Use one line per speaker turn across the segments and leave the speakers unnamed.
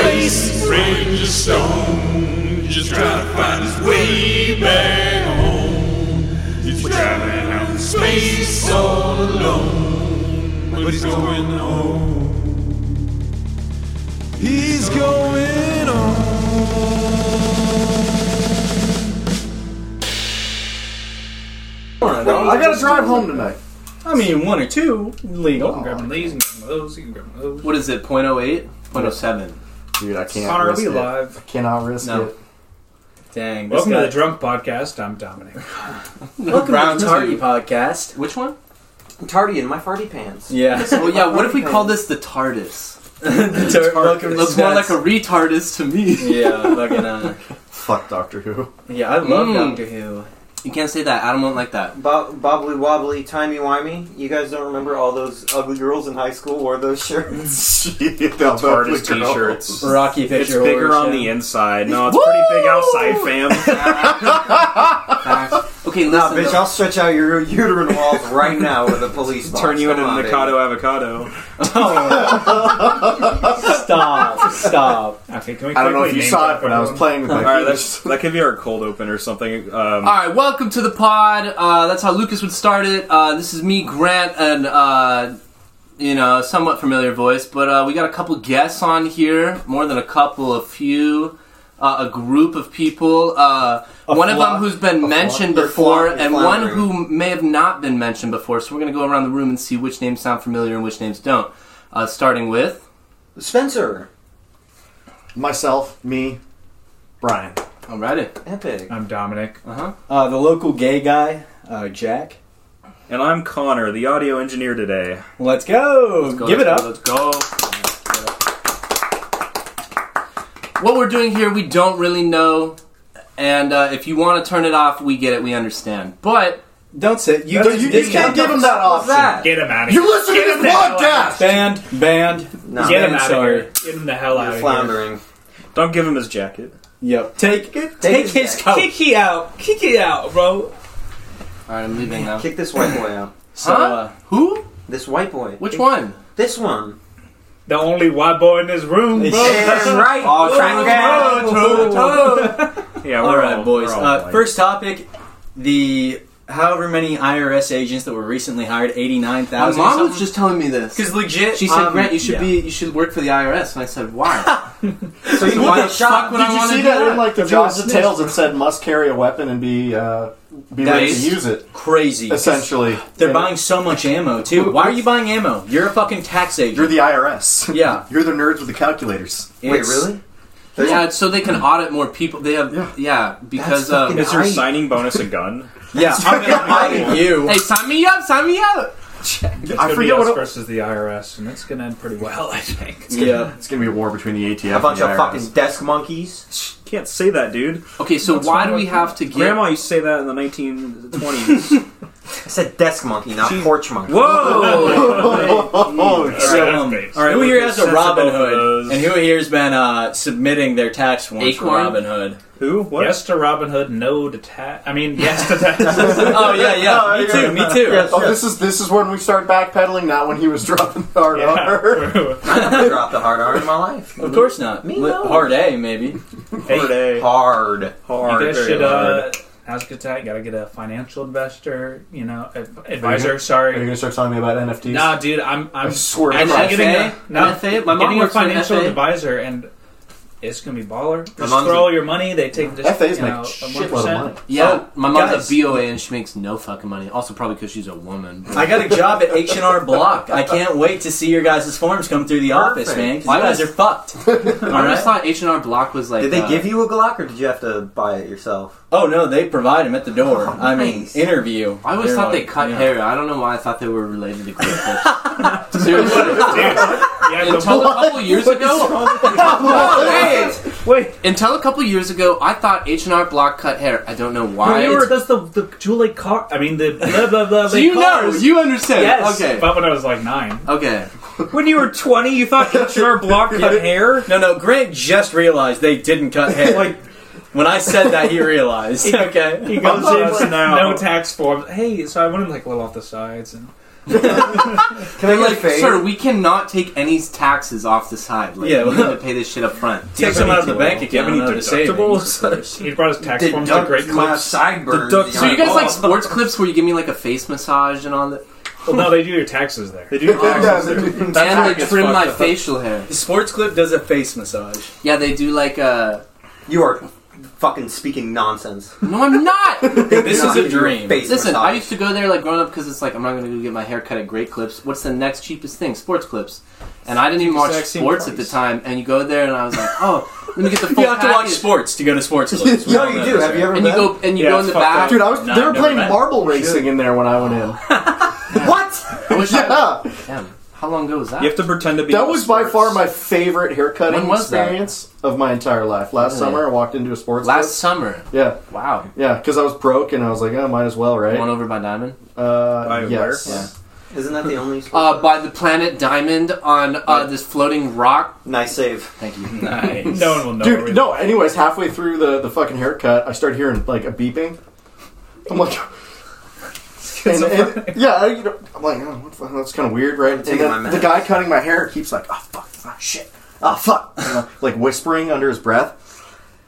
place.
Ranger Stone, just trying to find his way back home. He's traveling out in space all alone, but he's going home.
He's going on.
I gotta drive home tonight. Oh,
I mean, one or two legal. You can grab one of these, you can grab one of those, you can grab one of those.
What is it? 0.08? 0.07.
Dude, I can't.
Connor, are
risk
we
it.
live?
Cannot risk
No.
it.
Dang.
Welcome to the
this
Drunk Podcast. I'm Dominic.
guy-
Welcome
Round
to the Tardy
two.
Podcast.
Which one?
Tardy in my farty pants.
Yeah.
Well, Oh, yeah. What if we call this the TARDIS?
Welcome to
Looks more
that's-
like a retardis to me.
yeah, fucking uh,
Fuck Doctor Who.
yeah. I love
Mm.
Doctor Who.
You can't say that. Adam won't like that.
Bo- bobbly wobbly, timey wimey. You guys don't remember all those ugly girls in high school wore those shirts?
Shit,
It's hardest t-shirts.
Rocky picture.
It's bigger
horror
on
show.
the inside. No, it's pretty big outside, fam.
Okay, listen.
Nah, bitch,
though.
I'll stretch out your uterine walls right now with a police box.
Turn you
Come
into
on,
an
baby.
avocado avocado.
Stop. Stop.
Okay, can we
I don't know
quickly
if you
name
saw
drop
it, but I was
everyone?
playing with my.
All right, that's, that could be our cold open or something. Um,
Uh,
All right, welcome to the pod. Uh, that's how Lucas would start it. Uh, this is me, Grant, and uh, you know, somewhat familiar voice, but uh, we got a couple guests on here. More than a couple, a few, uh, a group of people. Uh, one of them
flock?
who's been mentioned
Your
before,
flock is
and one
floundering.
who may have not been mentioned before. So we're gonna go around the room and see which names sound familiar and which names don't. Uh, starting with
Spencer.
Myself, me, Brian.
alrighty,
Epic.
I'm Dominic.
uh huh.
Uh, the local gay guy, uh, Jack.
and I'm Connor, the audio engineer today.
Let's go. Give it up.
Let's go. What we're doing here, we don't really know. And uh, if you want to turn it off, we get it. We understand. But
Don't sit. You,
You, you can't give him that
What's
option.
that?
Get him out of here.
You listen to
Get
this
him the hell out of
podcast.
Band. Band.
Nah,
here. Get
Yeah.
him out of
Sorry.
here. Get him the hell out
you're
of here.
floundering.
Don't give him his jacket.
Yep. Take take,
Take his
his
back.
coat.
Kick it out. Kick it out, bro.
all right, I'm leaving now.
Kick this white boy out.
So,
Huh?
uh,
Who?
This white boy.
Which one?
This one.
The only white boy in this room, bro.
Damn right.
Oh,
Crack
oh,
down.
Yeah, we're
all right,
Oh,
boys.
we're all
Uh,
white.
first topic: the however many IRS agents that were recently hired, eighty nine
My
thousand.
mom was just telling me this.
because legit.
She said,
um,
"Grant, you should
yeah.
be, you should work for the IRS." And I said, "Why?"
So you
Why
want
the
a shot.
fuck would
Did
I
you
want to
see
do
that
that?
in like the Jaws of Tales? It said must carry a weapon and be uh, be ready to
Nice.
use it.
crazy.
Essentially,
They're
And
buying so much ammo too. Why are you buying ammo? You're a fucking tax agent.
You're the IRS.
yeah.
You're the nerds with the calculators.
Wait,
It's-
really?
yeah, so they can audit more people. They have,
Yeah.
yeah, because
That's
uh,
fucking
Is your
Right.
signing bonus a gun?
Yeah. I'm gonna hire you.
hey, sign me up, sign me up.
It's
I
gonna be
forget
us
what it-
versus the IRS, and it's gonna end pretty well, I think.
Yeah.
It's gonna be a war between the ATF.
A bunch
and
of
the
fucking desk monkeys.
Can't say that, dude.
Okay, so
What's
why
wrong
do we
with
have to get?
Grandma used to say that in the 1920s.
I said desk monkey, not porch monkey.
Whoa!
IRS.
All
So,
right,
um,
that's great.
All right,
who
we
here
can
has a
censor
Robin
both of
Hood,
those.
and who here's been uh, submitting their tax forms for
Acorn?
Robin Hood?
Who? What?
Yes to Robin Hood, no to tax. I mean, yes to tax.
Oh yeah, yeah, me too, me too.
Oh, this is this is when we start backpedaling. Not when he was dropping the hard R.
Yeah.
I never dropped the hard R in my life.
Of course not.
Me
Li-
no.
Hard A, maybe.
Hard A.
Hard.
Hard.
You guys
very
should
hard.
uh, ask a tax. Gotta get a financial investor, you know, ad- advisor. Sorry.
Are you gonna start telling me about NFTs?
Nah, dude, I'm I'm
I swear to
I'm
God.
getting a,
NFA?
no,
NFA? My mom
getting a
works for an
financial
NFA.
advisor, and it's gonna be baller. Just
mom's
throw all your money. They take just
FAs
you
make
know, a
shitload of
1%.
money.
Yeah,
Oh,
my mom's
guys.
a BOA and she makes no fucking money. Also, probably because she's a woman.
I got a job at H and R Block. I can't wait to see your guys' forms come through the office, man. 'cause
Why
you guys
does-
are fucked. All
I just
right.
thought H and R Block was like.
Did they
uh,
give you a Glock or did you have to buy it yourself?
Oh no, they provide them at the door.
Oh,
I mean,
nice.
interview.
I always
They're
thought
like,
they cut
you know.
hair. I don't know why I thought they were related to Clearfish. Seriously,
Yeah, the
until a couple years ago. No, wait.
wait,
Until a couple years ago, I thought H and R Block cut hair. I don't know
no,
why.
you were,
It's-
that's the the Julie car. I mean the blah blah blah.
so you know, you understand.
Yes,
Okay.
but when I was like nine,
Okay.
When you were 20, you thought HR Block cut hair?
No, no. Grant just realized they didn't cut hair.
Like,
when I said that, he realized. okay.
he comes
I'm
in
like-
no tax forms. Hey, so I wanted like a little off the sides, and
Can I
They're
get a
like,
fade?
sir, we cannot take any taxes off the side. Like,
Yeah,
you
well-
have to pay this shit up front.
Take some out of the bank
Do you have
account.
any
out of the savings
deductibles?
first.
he brought his tax forms to
Deduct
great
my
clips.
sideburns.
Deduct-
So you guys
Oh,
like
but-
sports clips where you give me like a face massage and all that,
Well, no, they do your taxes there.
They do
Yeah,
taxes.
they do.
and
hack
they
is
trim
fucked
my
up.
facial hair.
The sports clip does a face massage.
Yeah, they do like uh
You are fucking speaking nonsense.
No, I'm not.
This
Not
is a
even
dream.
face
Listen,
massage.
I used to go there like growing up because it's like I'm not gonna go get my hair cut at Great Clips. What's the next cheapest thing? Sports Clips. And I didn't even watch
Exact same
sports at the
price.
time. And you go there and I was like, oh, let me get the full.
You have to watch
package.
sports to go to sports clips.
No, you do. Have you ever
And you
been?
go and you
Yeah,
go in
it's
the
fucked
back.
up.
Dude, I was,
No,
they were
I've never
playing
met.
marble racing in there when I went in.
what?
I wish I-
Yeah,
Damn, how long ago was that?
You have to pretend to be.
that was by far my favorite
When
haircutting
was that?
experience of my entire life. Last
Really?
summer, I walked into a sports
Last summer.
club. Yeah,
Wow.
yeah, because I was broke and I was like, oh, might as well,
Won
right?
over by Diamond.
Uh,
By
yes.
where?
Isn't that the only?
Uh, by the planet Diamond on uh, this floating rock.
nice save.
Thank you.
Nice.
No one will know.
Dude, no. Anyways, halfway through the the fucking haircut, I started hearing like a beeping. I'm like, and, and- yeah, I- you know, I'm like, oh, what the fuck, that's kind of weird, right? And
taking my
then
meds.
the guy cutting my hair keeps like, oh fuck, fuck shit, oh fuck, you know, like whispering under his breath.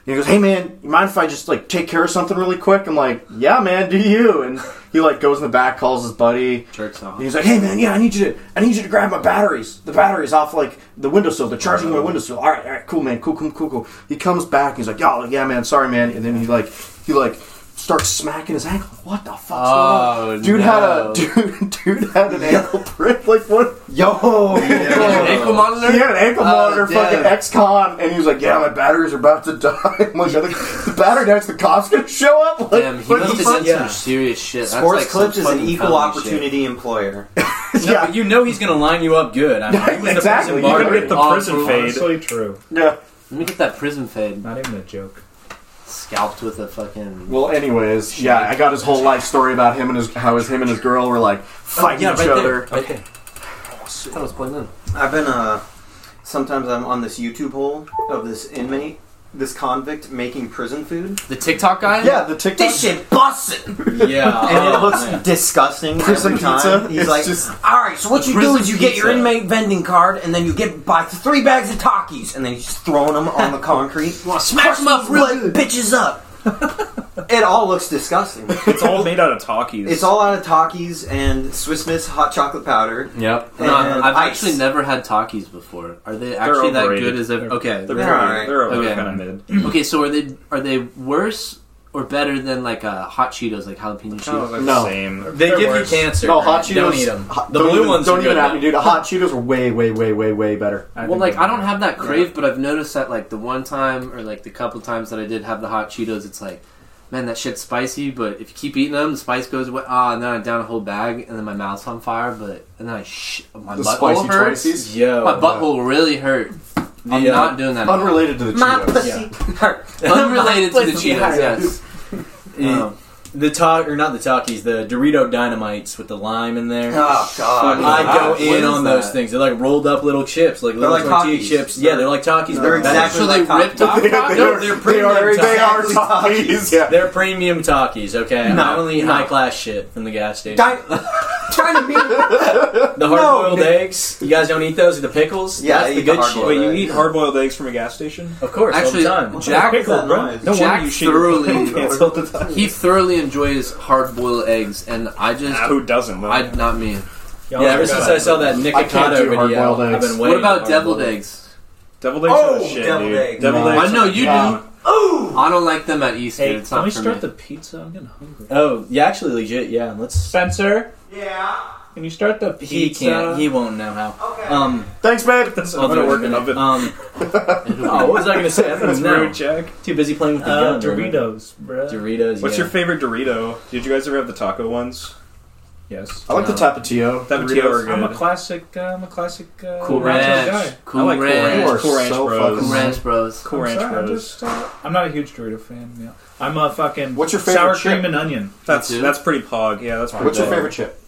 And he goes, hey man, you mind if I just like take care of something really quick? I'm like, yeah man, do you? And he like goes in the back, calls his buddy.
Jerks off.
And he's like, "Hey man, yeah, I need you to, I need you to grab my batteries. The batteries off like the windowsill. They're charging
Oh.
my windowsill. All right, all right, cool man, cool, cool, cool, cool." He comes back. and He's like, "Yo, yeah, man, sorry, man." And then he like, he like starts smacking his ankle. What the fuck's
Oh,
going on? Dude had
no.
a dude, dude had an ankle prick. Like what?
Yo,
Ankle monitor.
Oh. He had an ankle
Oh,
monitor,
damn.
fucking ex-con, and he was like, "Yeah, my batteries are about to die." I'm like, "Are the, the battery next, the cops gonna show up." Like,
Damn, he
what
must
the
have
fuck?
done
Yeah.
some serious shit. That's
Sports
like some
Clips is an
fucking
equal
comedy shit.
opportunity employer.
No, but you know he's going to line you up good. I mean, he was the
Exactly.
person
You're gonna
bartering.
get the
Oh,
prison
true.
fade. Honestly, true.
Yeah.
Let me get that prison fade
Not even a joke.
scalped with a fucking.
Well, anyways, yeah, I got his whole life story about him and his how his him and his girl were like fighting
yeah,
each
right there.
other.
Right there. That was playing in.
I've been uh sometimes I'm on this YouTube hole of this inmate, this convict making prison food.
The TikTok guy?
Yeah, the TikTok
shit busting.
Yeah.
And it
oh,
looks
man.
disgusting
prison
every time.
pizza.
He's
it's
like,
just
all right, so what you do
prison
is you get your
pizza.
inmate vending card, and then you get buy three bags of Takis, and then he's just throwing them on the concrete.
Smash him up real
Like, bitches up. it all looks disgusting.
It's all made out of talkies.
It's all out of Takis and Swiss Miss hot chocolate powder.
Yep.
And
No, I've I've
ice.
actually never had Takis before. Are they actually that
overrated.
good as ever? Okay.
They're,
They're all right.
they're
Okay.
kind of mid.
Okay, so are they are they worse or better than like uh, hot Cheetos, like jalapeno
Oh,
Cheetos?
No.
Same.
They
They're
give
worse.
you cancer.
no Oh, hot Cheetos.
Oh, Don't eat them.
hot-
the
don't
blue
even-
ones
Don't
are
even
good.
have
though.
me, dude. The hot Cheetos are way, way, way, way, way better.
I
Well,
think
like
they're
I don't
better.
have that crave, but I've noticed that like the one time or like the couple times that I did have the hot Cheetos, it's like, man, that shit's spicy. But if you keep eating them, the spice goes away. Ah, and then I down a whole bag, and then my mouth's on fire. But and then I sh- my
The
butt
spicy
butthole hurts.
Twinsies.
Yo.
My butt will really hurt. I'm
The, uh,
not doing that.
Unrelated to the Cheetos.
Yeah.
Unrelated to the Cheetos,
hurt.
yes. Um,
Yeah. Eh, The talk or not the talkies, the Dorito dynamites with the lime in there.
Oh god.
I go
What
in
is
on
that?
those things. They're like rolled up little chips, like little
like
tortilla
Takis.
chips. Yeah, they're like Takis. but
They're
better.
exactly-
So they
Like
ripped off.
They
Taco?
are-
they're
They
premium
are, they are
Takis.
Takis. Yeah.
They're premium Takis, okay?
No,
I only eat
no.
high class shit from the gas station.
Di- trying to be
the hard boiled eggs. You guys don't eat those with the pickles?
Yeah, I
That's
eat
the
the
good shit.
hard-boiled
Wait, you
eggs.
eat hard-boiled eggs from a gas station?
Of course,
Actually,
all the time.
Jack,
Pickled, bro.
nice.
No wonder
Jack
you shit your fucking
thoroughly,
pants all the time.
he thoroughly enjoys hard-boiled eggs, and I just,
Who doesn't? though?
I not me.
Y'all
yeah,
are
ever
good.
since I saw that
can't do
Nikocado video,
hard-boiled
I've
eggs.
been waiting.
What about
for
deviled
hard-boiled
eggs?
Deviled eggs
Oh,
are the shit,
deviled
dude.
eggs.
Deviled
No.
eggs
I know
are-
you
Yeah.
do. I don't like them at Easter.
Hey,
it's
can
not
we
for
start
me.
the pizza? I'm getting hungry.
Oh, yeah, actually, legit, yeah. Let's.
Spencer,
Yeah.
can you start the pizza?
He can't. He won't know how.
Okay.
Um,
Thanks, babe.
doesn't
I'll
want
do
to
it
work an
in a
oven.
minute. Um, oh, what was I going to say? I
That's
don't know.
rude, Jack.
Too busy playing with the
Uh,
gun.
Doritos, bro.
Doritos.
What's
yeah.
your favorite Dorito? Did you guys ever have the taco ones? Yes.
I like the Tapatio.
That
Doritos.
Doritos. I'm a
good.
classic. Uh, I'm a classic. Uh,
Cool
Rancho
Ranch.
guy.
Cool
I like
Ranch.
Cool
You are
Ranch. Cool Ranch
so
Bros.
fucking
Ranch Bros.
Cool I'm Ranch sorry, I'm Bros.
just, uh,
I'm not a huge Dorito fan. Yeah. I'm a fucking.
What's your favorite
sour
chip?
cream and onion? That's
That's- too.
that's pretty pog. Yeah, that's pretty.
What's your
pog.
favorite chip?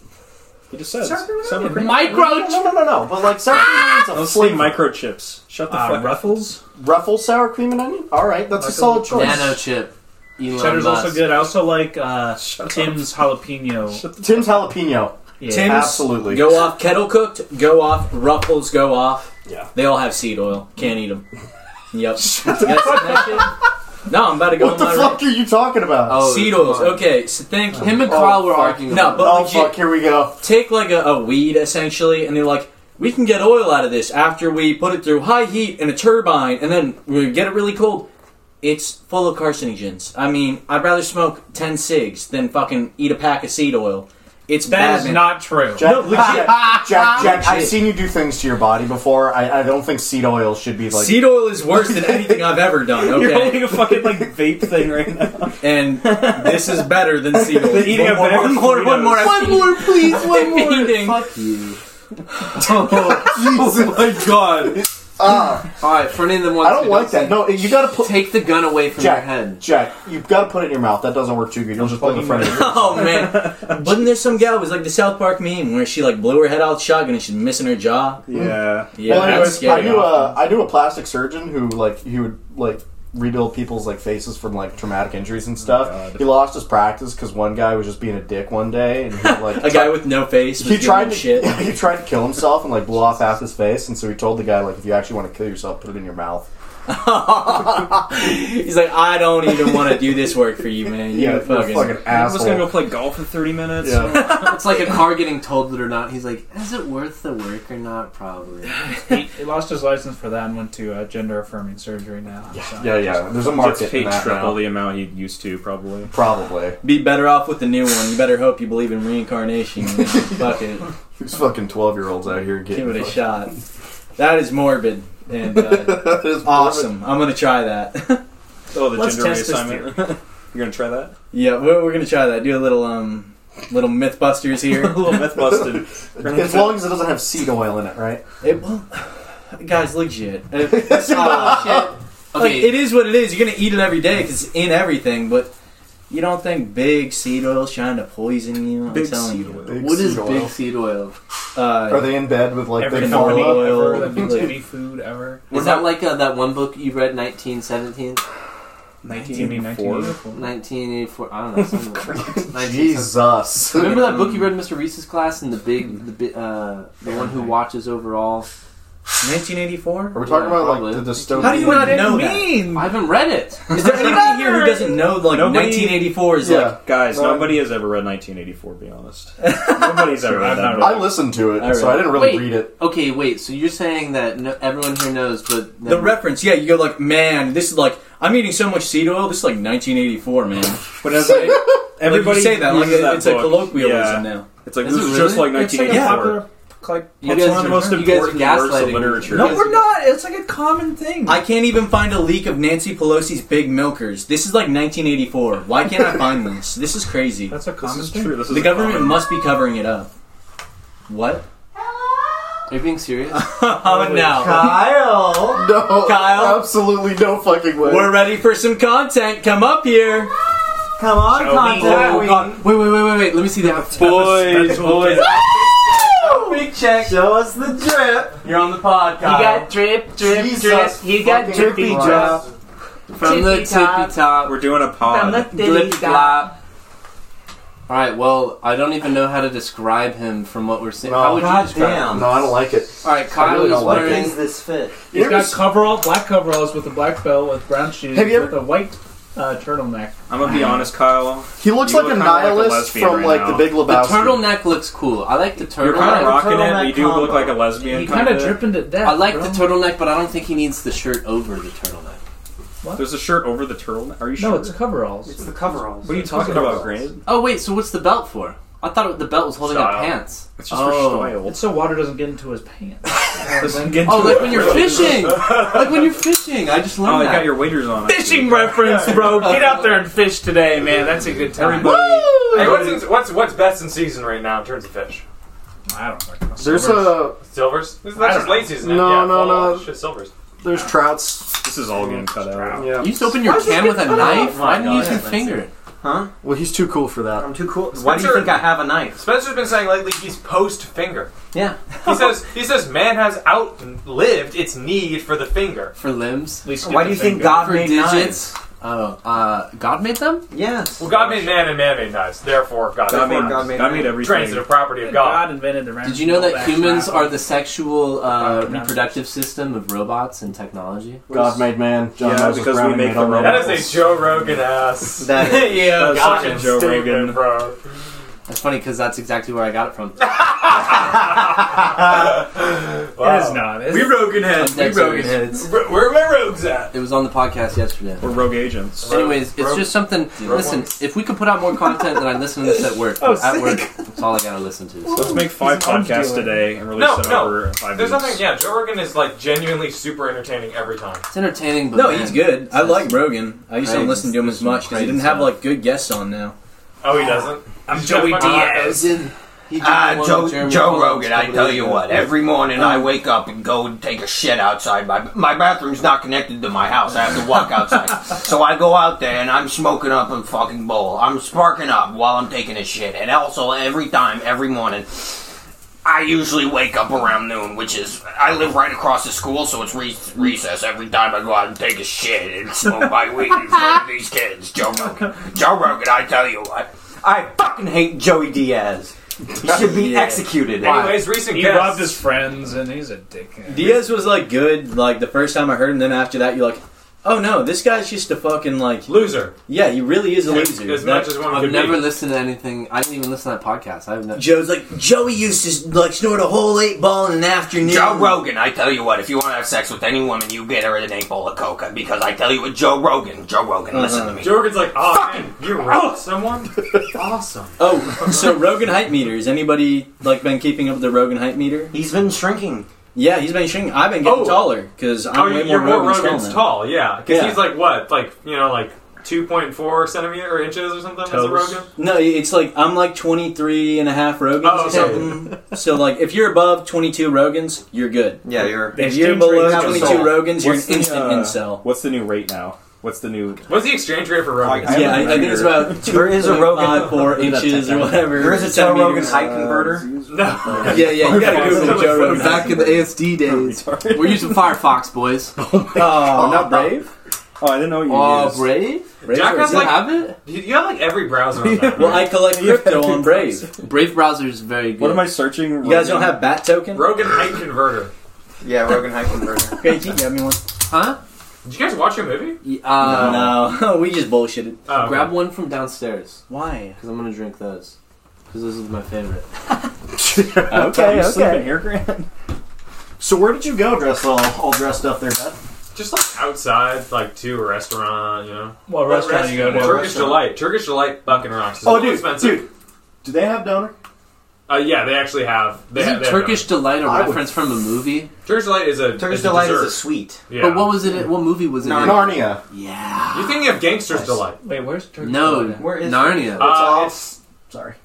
He just says
Sour cream and
sour
onion.
cream.
Micro.
No, no, no, no. But like sour
Ah!
cream and
Let's
onion,
say
micro
microchips. Shut the
Uh,
fuck up.
Ruffles.
ruffle sour cream and onion. All right, that's a solid choice.
Nano chip. Elon
Cheddar's
Musk.
also good. I also like uh,
Shut up.
Tim's jalapeno.
Tim's jalapeno.
Yeah.
Tim's
Absolutely.
go off kettle cooked, go off Ruffles, go off.
Yeah.
They all have seed oil. Can't eat them. Yep. You got some of that shit? No, I'm about to go
What
on
the
my
fuck are you talking about?
Oh,
rant. Seed
come
oils.
on.
Okay, so thank you. Oh,
Him and Carl were
fuck.
arguing.
No,
about
but-
oh
legit-
fuck, here we go.
take like a, a weed essentially, and they're like, we can get oil out of this after we put it through high heat in a turbine, and then we get it really cold. It's full of carcinogens. I mean, I'd rather smoke ten cigs than fucking eat a pack of seed oil. It's
That
bad.
is
man.
not true.
Jack,
No, legit. Ah,
Jack, Jack, Jack, I've
Legit.
seen you do things to your body before. I, I don't think seed oil should be like.
seed oil is worse than anything I've ever done.
You're
Okay,
holding a fucking like vape thing right now.
and this is better than seed oil.
eating a bag
one
of
more, one more, one
Doritos.
more, please, one more.
Fuck you.
Oh,
Oh
Jesus.
my god.
Ah,
All right, for any of them
I
wants
don't
to
like that. No, you gotta put.
Take the gun away from your
Jack,
head.
Jack, you've got to put it in your mouth. That doesn't work too good. You'll just put it in front of you.
Oh man! Wasn't there some gal it was like the South Park meme where she like blew her head out shotgun and she's missing her jaw?
Yeah.
Yeah,
well,
that's
anyways, I
scary.
knew a I knew a plastic surgeon who like he would like rebuild people's like faces from like traumatic injuries
Oh
and stuff. he lost his practice because one guy was just being a dick one day and he like
a guy with no face.
he
Was
tried to
shit.
he tried to kill himself and like blew off half his face and so he told the guy like if you actually want to kill yourself put it in your mouth.
He's like, I don't even want to do this work for you, man.
Yeah,
You yeah,
you're a
fucking.
fucking
I'm just
asshole.
gonna go play golf in 30 minutes.
yeah.
It's like a car getting told that or not. He's like, is it worth the work or not? Probably.
He, he lost his license for that and went to uh, gender affirming surgery now. so.
yeah, yeah. There's a
Just
market in
paid
that
triple
now.
the amount you used to, probably.
Probably.
Be better off with the new one. You better hope you believe in reincarnation. Man. Fuck it,
These fucking twelve year olds out here getting
give it a shot. That is morbid and uh,
That is
awesome. I'm gonna try that.
Oh, the
Let's
gender
test this
reassignment. You're gonna try that?
yeah, we're, we're gonna try that. Do a little um, little MythBusters here.
A little myth busted.
As long as it doesn't have seed oil in it, right?
It well, guys, legit. It, it's, uh, like,
Oh, Okay.
it is what it is. You're gonna eat it every day because it's in everything. But you don't think big seed oil's trying to poison you? I'm
Big
telling you.
seal.
Big
what is
seed oil.
big seed oil?
Are
Uh,
they in bed with like
Every
the
company
follow up?
oil.
ever that makes any food ever.
Is that like uh, that one book you read, 1917?
1984.
1984? I don't know. something like that. 1917.
Jesus.
Remember that book you read in Mr. Reese's class and the big, the bi- uh, the one who watches over all?
1984.
Are we talking
Yeah,
about
probably.
like the dystopian?
How do you
What
not
did
know
it
that?
mean?
I haven't read it.
Is there anybody here who doesn't know like
Nobody-
1984 is
Yeah.
like?
Guys,
No.
nobody has ever read 1984. Be honest. Nobody's ever read
I've
that.
not
book.
I listened to it,
All
so
right.
I didn't really
Wait.
read it.
Okay, wait. So you're saying that no, everyone here knows, but
The reference, yeah, you go like, man, this is like, I'm eating so much seed oil, this is like 1984, man.
But as I, everybody
Like you say that, like
uses that
it's a
book.
colloquialism
Yeah.
now.
It's like
Is
this
it
is just
really?
like
It's like a
1984.
popular, like
you
It's
guys
one of
are-
the most
you guys are
important works of
gaslighting me.
literature.
You guys
No, we're not. It's like a common thing.
I can't even find a leak of Nancy Pelosi's big milkers. This is like 1984. Why can't I find this? This is crazy.
That's a
This
common
is
thing.
true. This is
The
a
government
common-
must be covering it up. What?
Are you being serious?
Oh no.
Kyle!
No,
Kyle?
absolutely no fucking way.
We're ready for some content. Come up here.
Come on,
Oh, God. Wait, wait, wait, wait, wait. Let me see that.
Boys, boys,
Big check. You
Show us the drip!
You're on the podcast.
got drip, drip,
Jesus
drip. You got
fucking
drippy
Christ.
drop from the
Tippy
tippy
top.
top.
we're doing a pod.
Flip flop. All right. Well, I don't even know how to describe him from what we're seeing.
No.
How would you
God
describe?
damn.
Him?
No, I don't like it.
All right.
I
Kyle
really
is
don't like it.
wearing.
Is this fit?
He's
You ever
got
s-
coverall, black coveralls with a black belt with brown shoes
Have you ever-
with a white uh, turtleneck.
I'm gonna be honest, Kyle.
he looks
You
like
look
a
kinda like a
nihilist
lesbian
from
right
like
now.
the Big
The
Lebowski.
turtleneck looks cool. I like the
You're kind of
turtleneck.
rocking it, but
turtleneck
you do look
combo.
like a lesbian.
He kind of
kinda.
dripping to death.
I like the
bro.
turtleneck, but I don't think he needs the shirt over the turtleneck.
There's a shirt over the turtleneck. Are you sure?
No, it's coveralls.
It's the coveralls.
What are you talking about, Grant?
Oh wait, so what's the belt for? I thought it, the belt was holding up
Style.
pants.
It's just
Oh.
for
It's so water doesn't get into his pants.
style.
Oh, like when you're fishing. like when you're fishing. I just
Oh,
learned
you
that.
got your waders on.
Fishing reference, bro. Get out there and fish today, man. That's a good time.
Hey, what's, in, what's what's best in season right now in terms of fish?
I don't know.
There's uh, a
Silvers? This is not
I don't
just
know.
late season.
No,
yeah,
no,
fall,
no.
it's Just silvers.
there's trouts.
This is all getting cut out.
Yeah.
You used to open your can with a knife. Why didn't you use your finger?
Huh?
Well, he's too cool for that.
I'm too cool. Why do you
Spencer-
think I have a knife?
Spencer's been saying lately he's post finger.
Yeah.
He says he says man has outlived its need for the finger.
For limbs.
Why do you think God
For
made
digits. Oh, uh, God made them?
Yes.
Well, God made man and man made knives. Therefore, God,
God made
made
God made
God made
man.
everything.
transitive property of God.
God invented the round
Did you know that
back
humans
half.
are the sexual uh,
Back half.
reproductive system of robots and technology?
God made man. John
Yeah,
Moses
because we
Brown
make
made
the
all
robots.
That is a Joe Rogan ass.
That is-
yeah,
that's
fucking
such a Joe Rogan.
statement, bro.
That's funny because that's exactly where I got it from.
It
Oh.
is not. It's,
We Rogan heads. We
Next
Rogan
series.
heads. Where where are my rogues at?
It was on the podcast yesterday.
We're rogue agents.
Anyways, it's
Rogue-
just something. Listen, if we could put out more content, then I listen to this at work.
Oh,
at
sick.
work, that's all I gotta listen to. So.
Let's make five
He's an
podcasts
undoing.
today and release
No,
it
no.
over five
There's
weeks.
nothing. Yeah, Joe Rogan is like genuinely super entertaining every time.
It's entertaining, but
No,
man,
he's good. I like Rogan. I used to
Right.
listen to him as much because he didn't have like good guests on now.
Oh, he doesn't.
I'm Joey Diaz.
He did the
Ah,
one
Joe,
with Jeremy
Joe
Collins
Rogan,
a
I
couple
tell
days
you
ago.
what, every morning I wake up and go and take a shit outside. My, my bathroom's not connected to my house. I have to walk outside. so I go out there and I'm smoking up a fucking bowl. I'm sparking up while I'm taking a shit. And also, every time, every morning, I usually wake up around noon, which is I live right across the school, so it's re- recess. Every time I go out and take a shit and smoke my weed in front of these kids, Joe Rogan. Joe Rogan, I tell you what.
I fucking hate Joey Diaz. He should be executed.
Anyways, recent
He
guests.
robbed his friends, and he's a dickhead.
Diaz was like good like the first time I heard him. Then after that, you're like, oh no, this guy's just a fucking like
loser.
yeah, he really is a loser.
As much
That-
as one
I've
could
never
be.
listened to anything. I didn't even listen to that podcast. I've never.
Joe's like Joey used to like snort a whole eight ball in an afternoon.
Joe Rogan, I tell you what, if you want to have sex with any woman, you get her an eight bowl of coca. Because I tell you what, Joe Rogan, Joe Rogan,
Mm-hmm.
listen to me.
Joe Rogan's like, oh, man, you robbed someone. awesome.
Oh, so Rogan hype meter. Has anybody like been keeping up with the Rogan hype meter?
He's been shrinking.
Yeah, he's been shrinking. I've been getting
Oh.
taller because I'm
Oh,
way
you're,
more
you're more
Rogan's,
Rogan's
tall. now.
tall, yeah. Because
Yeah.
he's like what, like you know, like two point four centimeter or inches or something. Is a
Toes.
Rogan?
No, it's like I'm like 23 and a half Rogans
Oh,
or
okay.
something. so like if you're above 22 Rogans, you're good.
Yeah, you're.
If
Exchange
you're
rate's
below
just
22
sold.
Rogans, you're an
What's the,
instant
uh,
incel.
What's the new rate now? What's the new?
What's the exchange rate for Rogan?
I-
yeah,
have
I,
a
I think it's about two
There is a Rogan-
five, four
Look at that
inches or
technology.
whatever.
There is a Joe Rogan
centimeters.
height converter.
no.
Yeah, yeah, you gotta Google the Joe Rogan. height.
Back in the ASD days.
We're using Firefox, boys.
Oh, not Brave.
Oh, I didn't know what you
Oh,
used.
Brave?
Brave
Jack
or
has
Do
is it-
you
Like-
have it?
You, you have like every
Oh,
browser on that.
well, I collect crypto on Brave.
Brave browser is very good.
What am I searching?
You guys don't have Bat Token?
Rogan height converter.
Yeah, Rogan height converter.
Okay, you got me one.
Huh?
Did you guys watch a movie?
Y- Uh,
Oh, No, we just bullshitted.
Oh, okay.
Grab one from downstairs
Why?
because I'm gonna drink those. Because those are my favorite.
okay, okay. Sleeping here, Grant.
So where did you go, dressed all, all dressed up there, Beth?
just like outside, like to a restaurant, you know.
What restaurant you go to?
Turkish delight. Turkish delight fucking rocks. It's a
Oh,
little
dude,
expensive.
dude. Do they have donor?
Uh, yeah, they actually have. They have,
Isn't
they have
Turkish delight a
I would-
reference from a movie?
them. Turkish delight is a
Turkish
is a
delight is a
dessert.
sweet.
yeah.
But what was it? What movie was it? in?
Narnia.
Yeah.
You're thinking of Gangster's Delight.
Wait, where's Turkish?
No,
Delight?
Where is-
Narnia.
Uh,
all-
it's,
Sorry.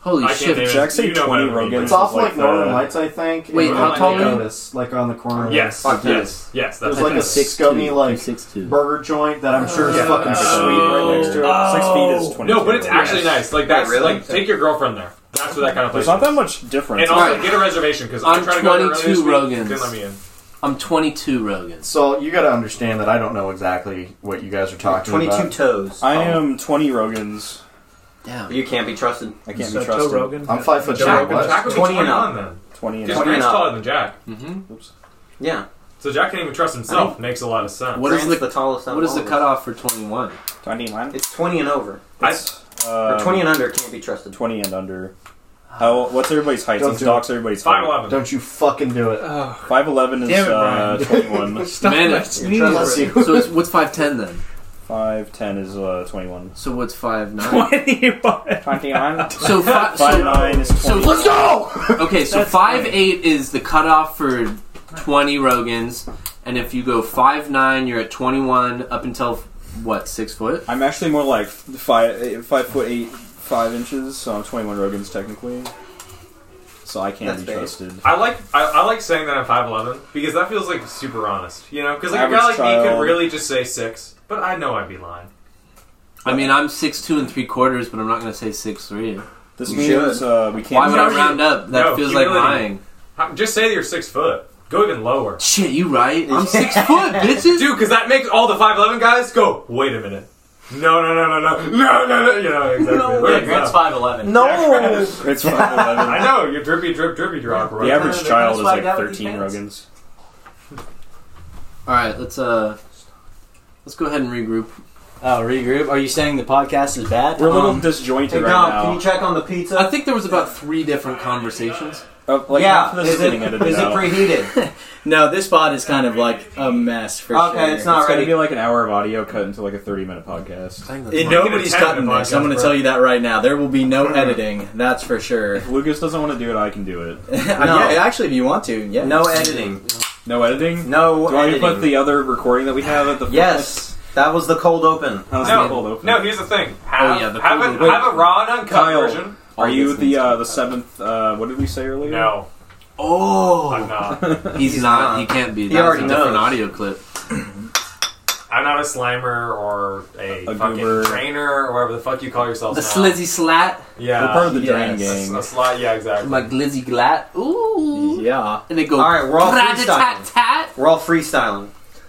Holy
I can't name
shit.
it.
Jack said
You know
20
what it means.
Rogans.
It's off like
like
Northern
the-
Lights, I think.
Wait,
and
how
you
tall are you?
notice, Like on the corner. of-
Yes,
Fuck
yes, yes.
There's
That's
like a
that's-
six gummy like
six two.
burger joint that I'm sure is
Yeah.
fucking
Oh.
sweet right next to it.
Six feet is twenty.
No, but it's actually nice. Like that's
really?
like take your girlfriend there. That's what that kind of
There's
place.
not
is.
that much difference.
And also
Alright.
get a reservation because
I'm
I'm trying to go to
22 Rogans.
Didn't let me in.
I'm 22, Rogan.
So you got to understand that I don't know exactly what you guys are talking
Twenty-two
about.
toes. Oh.
I am twenty Rogans.
Damn.
You can't be trusted.
I can't
So
be
Joe
trusted.
Rogan.
I'm five foot
Joe
Jack
Jack,
Rogan.
Rogan.
Jack would be
20 and
21
up.
then.
Twenty and
Because
up.
and
Grant's
up.
taller than Jack.
Mm-hmm.
Yeah.
So Jack can't even trust himself. Makes a lot of sense.
What is
Grant's
the
tallest? out
what is
of all
the
of us.
cutoff for 21?
Twenty-one.
It's twenty and over.
It's
Or
uh,
twenty and under can't be trusted.
twenty and under. How? What's everybody's height?
Don't
Let's
do it.
dox everybody's
Five
height.
eleven.
Don't you fucking do it.
Five eleven is
Damn it,
uh,
Brian.
twenty-one.
Man,
Bless you.
so it's, what's 5'10 then?
Five ten is uh, twenty-one.
So what's 5'9?
Twenty-one.
So, fi-
Five
so,
nine is
so
twenty.
let's
go!
Okay, so five eight is the cutoff for twenty Rogans, and if you go five nine, you're at twenty one up until what six foot?
I'm actually more like five eight, five foot eight five inches, so I'm 21 Rogans technically. So I can't
That's
be
big.
trusted.
I like I, I like saying that I'm five eleven because that feels like super honest, you know. Because like a guy
Average
like me could
child.
really just say six, but I know I'd be lying.
I mean, I'm six two and three quarters, but I'm not going to say six three.
This
You
means
should.
uh, we can't.
Why would I
No,
round up? That
no,
feels like
humility.
lying.
How- Just Uh, say that you're six foot. Go even lower.
Shit, you right. I'm six foot, bitches.
Dude, because that makes all the 5'11 guys go, wait a minute. No, no, no, no, no. No, no, no. You know, exactly.
Yeah, Grant's five eleven.
No.
It's five eleven.
I know, you're drippy, drip, drippy drop.
The average
That's
child is
why
like
that would be
thirteen
fans.
Ruggins.
All right, let's uh, let's go ahead and regroup.
Oh, regroup. Are you saying the podcast is bad?
We're a little
Um,
disjointed
Hey,
right
Dom,
now.
can you check on the pizza?
I think there was about three different conversations.
Uh, like half of
yeah,
this is,
is it,
getting edited
is it
out.
preheated?
no, this pod is kind of like a mess for
Okay,
sure.
it's not-
it's gonna
already-
be like an hour of audio cut into like a thirty-minute podcast.
It,
Make it a
nobody's
10
cutting
minute
this. I'm
podcast,
going to
bro.
tell you that right now. There will be no editing. That's for sure.
If Lucas doesn't want to do it, I can do it.
Yeah, actually, if you want to, yeah.
No editing.
No editing.
No
Do you want me to put
editing.
the other recording that we have at the
Yes, that was the cold open.
How's the cold
No,
open?
no, here's the thing. Have,
Oh, yeah, the
have,
cold
a,
open.
have a raw and uncut
Kyle.
version.
Are you
August
the uh, the seventh? Uh, what did we say earlier?
No, I'm
Oh,
not.
he's, not, He can't be. That was
already
a different
knows.
audio clip.
I'm not a slammer or a,
A
fucking
goober.
trainer or whatever the fuck you call yourselves.
The
now.
slizzy slat,
Yeah.
We're part of the Drain
Yes.
Gang.
a slot. Yeah, exactly.
my glizzy glat. Ooh,
Yeah.
and they go.
All right, we're all freestyling.
rat-a-tat-tat.
We're all freestyling.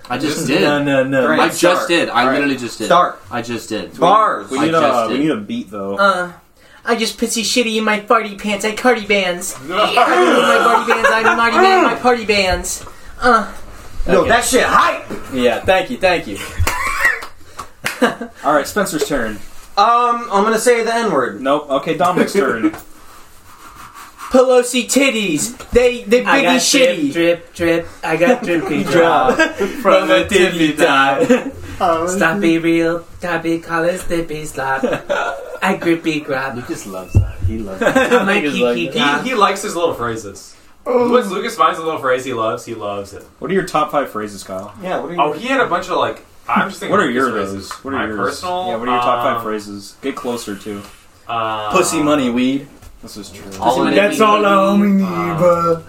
I just did.
No, no, no.
Great.
I
Start.
just did. I
All right.
literally just did.
Start.
I just did.
Bars.
We
I
need a
just
we
did.
need a beat though.
Uh, I just pissy shitty in my party pants. I cardi bands. I move my party bands. I'm a naughty man. in My party bands. Uh,
No, that shit hype.
Yeah, thank you, thank you.
All right, Spencer's turn.
Um, I'm gonna say the N word.
Nope. Okay, Dominic's turn.
Pelosi titties. They they
I
biggie
got
shitty.
drip, drip, drip. I got drippy drop
Drop from the tiddly die.
Stop
Mm-hmm.
be real, tabby collars, dippy slap. I grippy grab.
Lucas loves that. He loves that.
I'm a
Niggas like
kiki
He,
cat.
he likes his little phrases. Once Lucas finds a little phrase he loves, he loves it.
what are your top five phrases, Kyle?
Yeah. What are you?
Oh, he had a bunch of like. I'm just thinking.
What are
Lucas
your
phrases.
those? What are
My
yours?
personal.
Yeah. What are your top five
um,
phrases? Get closer to.
Uh,
Pussy money weed.
This is true.
All in it.
That's all I need,
Um,
bro.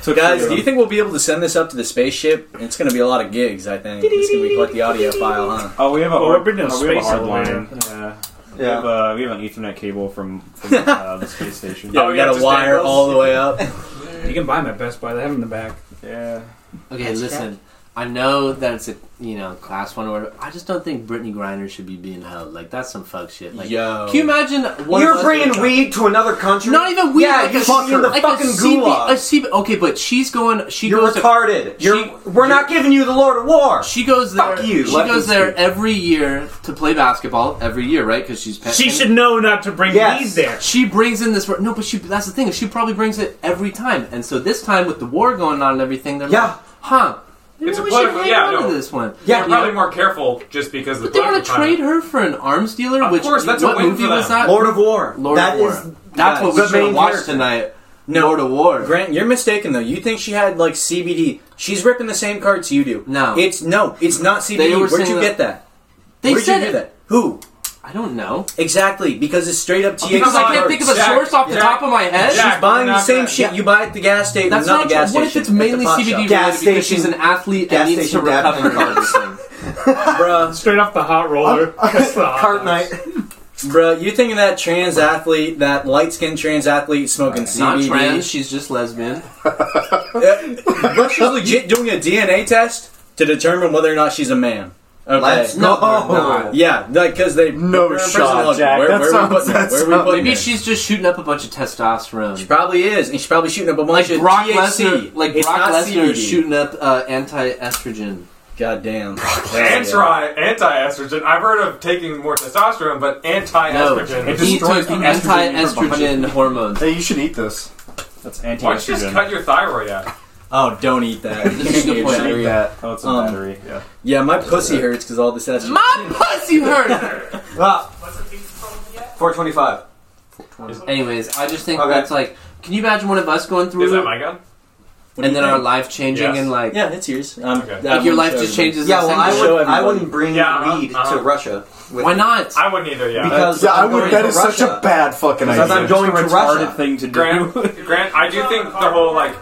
So
Guys, do you think we'll be able to send this up to the spaceship? It's going to be a lot of gigs, I think. It's going to be quite the audio file, huh?
Oh, we have a
Well,
hard,
we're in a
oh, we have a
space
hard
elevator.
line. Yeah. We have,
yeah.
uh, we have an Ethernet cable from, from uh, the space station.
Yeah,
Oh,
we
yeah,
got a
just
wire
dangles.
all the way up.
You can buy my Best Buy. They have them in the back.
Yeah.
Okay, listen. I know that it's a you know class one or whatever. I just don't think Brittany Griner should be being held. Like that's some fuck shit. Like,
Yo.
can you imagine? One of
You're
us-
bringing weed to another country.
Not even weed.
Yeah,
like
you
a,
fuck her.
like
the fucking
a CB,
gulag.
A CB, okay, but she's going. She
You're
goes. to-
retarded.
she-
You're. We're not giving you the Lord of War.
she goes there.
Fuck you.
She
Let
goes
me
there every year to play basketball every year, right? Because she's
She should know not to bring
Yes.
weed there.
She brings in this. No, but she. That's the thing. She probably brings it every time. And so this time with the war going on and everything, they're
Yeah.
like, huh? Maybe
It's a
we should
political-
hang
yeah,
on to
no.
this one.
Yeah,
You know?
probably more careful just because
But they
the
want to
black
trade
economy-
her for an arms dealer.
Of
which
course, that's a
what
win
movie
for
was
them.
that?
Lord of War.
Lord
That
of War.
is-
that's what we
the
should
main
watch
character.
tonight.
No.
Lord of War.
Grant, you're mistaken though. You think she had like CBD. She's ripping the same cards you do.
No.
it's no, it's not
They
CBD.
were
Where'd you
saying
get that?
they
Where'd
said
you get
it.
that? Who
I don't know
exactly? Because it's straight up THC.
Oh, because I can't
cards.
think of a
Jack,
source off the
Jack,
top of my head.
Jack,
She's buying the
Not
same
that.
shit you buy at the gas station.
That's
not,
not
the gas
true. What if
station.
it's mainly
at the pot
CBD
shop.
related
Gas
because she's
station-
an athlete
Gas
and needs to
station dad
recover?
thing.
bruh,
Straight off the hot roller. That's the hot
Cart
dogs.
night.
bruh. You thinking that trans athlete, that light skinned trans athlete smoking
It's not
CBD?
trans. She's just lesbian.
But she's legit doing a DNA test to determine whether or not she's a man. Okay.
Let's
No, they're
go.
not.
Yeah, like because they
No
they're in prison,
shot,
like,
Jack.
Where,
That
where
sounds-
we putting,
that
where we
sounds-
putting
Maybe
her?
she's just shooting up a bunch of testosterone.
probably is, and she's probably shooting up a bunch
Like
of
Brock
THC.
Lesnar, like
It's
Brock
not
Lesnar is
CBD.
shooting up uh, anti-estrogen.
God damn.
Anti anti-estrogen. I've heard of taking more testosterstosterone, but
No,
anti-estrogen.
It
he
destroys
took
the estrogen in
anti-estrogen hormones.
Hey, you should eat this.
That's
Why don't you just
anti-estrogen.
cut your thyroid out?
Oh, don't eat that.
This is a good point.
Eat that.
Oh, it's a
Um,
battery. Yeah.
Yeah, my pussy hurts because all this estrogen.
My pussy hurt.
Ah. 425.
Anyways, I just think
Okay.
that's like. Can you imagine one of us going through
Is that
it
my gun?
What do you
and then our
think?
life changing
Yes.
and like,
Yeah, it's yours. Um,
Okay.
that
like your
one
life
shows
just
me.
changes.
Yeah, well, I,
essentially.
Show
would, I
everybody.
wouldn't bring
Yeah, uh-huh,
weed
uh-huh.
to Russia. With
Why
me.
not?
I wouldn't either. Yeah.
Because
Yeah, I
I'm
would.
going
That
to
is such
Russia.
a bad fucking
Because
idea.
I'm going
It's a
to
retarded
Russia.
thing to do.
Grant, Grant, I do think the whole like,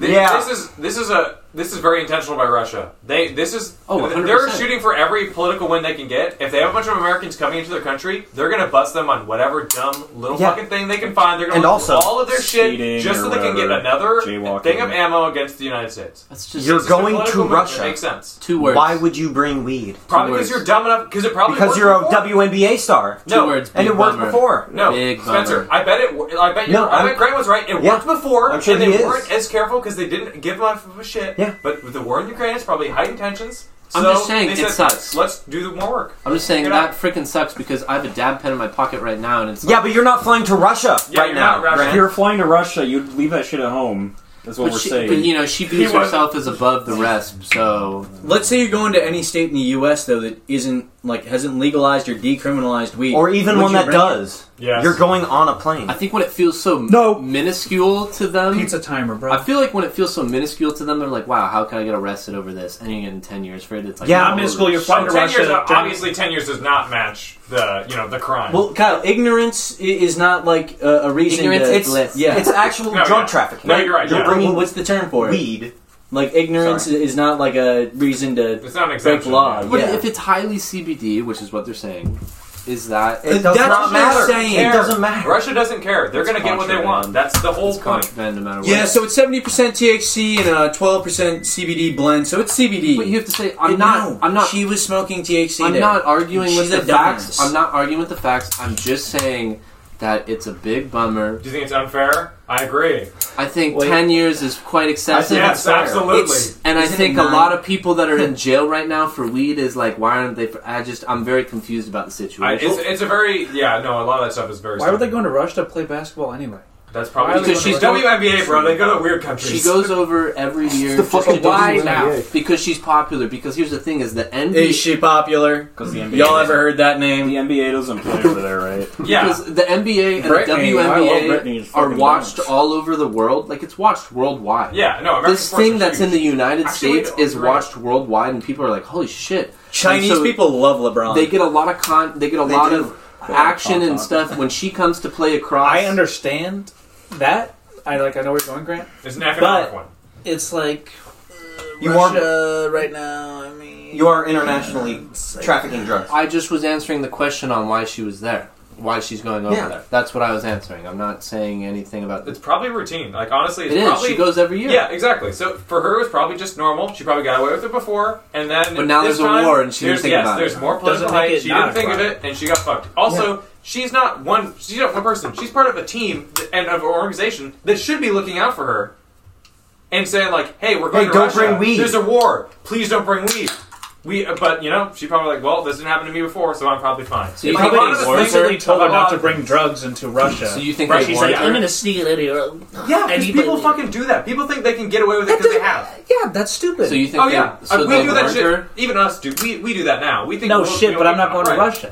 thi-
Yeah.
this is this is a
This is very intentional by Russia. They this is
Oh,
they they're
100%.
shooting for every political win they can get. If they have a bunch of Americans coming into their country, they're gonna bust them on whatever dumb little
Yeah.
fucking thing they can find. They're gonna
And
loot
also
all of their
speeding
shit just so
or
they can get
whatever,
another
jaywalking.
thing of ammo against the United States. That's
You're going to Russia.
Makes sense.
Why would you bring weed?
Probably because you're dumb enough. Because it probably
because
worked
you're a
before.
WNBA star.
No,
and it worked before.
No, Spencer, I bet it. wor- I bet you.
No,
I
I'm-
bet Grant was right. It
Yeah.
worked before,
I'm sure
and
he
they
is.
weren't as careful because they didn't give enough of a shit. Yeah. But with the war in Ukraine, it's probably heightened tensions.
I'm
so
just saying,
they
it
said,
sucks.
Let's do the more work.
I'm just saying
Get
that freaking sucks because I have a dab pen in my pocket right now, and it's
Yeah, but you're not flying to Russia
Yeah,
right
you're
now.
not Russian.
If you were flying to Russia, you'd leave that shit at home. That's what
But
we're
she-
saying.
but, you know, she views herself as above the rest. So
let's say you're going to any state in the U.S. though that isn't like hasn't legalized or decriminalized weed,
Or even
Would
one
you
that
bring it?
does. You're going on a plane.
I think when it feels so no. minuscule to them, pizza timer, bro. I feel like when it feels so minuscule to them, they're like, "Wow, how can I get arrested over this?" And you get in ten years for it. It's like,
Yeah,
holy
not minuscule,
you're
shit.
Well, ten years, obviously, ten years does not match the you know the crime.
Well, Kyle, ignorance i- is not like a, a reason.
Ignorance
to,
is bliss.
Yeah,
It's actual
No, drug yeah. trafficking. No, you're right, yeah.
bringing what's the term for it?
Weed.
Like ignorance i- is not like a reason to
it's not an
break
exemption,
law.
But
yeah.
if it's highly CBD, which is what they're saying, is that
It does That's not what they're matter. saying. It doesn't matter.
Russia doesn't care. They're
It's
going to get what they
contraband.
want. That's the whole point.
no matter what.
Yeah, so it's seventy percent THC and a twelve percent CBD blend, so it's CBD. But you
have to say I'm not- I'm not-
She was smoking THC.
I'm
there.
not arguing
She's
with
a
the facts.
dumbass.
I'm not arguing with the facts. I'm just saying that it's a big bummer.
Do you think it's unfair? I agree.
I think ten years is quite excessive.
I- yes, absolutely. It's-
and I
isn't
think
it
a lot
nine?
of people that are in jail right now for weed is like, why aren't they? For, I just, I'm very confused about the
I,
situation.
it's, it's a very yeah. No, a lot of that stuff is very.
Why were they going to Russia to play basketball anyway?
That's probably
Why would
because
they
she's
go to
WNBA, bro. They go to weird countries.
She goes over every year.
the
just
fucking
to do
why
this
now?
now? Because she's popular. Because here's the thing: is the NBA
Is she popular? Because
the NBA
Y'all ever heard that name?
The NBA doesn't play over there, right?
Because the NBA and the
Brittany, I love Brittany,
WNBA
it's
are
fucking
watched all over the world. Like it's watched worldwide.
Yeah, no, American
this
sports
thing
are
that's in the United
Actually, wait,
States
oh,
is
you're right.
watched worldwide, and people are like, "Holy shit!"
Chinese
And so
people love LeBron.
They get a lot of con. They get a
They
lot
do.
of action and stuff when she comes to play across. I
understand that. I like. I know where you're going, Grant.
It's an economic
But
one.
It's like
You are-
Russia right now. I mean,
You are internationally
like-
trafficking drugs.
I just was answering the question on why she was there, why she's going over
Yeah.
there. That's what I was answering. I'm not saying anything about
It's probably routine. Like honestly, it's
It is.
probably
She goes every year.
Yeah, exactly. So for her, it was probably just normal. She probably got away with it before, and then.
But now
this
there's a
time,
war and she didn't
there's-
think
yes,
about it.
There's more political
Doesn't make
hype.
it
She
not
didn't
a
think of
crime.
it, and she got fucked. Also, she's not one. She's not one person. She's part of a team th- and of an organization that should be looking out for her and saying like, "Hey, we're going
Hey,
to
don't
Russia.
bring weed.
There's a war. Please don't bring weed." We, uh, but you know, she probably like, well, this didn't happen to me before, so I'm probably fine.
So you
Like,
think
a lot
they
of the
explicitly
things-
told her not
about-
to bring drugs into Russia?
So you think
Right,
they
she's
want
like,
her?
I'm gonna sneak it in here.
Yeah,
And
because
he
people fucking do that. People think they can get away with it because they have.
Yeah, that's stupid.
So you think?
oh
they,
yeah,
So
Uh, we
they'll
do that
murder
shit.
her?
Even us, dude. We, we do that now. We think
No
we'll-
shit,
we'll
but I'm
be
not going to
fine.
Russia.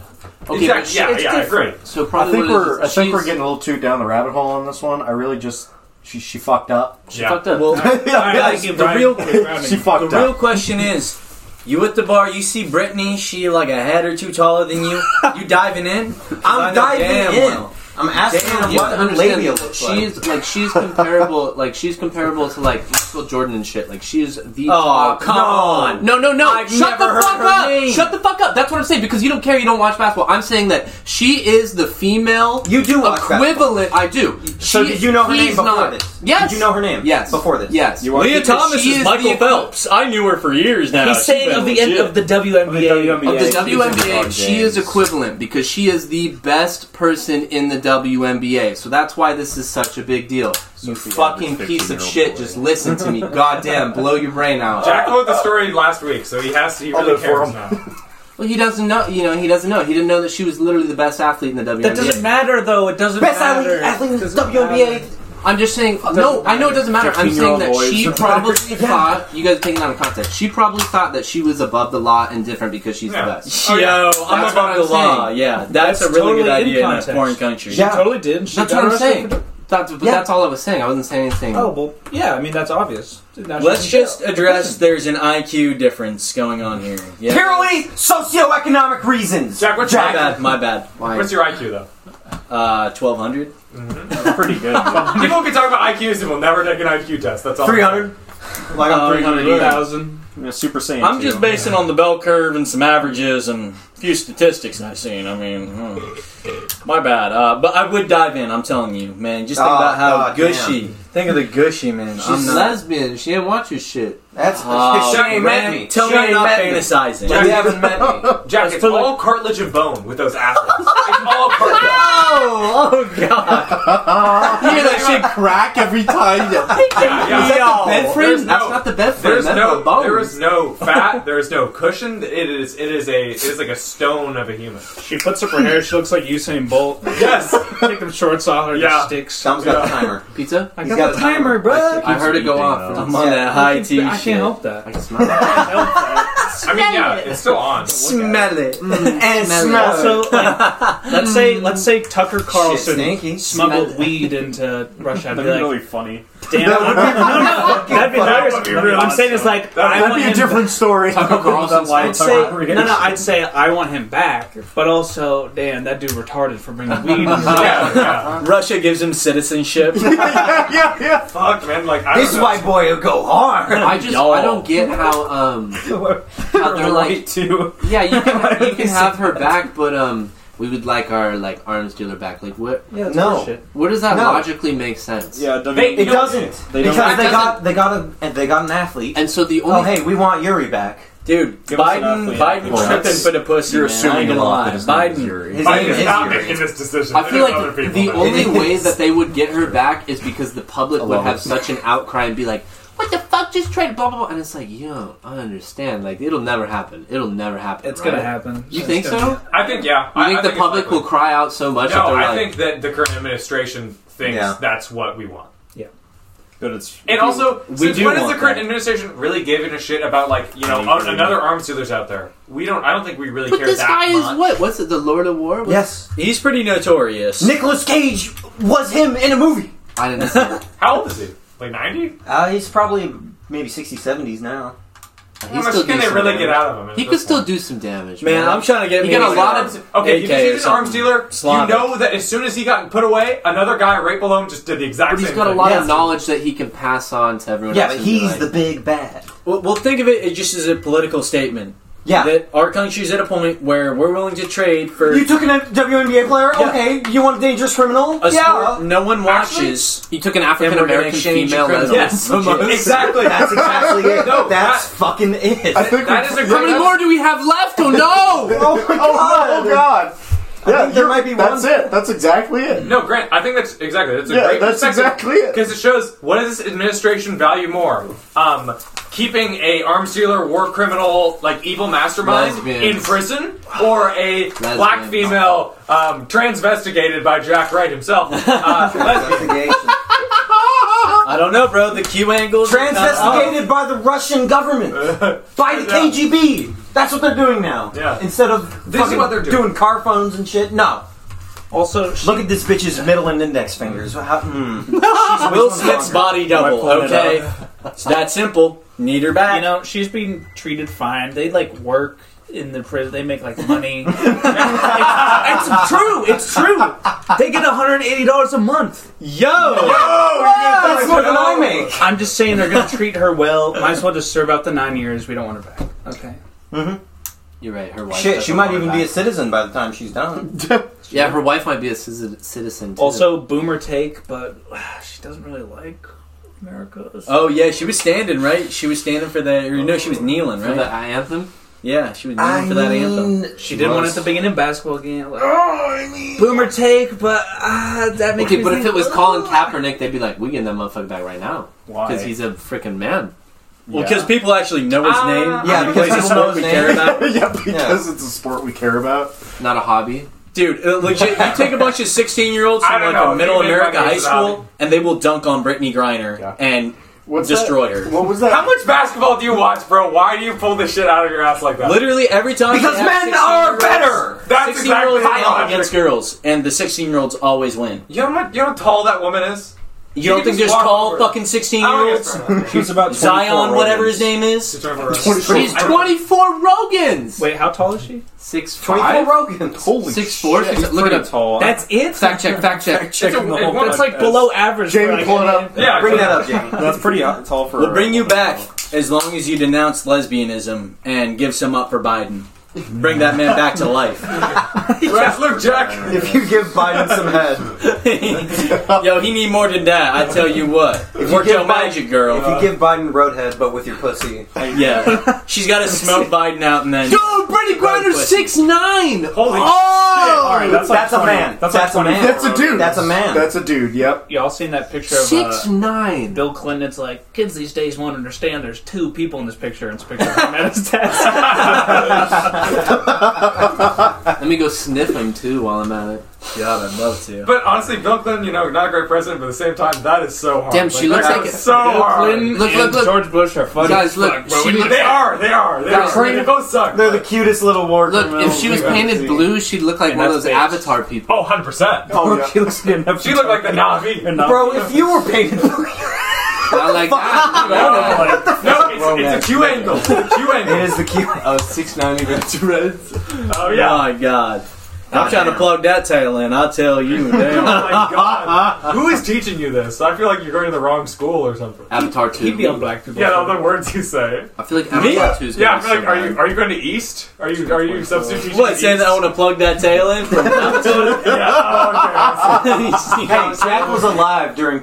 Okay,
Exactly.
but
Yeah,
it's
yeah, I agree.
different. So probably
I think
what it is,
we're I think we're
she's-
getting a little too down the rabbit hole on this one. I really just she she fucked up.
She fucked up.
Well,
Guys,
guys, the real
she fucked
the real
up.
question is, you at the bar, you see Brittany, she like a head or two taller than you. You diving in?
I'm diving in. I'm asking
Damn,
her
you have to
what
understand,
labia looks like.
she's like she's comparable like she's comparable to like Michael Jordan and shit. Like she's the
Oh,
top.
come
no.
on.
No, no, no.
I've
Shut the
never heard
fuck
her
up.
name.
Shut the fuck up. That's what I'm saying because you don't care. You don't watch basketball. I'm saying that she is the female. You do
watch
equivalent. I do.
So
She-
did you know her name
he's
before
not-
this?
Yes.
Did you know her name?
Yes.
Before this?
Yes.
You are-
Leah
Because
Thomas
she
is
is
Michael
the-
Phelps. I knew her for years now.
He's saying of the end of the WNBA.
Of the
Yeah, she's in
WNBA,
LeBron
she is equivalent because she is the best person in the WNBA. So that's why this is such a big deal. You fucking piece of shit, just listen to me. Goddamn, blow your brain out.
Jack told the story last week, so he has to. He really cares now.
Well, he doesn't know. You know, he doesn't know. He didn't know that she was literally the best athlete in the WNBA.
That doesn't matter though. It doesn't
Best athlete,
matter.
athlete in the
Doesn't
WNBA.
matter.
I'm just saying. No, I know it doesn't matter. I'm saying
15-year-old
that
boys.
she probably thought you guys are taking it out of context. She probably thought that she was above the law and different because she's the best.
Yo,
Oh,
I'm
That's
above
what
the
I'm
law.
saying.
Yeah, that's, a
That's
really good
totally in
idea in, a
context.
foreign country.
She totally did. and She
That's
got
what I'm
arrested
saying.
for-
That's, but that's all I was saying. I wasn't saying anything.
Oh well, yeah. I mean that's obvious. Dude, now she's
Let's
in jail.
just address there's an IQ difference going on here. Yeah.
Purely socioeconomic reasons.
Jack, what's
My bad. My bad.
What's your IQ though?
Uh, twelve hundred.
Pretty good.
People can talk about IQs and will never take an IQ test. That's all.
300? Like
Uh,
I'm 300 either.
Yeah, Super Saiyan.
I'm just basing on the bell curve and some averages and a few statistics I've seen. I mean, hmm. my bad. Uh, but I would dive in. I'm telling you, man. Just
Ah,
think
Oh,
about how
God
gushy.
damn.
Think of the gushy man. I'm
She's
not-
lesbian. She didn't watch your shit.
That's
Oh, she ain't met me.
Tell
She
me
ain't
I'm not
met me.
fantasizing.
Jack,
you haven't met me.
Jack, it's all cartilage and bone with those assholes. it's all cartilage.
Oh, oh god!
You hear that shit
crack every time.
Is that the bed frame? There's no-
That's not the bed frame.
There's
That's
no,
the bone.
there is no fat. There is no cushion. It is, it is a, it is like a stone of a human.
She puts up her hair. She looks like Usain Bolt.
Yes.
Take them shorts off. Her
Yeah.
yeah. Sticks.
Tom's got a timer.
Pizza?
I
He's
got,
got
the
a timer.
timer, bro.
I heard it go off.
I'm on that high tea.
I
shit.
can't help that. I
I mean, yeah, it's still on.
Smell it.
And
Also, like, let's say let's say Tucker
Shit,
Carlson
stinky.
smuggled weed into Russia. I'd be
That'd be
like,
really
funny. Damn, that would be,
That'd be hilarious. I'm saying it's like I
That'd
want
be a
him
different
back.
story.
I'd say, no, no. I'd say I want him back, but also, damn, that dude retarded for bringing weed. into
Yeah,
Russia gives him citizenship.
yeah, yeah, yeah.
Fuck, man. Like I
This
don't know.
white boy will go hard.
I just
Y'all.
I don't get how um how they're like
too.
yeah you can you can have her back but um we would like our like arms dealer back like what
Yeah,
that's No. bullshit.
where does that
No.
logically make sense
yeah
it doesn't because they got they got a and they got an athlete.
and so the
Oh
only
hey, we want Yuri back.
Dude, Biden, Biden
Well,
tripping
that's-
for the pussy.
you're
man.
assuming
I ain't gonna
a lot
lie.
that his name is Yuri.
Biden.
His
Biden is not making this decision.
I feel
It is other
like
people.
the
that-
only
It
way
is.
that they would get her back is because the public would
love
have
it.
such an outcry and be like, "What the fuck just tried blah blah blah," and it's like, "Yo, I understand. Like, it'll never happen. It'll never happen.
It's
right?
gonna happen.
You
It's
think
gonna
so?
I think yeah.
You
I
think
I
the
it's
public
likely.
will cry out so much that
No,
they're
I
like,
think that the current administration thinks
Yeah.
that's what we want.
But it's
And also,
We
since
do
when is the
want
current
that.
administration really giving a shit about like you know
I agree.
un- another arms dealers out there? We don't. I don't think we really
"But
care
this
that
guy
much.
is what? What's it? The Lord of War? What's-
Yes, he's pretty notorious.
Nicholas Cage was him in a movie.
I didn't. See it.
How old is he? Like ninety?
Uh, he's probably maybe 60s, 70s now.
He still do some damage. He could still do some damage.
Man, I'm trying to get
He
me
got a
like
lot
arms-
of.
Okay,
AK
if he's
or
an arms
something.
dealer,
Slavic.
you know that as soon as he got put away, another guy right below him just did the exact
But
same
he's got a
thing.
lot of knowledge that he can pass on to everyone.
Yeah,
else
but
and be
he's
like,
The big bad.
Well, well, think of it it just as a political statement.
Yeah.
That our country's at a point where we're willing to trade for
You took an WNBA player?
Yeah.
Okay. You want a dangerous criminal?
a
yeah.
sport no one watches.
You took an
and
African
we're gonna
American
exchange
female
criminals.
lesbian.
Yes.
Exactly. That's exactly it. That's fucking it.
I think
That is a
How
great.
many more do we have left? Oh no!
oh my god.
Oh god. Yeah,
think there
you're-
might be
That's
one.
it. That's exactly it.
No, Grant. I think that's exactly. That's a
Yeah,
great.
that's exactly it.
Because it shows what does this administration value more? Um, keeping a arms dealer, war criminal, like evil mastermind
Lesbian.
in prison, or a black female um, transvestigated by Jack Wright himself. Uh, lesbian.
I don't know, bro. The Q angle.
Transvestigated by the Russian government. by the
Yeah.
KGB. That's what they're doing now.
Yeah.
Instead of
This is
fucking
what they're doing.
car phones and shit. No.
Also, she,
Look at this bitch's middle and index fingers. How, mm. She's
Will
which one's
Smith's
longer?
body double.
pulling it
Okay, it's that simple. Need her back.
you know, she's being treated fine. They like work in the prison. They make like money.
It's true. It's true. They get 180 dollars a month.
Yo,
Oh, That's more than I make.
I'm just saying they're gonna treat her well. Might as well just serve out the nine years. We don't want her back. Okay.
You're right. Her wife.
Shit, she
doesn't
might
want
even
her
be a
back.
citizen by the time she's done.
Yeah, her wife might be a citizen. citizen too.
Also, boomer take, but ah, she doesn't really like America. so-
Oh yeah, she was standing right. She was standing for that. Or no, she was kneeling
for the
right.
anthem.
Yeah, she was kneeling for that anthem.
she did one at the beginning of basketball game. Like, boomer take, but ah, that makes
Okay,
me
but if it
think-
was Colin Kaepernick, they'd be like, "We getting that motherfucker back right now
Why?
because he's a freaking man."
Well, because people actually know his
Ah.
name.
Yeah,
he
because
plays a
people know
sport
his
we
name.
care about.
yeah, because it's a sport we care about.
Not a hobby.
Dude, uh, legit, you take a bunch of 16 year olds
I
from
don't
like
know.
a middle
You make
America
my
high
case about
school, and they will dunk on Brittany Griner and
What's
destroy
that?
her.
What was that?
How much basketball do you watch, bro? Why do you pull this shit out of your ass like that?
Literally every time.
Because
they have
men are
16-year-olds,
better.
That's
16 year
exactly
olds
the
dunk
logic.
against girls, and the 16 year olds always win.
You know, what, you know how tall that woman is?
You don't
can
think there's
just walk
tall
over.
fucking 16
I don't
year
get
olds?
thrown out. She's about 24
Zion, whatever his name is.
She's 24 Rogans.
Wait, how tall is she?
Six
24
five.
Rogan. Holy
Six four.
shit.
Six, look it up.
Pretty tall. That's it?
Fact check. Fact check.
Fact check It's a- the whole it's like podcast. below average
Jamie, for, pull it
up. Yeah,
bring
that
up, Jamie.
That's
pretty
tall
We'll bring you back as long as you denounce lesbianism and give some up for Biden. Bring that man back to life.
Wrestler Jack.
If you give Biden some head,
Yo, he need more than that. I tell you what.
If
If
you
Work
give
your
Biden-
magic, girl.
if you give Biden roadhead, but with your pussy,
yeah, she's got to smoke Biden out and then.
Yo, Brittany Griner's six nine. Holy
That's a man.
That's,
That's a
like 20.
man. That's a dude. That's a man.
That's a dude. Yep.
Y'all seen that picture of
Six
uh,
nine.
Bill Clinton? It's like kids these days won't understand. There's two people in this picture. And it's a picture of him and his dad.
Let me go sniff him too while I'm at it.
God, I'd love to.
But honestly, Bill Clinton, you know, not a great president, but at the same time, that is so hard.
Damn, she looks
that
like
is so hard.
Look, look, look.
George Bush are funny.
Guys, look,
Fuck, bro,
she
we-
looks-
they are. They are. They
Guys,
are. They both suck.
They're the cutest little war.
Look, if she was painted blue, she'd look like
And
one of
that's
those
bitch.
Avatar people.
Oh, 100%.
she looks good
She looked like the Navi.
Bro, if you were painted blue,
Not like ah, that.
No, it's, it's a Q angle. It's a Q angle.
it is the cute.
Oh, six nine events Reddit.
Oh, yeah.
My God. I'm trying to plug that tail in. I tell you,
Oh
damn.
my god! Who is teaching you this? I feel like you're going to the wrong school or something.
Avatar two.
He'd be on black people.
Yeah, all the words you say.
I feel like
Me?
Avatar two is.
Yeah, I
gonna
feel like are you
survive.
are you going to East? Are you are you substituting?
What, saying that I want to plug that tail in from
Yeah. Oh, okay.
Hey, Jack was alive during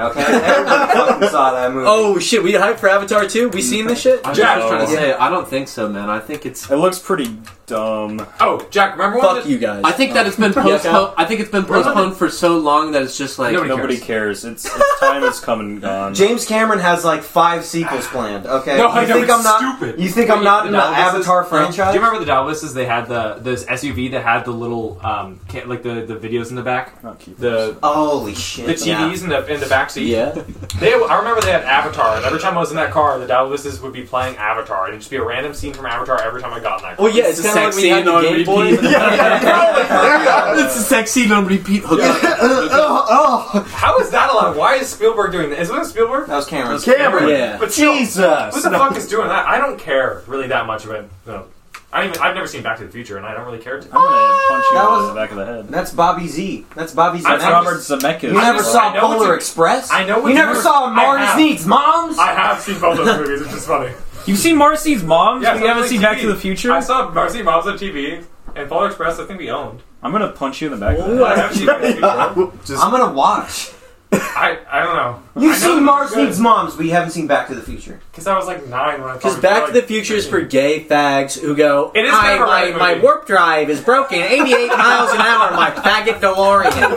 Okay, everybody fucking saw that movie.
Oh shit, we hyped for Avatar 2? We seen this shit?
I'm
Jack-
just trying to say. I don't think so, man. I think it's.
It looks pretty dumb.
Oh, Jack, remember when?
Fuck you guys.
I think that it's been postponed. I think it's been postponed for so long that it's just like
Nobody, cares. It's, its time has come and gone.
James Cameron has like five sequels planned. Okay,
No, I
you
know,
think
it's
I'm not
stupid.
You think I'm not in the Avatar franchise?
Do you remember the Dalvises? They had the this SUV that had the little um ca- like the, the videos in the back. The
Holy shit!
The TVs in the in the back seat.
Yeah.
They, I remember they had Avatar, and every time I was in that car, the Dalvises would be playing Avatar, and it'd just be a random scene from Avatar every time I got in that. Car.
Well, yeah, it's,
It's a
kind of like
sex
we had
scene
the
on
Game Boy.
repeat. It's a sex scene on repeat. Hook up.
How is that allowed? Why is Spielberg doing that? Is it Spielberg?
That was Cameron.
Cameron.
Yeah.
But still,
Jesus.
Who the fuck is doing that? I don't care really that much about. No. I don't even, I've never seen Back to the Future, and I don't really care. To.
I'm gonna punch you
That
in
was-
the back of the head.
That's Bobby Z. That's Bobby Z.
That's Robert Zemeckis.
You never
just-
saw
I know it's
Polar
a-
Express.
I know. what
You never
were-
saw
I
Mars
have.
Needs Moms.
I have seen both those movies. It's just funny.
You've seen Marcy's mom?
Yeah,
but
so
you haven't
it's
seen
like
Back to
TV.
the Future?
I saw Marcy Moms on TV and Polar Express. I think we owned.
I'm gonna punch you in the back of the
I
head.
have seen Back to the Future.
I'm gonna watch.
I I don't know.
You've
I know
seen
it's
Mars
good.
Needs Moms, but you haven't seen Back to the Future.
Because I was like nine when I
Because Back to the Future is for gay fags who go,
It is kind of a
I,
rad
my, my
movie."
warp drive is broken, 88 miles an hour, my faggot DeLorean.
Uh,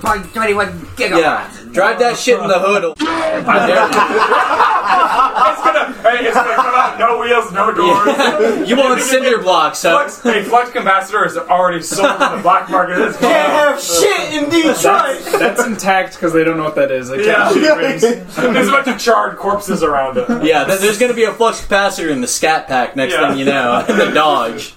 1.21 gigawatts.
Yeah, drive that shit in the hood.
It's gonna, hey, it's gonna come out no wheels, no doors.
You want cinder blocks, so
Flux, hey, Flux Capacitor is already sold in the black market. It's gone.
Can't have shit in Detroit.
That's intact because they don't know what that is. They
Yeah.
can't shoot rings.
There's a bunch of charred corpses around it.
yeah, th- there's gonna be a flux capacitor in the Scat Pack next
Yeah.
thing you know, and the Dodge.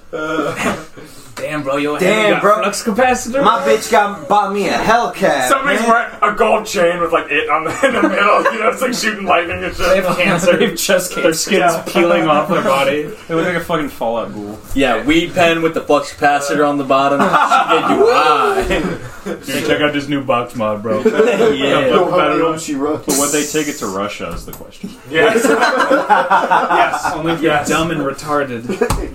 Damn, bro, your
Damn,
hand got
bro.
flux capacitor.
My bitch got bought me a Hellcat.
Somebody's
man.
wearing a gold chain with like it on the, in the middle. You know, it's like shooting lightning and
they
shit.
have cancer. They have chest cancer. Their skin's peeling off their body.
It looks like a fucking Fallout ghoul.
Yeah, weed pen with the flux capacitor on the bottom. She did you high.
Dude, check out this new box mod, bro.
yeah.
Yo, how long she runs?
But would they take it to Russia is the question.
Yes. yes.
Only if
Yes.
you're dumb and retarded.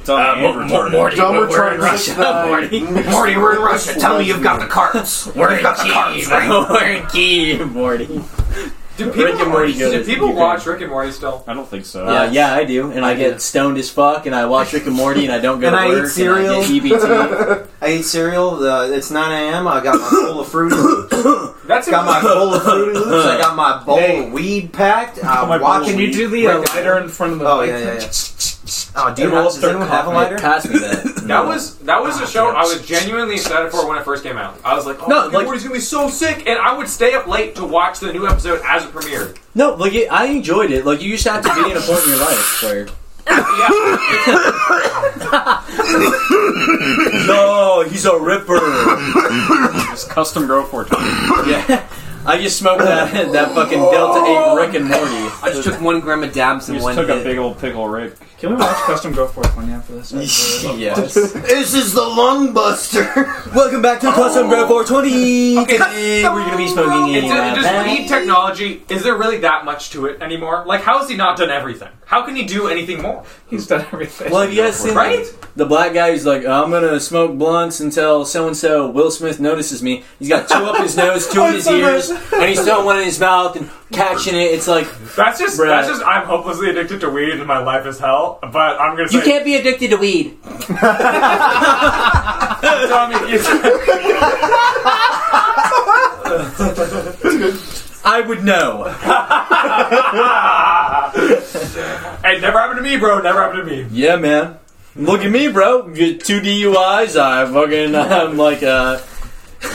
Dumb and retarded.
Dumber trying to
Morty, we're in Russia. Tell me you've got the carts. We're got the carts, right?
Ricky Morty.
Do people,
Rick and Morty good
do
is-
people
you
watch Rick and Morty still?
I don't think so.
Uh, yeah, I do, and I, get stoned as fuck, and I watch Rick and Morty, and I don't go
And
to
I eat
work,
cereal.
and I get E EBT.
I ate cereal. Uh, it's 9 a.m. I got my bowl of fruit.
That's
got my
impressive.
bowl of Fruity Loops. I got my bowl of weed packed. I'm
my bowl of
watching
Can you do the uh, lighter in front of the
Oh
mic?
yeah, yeah, yeah. Oh, do you
And we'll
have, does
start
anyone have a
coughing.
lighter?
Pass me that. Ah,
That was that was a show I was genuinely excited for when it first came out. I was like, "Oh,
No,
Rick and
like-
Morty's gonna be so sick!" And I would stay up late to watch the new episode as it premiered.
No, like it, I enjoyed it. Like you just have to be in a point in your life where. no, he's a ripper.
It's custom grow for time.
Yeah. I just smoked that that fucking Delta Eight Rick and Morty.
I just took one gram of dabs
You
in
just
one
took a
hit.
big
old pickle Rick.
Can we watch Custom Go Forth one after this?
yes.
this is the lung buster.
Welcome back to Custom Bro 420. Today we're gonna be smoking
It's
a
it just weed technology. Is there really that much to it anymore? Like, how has he not done everything? How can he do anything more? He's done everything.
Well, have you guys seen
right?
the black guy who's like, I'm gonna smoke blunts until so and so Will Smith notices me. He's got two up his nose, two in his ears, and he's throwing one in his mouth and catching it. It's like
That's just
Bruh.
that's just I'm hopelessly addicted to weed and my life is hell. But I'm gonna say
You can't be addicted to weed.
Tommy,
I would know.
Hey, never happened to me, bro. Never happened to me.
Yeah, man. Look at me, bro. Get two DUIs. I fucking I'm like uh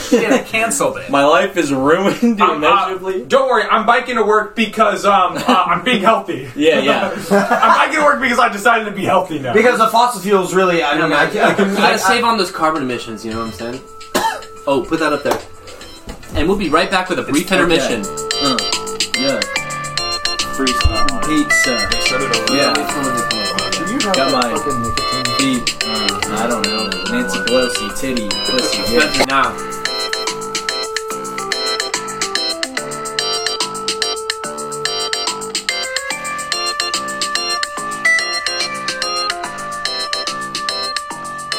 Shit, I canceled it.
my life is ruined
I'm, uh,
immeasurably.
don't worry, I'm biking to work because um uh, I'm being healthy.
Yeah, yeah.
I'm biking to work because I decided to be healthy now.
Because the fossil fuels really, I
I
mean,
mean,
I,
I,
I can.
gotta save on those carbon emissions. You know what I'm saying? Oh, put that up there. And we'll be right back with a brief intermission.
yeah.
Freestyle.
Pizza. Yeah. Got my feet. Mm, I don't know. Nancy Pelosi, titty, pussy. Yeah.
Nah.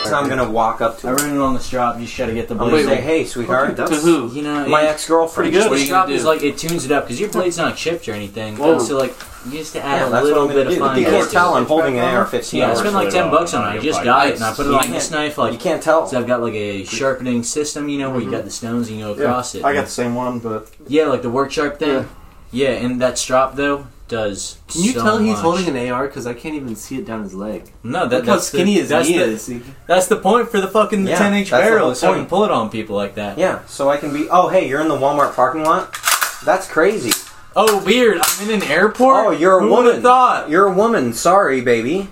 So I'm gonna walk up to.
Everyone on the strap, you just gotta get the
I'm gonna say, "Hey, sweetheart."
You know,
my
it-
ex-girlfriend.
The strap is like it tunes it up because your plate's not chipped or anything.
Whoa.
So like, you just to
Yeah,
add a
that's
little
what I'm gonna
bit of
do.
fine.
You can't
taste.
tell I'm holding an AR-15.
Yeah, I spent like ten bucks on it. I just got it and I put it
You
on
can't-
this knife. Like
you can't tell.
So I've got like a sharpening system, you know, where you got the stones and you go
Yeah,
across it.
I got the same one, but
Yeah, like the work sharp thing. Yeah, and that strap though does.
Can you
so
tell he's
much.
holding an AR? Because I can't even see it down his leg.
No, that,
Look how
that's
skinny
the,
his
that's
knee
the,
is.
That's the point for the fucking
Yeah,
10 inch
that's the
barrel.
whole
is So I can
point.
pull it on people like that.
Yeah, so I can be. Oh, hey, you're in the Walmart parking lot. That's crazy.
Oh, weird. I'm in an airport.
Oh, you're a
Who would've
woman.
Thought
You're a woman. Sorry, baby.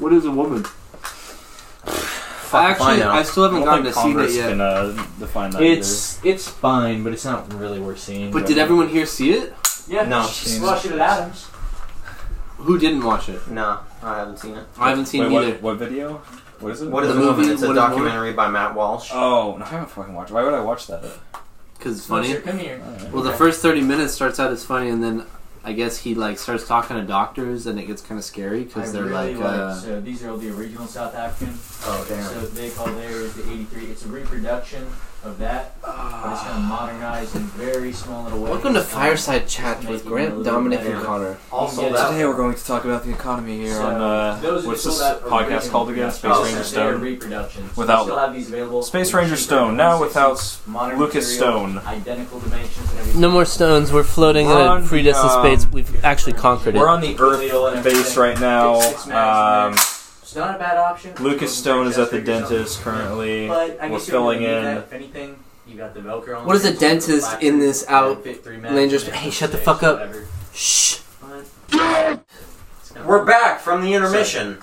What is a woman?
Fuck if
Actually,
know.
I still haven't gotten to see that yet.
uh, define that
it's it's fine, but it's not really worth seeing.
But did everyone here see it?
Yeah.
No.
Jesus.
Watch
it at Adams.
Who didn't watch it?
No, I haven't seen it.
I haven't seen
Wait,
it
what-
either.
What video? What is it?
What is
The
a woman?
movie,
It's a
what is a woman?
documentary by Matt Walsh.
Oh, no, I haven't fucking watched. Why would I watch that?
Because it's funny.
Sure, come here.
Well, the first 30 minutes starts out as funny, and then I guess he like starts talking to doctors, and it gets kind of scary because they're like, uh,
so these are all the original South African.
Oh, damn.
So they call theirs the '83. It's a reproduction of that, but it's kind of modernized in very small little ways.
Welcome to
Um,
Fireside Chat with
making it a
Grant,
little
Dominic,
better.
and Connor.
Also
Yeah,
that-
Today we're going to talk about the economy here
So,
on uh,
those are Oh,
what's
still
this
that
podcast
original
called again? Space
South
Ranger
African
Stone.
reproductions. We still have
Without
these available.
Space Ranger Stone now without Lucas Stone.
Identical dimensions and everything.
No more stones. We're floating
in a We're on free the, distance um, space.
We've actually conquered
We're on the Earth base right now. Um,
It's not a bad option.
Lucas Stone is at the dentist currently.
But I
We're
guess you're gonna
filling
need that,
in.
If anything, you got the Velcro. on
What is
the
a
front, so
dentist
it's
in this out?
black, fit three
And then
matches,
just,
and
hey,
it's
shut the
space,
fuck up.
whatever.
Shh.
We're back from the intermission.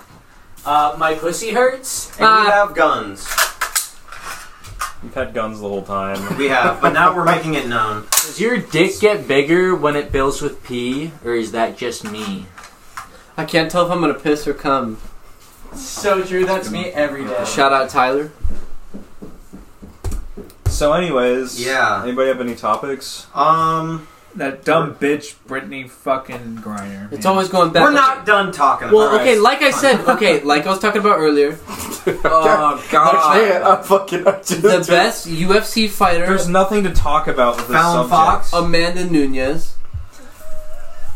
Uh, my pussy hurts.
And
Ah,
we have guns.
We've had guns the whole time.
We have, but now we're making it known.
Does your dick get bigger when it fills with pee, or is that just me?
I can't tell if I'm gonna piss or come.
So true. That's me every day.
Shout out Tyler.
So, anyways,
Yeah.
Anybody have any topics?
Um,
That dumb bitch, Brittany fucking Griner.
It's
man.
always going back.
we're not done talking
Well,
about
okay,
it.
like I said, okay, like I was talking about earlier. Oh
Actually,
god,
I'm fucking. I'm just-
the best UFC fighter.
There's nothing to talk about with this subject.
Fallon Fox.
Amanda Nunez.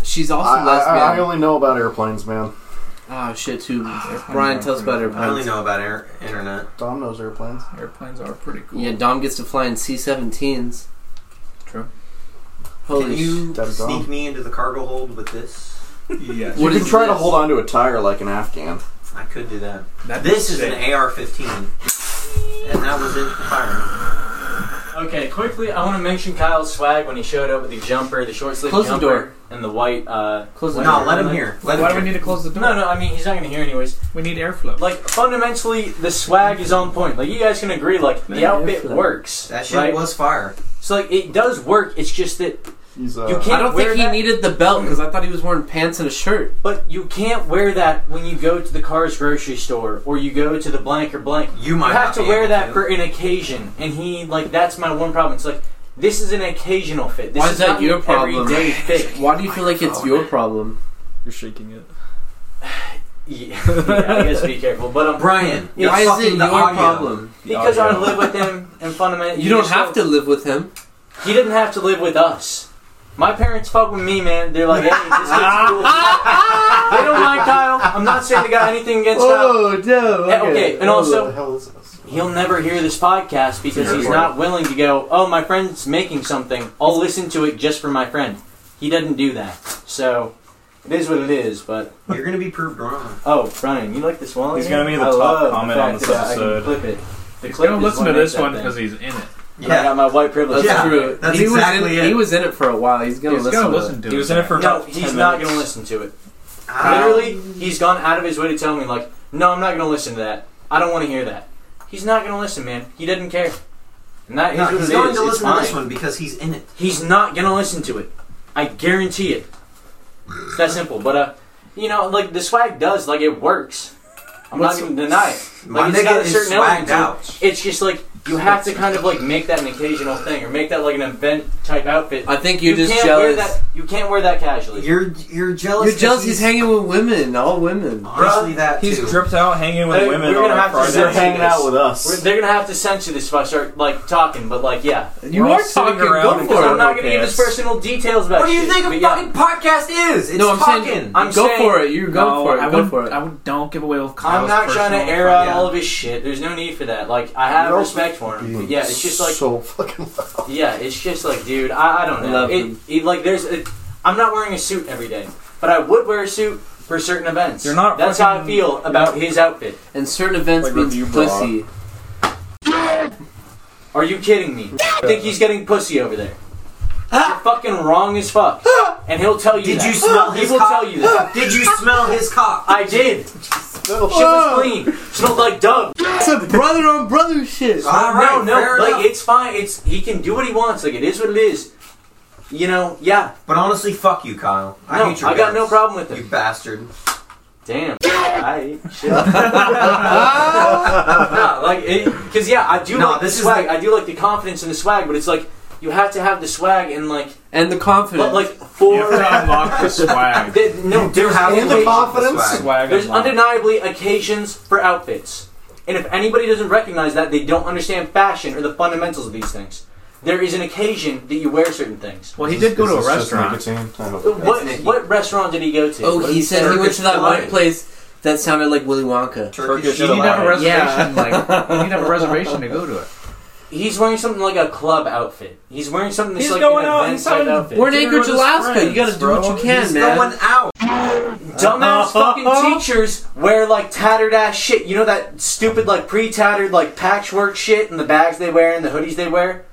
She's also
I, I, I
lesbian.
only know about airplanes, man.
Ah, shit, too. Brian, tell us about
I only
airplanes.
know about air, internet.
Dom knows airplanes.
Airplanes are pretty cool.
Yeah, Dom gets to fly in C-17s.
True.
Holy
Can you
That is
sneak
dumb.
me into the cargo hold with this?
Yes.
You
What
can
is
try to
this?
hold onto a tire like an Afghan.
I could do that.
That'd be
this is an
sick.
AR-15, and that was it. Fire.
Okay, quickly, I want to mention Kyle's swag when he showed up with the jumper, the short sleeve
Close the
jumper,
door.
and the white. Uh, close
the door. No, let him hear. Let him
Why do
hear.
we need to close the door? No, no. I mean, he's not going to hear anyways.
We need airflow.
Like fundamentally, the swag is on point. Like you guys can agree. Like
Man,
the outfit
airflow.
works.
That shit was
fire. So like it does work. It's just that
uh,
you can't.
I don't
wear
think he
that-
needed the belt because I thought he was wearing pants and a shirt.
But you can't wear that when you go to the car's grocery store or you go to the blank or blank.
You might
have
not
to
be
wear
able
that
to.
for an occasion. And he like that's my one problem. It's like this is an occasional fit. This
Why
is,
is that
not
your
an
problem?
Everyday fit.
Why do you feel like it's your problem?
You're shaking it.
Yeah, yeah, I guess be careful. But um,
Brian,
it's-
why is it The your audio. problem? The
Because I
audio.
live with him and fundamentally.
You don't have to live with him.
He didn't have to live with us. My parents fuck with me, man. They're like, hey, this kid's cool. they don't like Kyle. I'm not saying they got anything against
Oh,
Kyle.
no,
Eh,
okay.
okay, and
Oh,
also,
the hell
he'll never hear this podcast because
Yeah,
he's
right.
not willing to go, oh, my friend's making something. I'll listen to it just for my friend. He doesn't do that. So, it is what it is, but. You're going to be proved wrong. Oh, Brian, you like this one?
He's gonna be the top comment on this episode.
Clip it. The
He's
clip
gonna
is
listen
what
to this
makes that
one
thing.
'cause he's in it.
And I got my white privilege.
That's true. he was in, He was in it for a while. He's gonna
He's
listen.
gonna
to
listen
it.
to it. He was in it for No, about he's 10 not minutes. gonna listen to it. Literally,
Um,
he's gone out of his way to tell me, like, no, I'm not going to listen to that. I don't want to hear that. He's not going to listen, man. He doesn't care. And that is
No,
what
he's
it
going
is.
to
It's
listen to this
fine.
one because he's in it.
He's not going to listen to it. I guarantee it. It's that simple. But, uh, you know, like, the swag does, like, it works. I'm
What's-
not going to deny it.
My
Like, it's got
nigga
a
is
certain element
swagged
to it.
out.
It's just like, you have to kind of like make that an occasional thing, or make that like an event type outfit.
I think you're
You
just
can't Wear
jealous.
that, you can't wear that casually.
You're you're jealous.
You're jealous. He's hanging with women, all women.
Honestly, that
He's
too.
dripped out hanging with
Hey,
women
We're
on
gonna
a
have to
Friday.
censor this. We're- they're gonna have to censor this if I start like talking, but like yeah,
You We're all are sitting talking, around go and for it.
I'm not gonna give
podcast.
us personal details about.
What do you
shit,
think a
but, yeah.
fucking podcast is? It's
No, I'm saying-
talking.
I'm
Go
saying-
for it. You go
No,
for it.
I
Go
wouldn't-
for it.
I would, don't give away with Kyle's
I'm not trying to
personal
air out
information.
all of his shit. There's no need for that. Like I have respect for him. but yeah, it's just like
so fucking.
yeah, it's just like dude, I, I don't know.
Love
It,
him.
it like there's a, I'm not wearing a suit every day, but I would wear a suit for certain events.
You're not
That's how I
fucking-
feel about his outfit.
And certain events
Like review
means
bra.
pussy.
Are you kidding me? I think he's getting pussy over there. You're fucking wrong as fuck. And he'll tell you
Did
that.
you smell
he
his
will
cock?
tell you that.
Did you smell his cock?
I did.
smell-
Shit was clean. Smelled like dove.
It's a brother on brother shit.
no, no, like it's fine. It's he can do what he wants. Like it is what it is. You know, yeah.
But honestly, fuck you, Kyle. I
no,
hate your
I got no
guts.
problem with it.
You bastard.
Damn. I shit. nah, like because yeah, I do
No,
like
this
the
is
swag.
the-
I do like the confidence in the swag, but it's like you have to have the swag and like
and the confidence.
But like for
You have to unlock the swag.
There- no,
You do
there's
have to
occasions-
unlock the confidence? swag.
There's
Swag unlock.
undeniably occasions for outfits, and if anybody doesn't recognize that, they don't understand fashion or the fundamentals of these things. There is an occasion that you wear certain things.
Well, he did go to a restaurant.
What what restaurant did he go to? What
Oh,
did
he said
say?
he went to that one place that sounded like Willy Wonka.
Turkish You need to have a delight. reservation, like, you need to have a reservation to go to it.
He's wearing something like a club outfit. He's wearing something that's
He's
like
going
an
out,
event
he's
type
having
outfit.
We're in dinner Anchorage, with his Alaska. friends, You gotta do bro. what you can, He's man. going
out.
Dumbass fucking teachers wear like tattered ass shit. You know that stupid like pre-tattered like patchwork shit and the bags they wear and the hoodies they wear.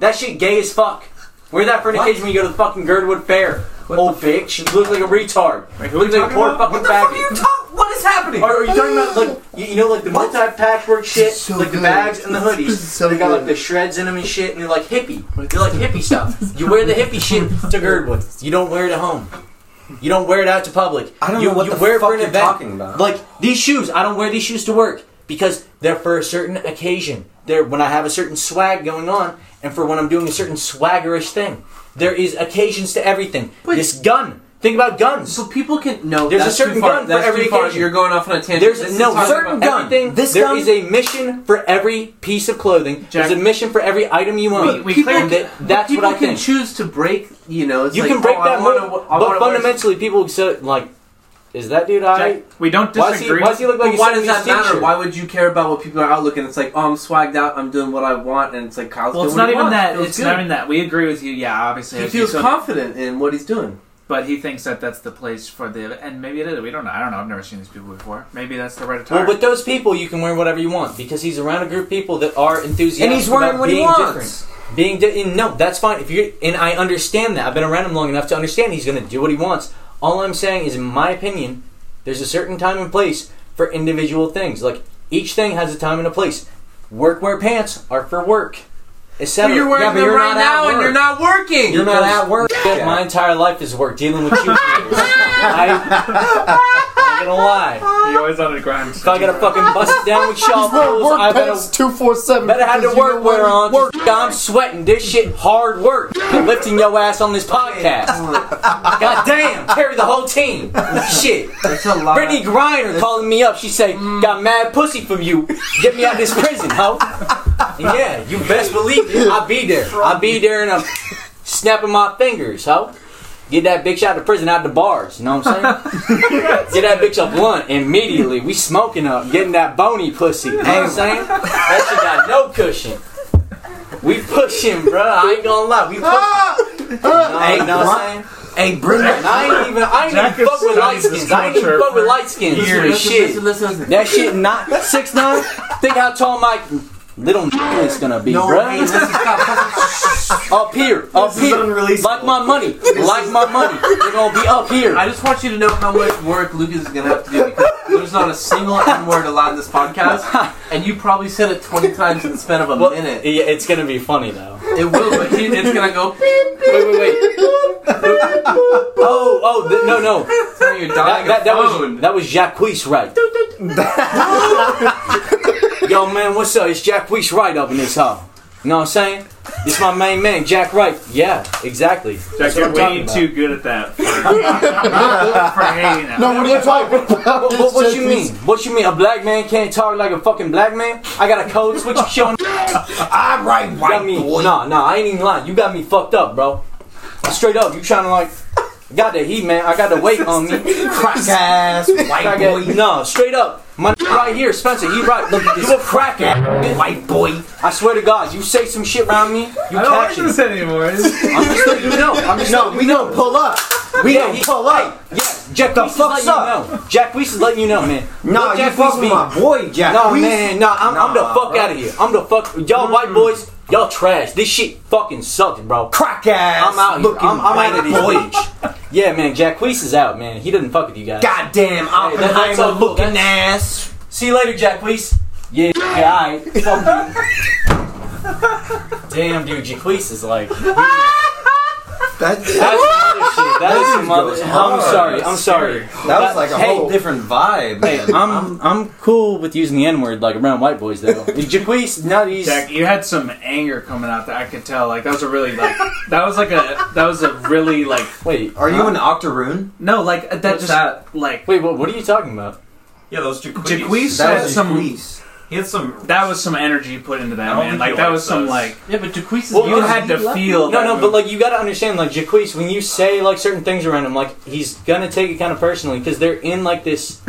That shit gay as fuck. Wear that for an occasion when you go to the fucking Girdwood Fair. Old bitch, you look like a retard. you look like a poor fucking faggot.
What is happening?
Are, are you talking about like you, you know like the multi patchwork shit, like the bags and the hoodies? they got like the shreds in them and shit, and they're like hippie. They're like hippie stuff. You wear the hippie shit to Girdwood. You don't wear it at home. You don't wear it out to public. I
don't
you,
know what
you
the
wear it
fuck
for an
you're
event.
talking about.
Like these shoes, I don't wear these shoes to work because they're for a certain occasion. They're when I have a certain swag going on, and for when I'm doing a certain swaggerish thing. There is occasions to everything. this gun. Think about guns. So
people can no.
There's a
that's
certain
too far-
gun
that's
for every
too far.
occasion.
You're going off on a tangent.
There's
This is
no
talking
certain
about
gun.
everything.
This
There
there
is
is a mission for every piece of clothing. There's a mission for every item you own.
people
And
can,
that- that's
people
what I
can
think.
choose to break. You know, it's
you
like,
can break
oh,
that
I wanna,
mold,
I
but
wanna wear-
fundamentally, people accept like, is that dude? I
we don't
Why does he, why does he look like?
But
he's
why
selling
does
his
that matter?
t-shirt?
Why would you care about what people are out looking? It's like, oh, I'm swagged out. I'm doing what I want, and it's like Kyle's
Well,
doing
it's
what
not
he
even
wants.
that.
Feels
It's
good.
not even that. We agree with you. Yeah, obviously.
He
if you
feels
said-
confident in what he's doing.
But he thinks that that's the place for the, and maybe it is. We don't know. I don't know. I've never seen these people before. Maybe that's the right attire.
Well, with those people, you can wear whatever you want because he's around a group of people that are enthusiastic.
And he's wearing
about
what he
being
wants.
Different. Being di- and no, that's fine. If you and I understand that, I've been around him long enough to understand he's going to do what he wants. All I'm saying is, in my opinion, there's a certain time and place for individual things. Like each thing has a time and a place. Workwear pants are for work. Etc.
But you're wearing
yeah, but
them
you're
right
not at
now and
work.
you're not working.
You're not
Because-
at work.
Yeah.
My entire life is work dealing with you. I, I'm gonna lie.
You always on a grind. If
I gotta fucking bust it down with
He's wearing
shovels,
work
I better
pants two four seven.
Better have the
because you
work
know
wear
what?
on. 'cause I'm sweating. This shit hard work. Lifting your ass on this podcast. God damn. Carry the whole team. shit. That's a lot. Brittany Griner calling me up. She say, got mad pussy from you. Get me out of this prison, ho. And yeah, you best believe it. I'll be there. I'll be there and I'm snapping my fingers, ho. Get that bitch out of prison, out the bars. You know what I'm saying? Get that bitch a blunt immediately. We smoking up, getting that bony pussy. You know what I'm saying? That shit got no cushion. We pushing, bro. I ain't gonna lie. We pushing. You know, you know what I'm saying? Hey, bring it. I ain't even, I ain't
Jack
even
is
fuck with
studying
light skins.
this
I ain't even
culture.
fuck with light skins.
Listen,
Weird as
listen,
shit.
listen, listen, listen.
That shit not six nine. Think how tall my little is gonna be,
No,
bro.
hey, this
up here, up here. Like my money, like my money. They're gonna be up here.
I just want you to know how much work Lucas is gonna have to do because there's not a single N word allowed in this podcast, and you probably said it 20 times in the span of a minute.
Yeah, it's gonna be funny though.
It will, but he, it's gonna go.
Wait, wait, wait. Oh, oh, th- no, no.
you're
that, that, that was that was Jacquees Wright. Yo, man, what's up? It's Jacquees Wright up in this hall. You know what I'm saying? It's my main man, Jack Wright. Yeah, exactly.
Jack,
That's what
you're
I'm talking
way
about.
too good at that. For, for hating it.
No, what are you talking about? What, what you mean? What you mean? A black man can't talk like a fucking black man? I got a code switch you showing.
Ah,
I right white me, Nah, nah, I ain't even lying. You got me fucked up, bro. Straight up, you trying to like. Got the heat, man. I got the weight on me. Crack ass,
white boy.
No, straight up. My right here, Spencer. He right. Look, you a crack ass, white boy. I swear to God, you say some shit around me. You
I don't like
catch it.
this anymore.
I'm just letting you know. I'm just no, we don't pull up. We don't pull up. Yeah, Jack the fuck's up. Know. Jack Weiss is letting you know, man.
Nah,
Let
you
Jack
fucking
Weiss be-
my boy, Jack
Nah,
Weiss.
man. Nah, I'm, I'm
Nah,
the fuck
bro.
out of here. I'm the fuck. Y'all white boys, y'all trash. This shit fucking sucks, bro. Crack
ass
I'm out here.
looking
I'm, I'm out of
white
this bitch. Yeah, man. Jack Weiss is out, man. He doesn't fuck with you guys. Hey,
Goddamn,
that- that's
Oppenheimer
all cool.
looking
ass. See you later, Jack Weiss. Yeah, yeah, alright. Fuck you. Damn, dude, Jaquise is like.
That,
That's other shit. That is some other. I'm sorry. I'm sorry.
That was like a
hey,
whole different vibe.
Hey, I'm I'm cool with using the N word like around white boys though. Jaquise, now he's
Jack, you had some anger coming out that I could tell. Like that was a really like that was like a that was a really like.
Wait,
Are you an octoroon?
No, like that just like.
Wait, what? What are you talking about?
Yeah, those Jaquise.
Jaquise
That
had
was
some.
Jaquise. He had some.
That was some energy put into that
don't
man.
think
Like
he
that
likes
was some
those.
like.
Yeah, but Jaquise
Well,
You had to
No,
feel. that
no,
move.
but like you got to understand, like Jaquise, when you say like certain things around him, like he's gonna take it kind of personally because they're in like this.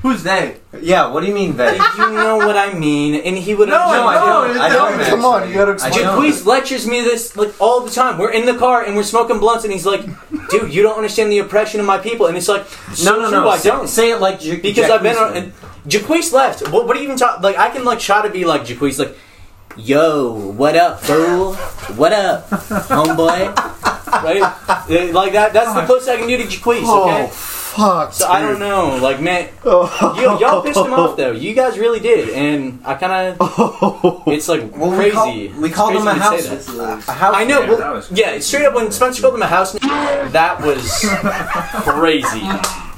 Who's they?
Yeah, what do you mean they?
you know what I mean, and he would.
No, I don't. I don't,
Come on, you gotta explain.
Jaquise lectures me this like all the time. We're in the car and we're smoking blunts, and he's like, "Dude, you don't understand the oppression of my people." And it's like, so
no,
true,
no,
I
say-
don't." Say
it like Jaquise.
because I've been on.
would.
And Jaquise left. What, what are you even talking? Like, I can like try to be like Jaquise, like, "Yo, what up, fool? What up, homeboy?" right? Eh, Like that. That's the closest I can do to Jaquise. Okay.
Oh fuck!
So I don't
dude. Oh.
know, like man, you, y'all pissed him off though. You guys really did, and I kind
Oh.
of. It's like
we call-
crazy.
we called
It's
him a
crazy to say
house-
that.
a house
I know.
man.
well,
That was-
yeah, it's straight up when Spencer called him a house, that was crazy.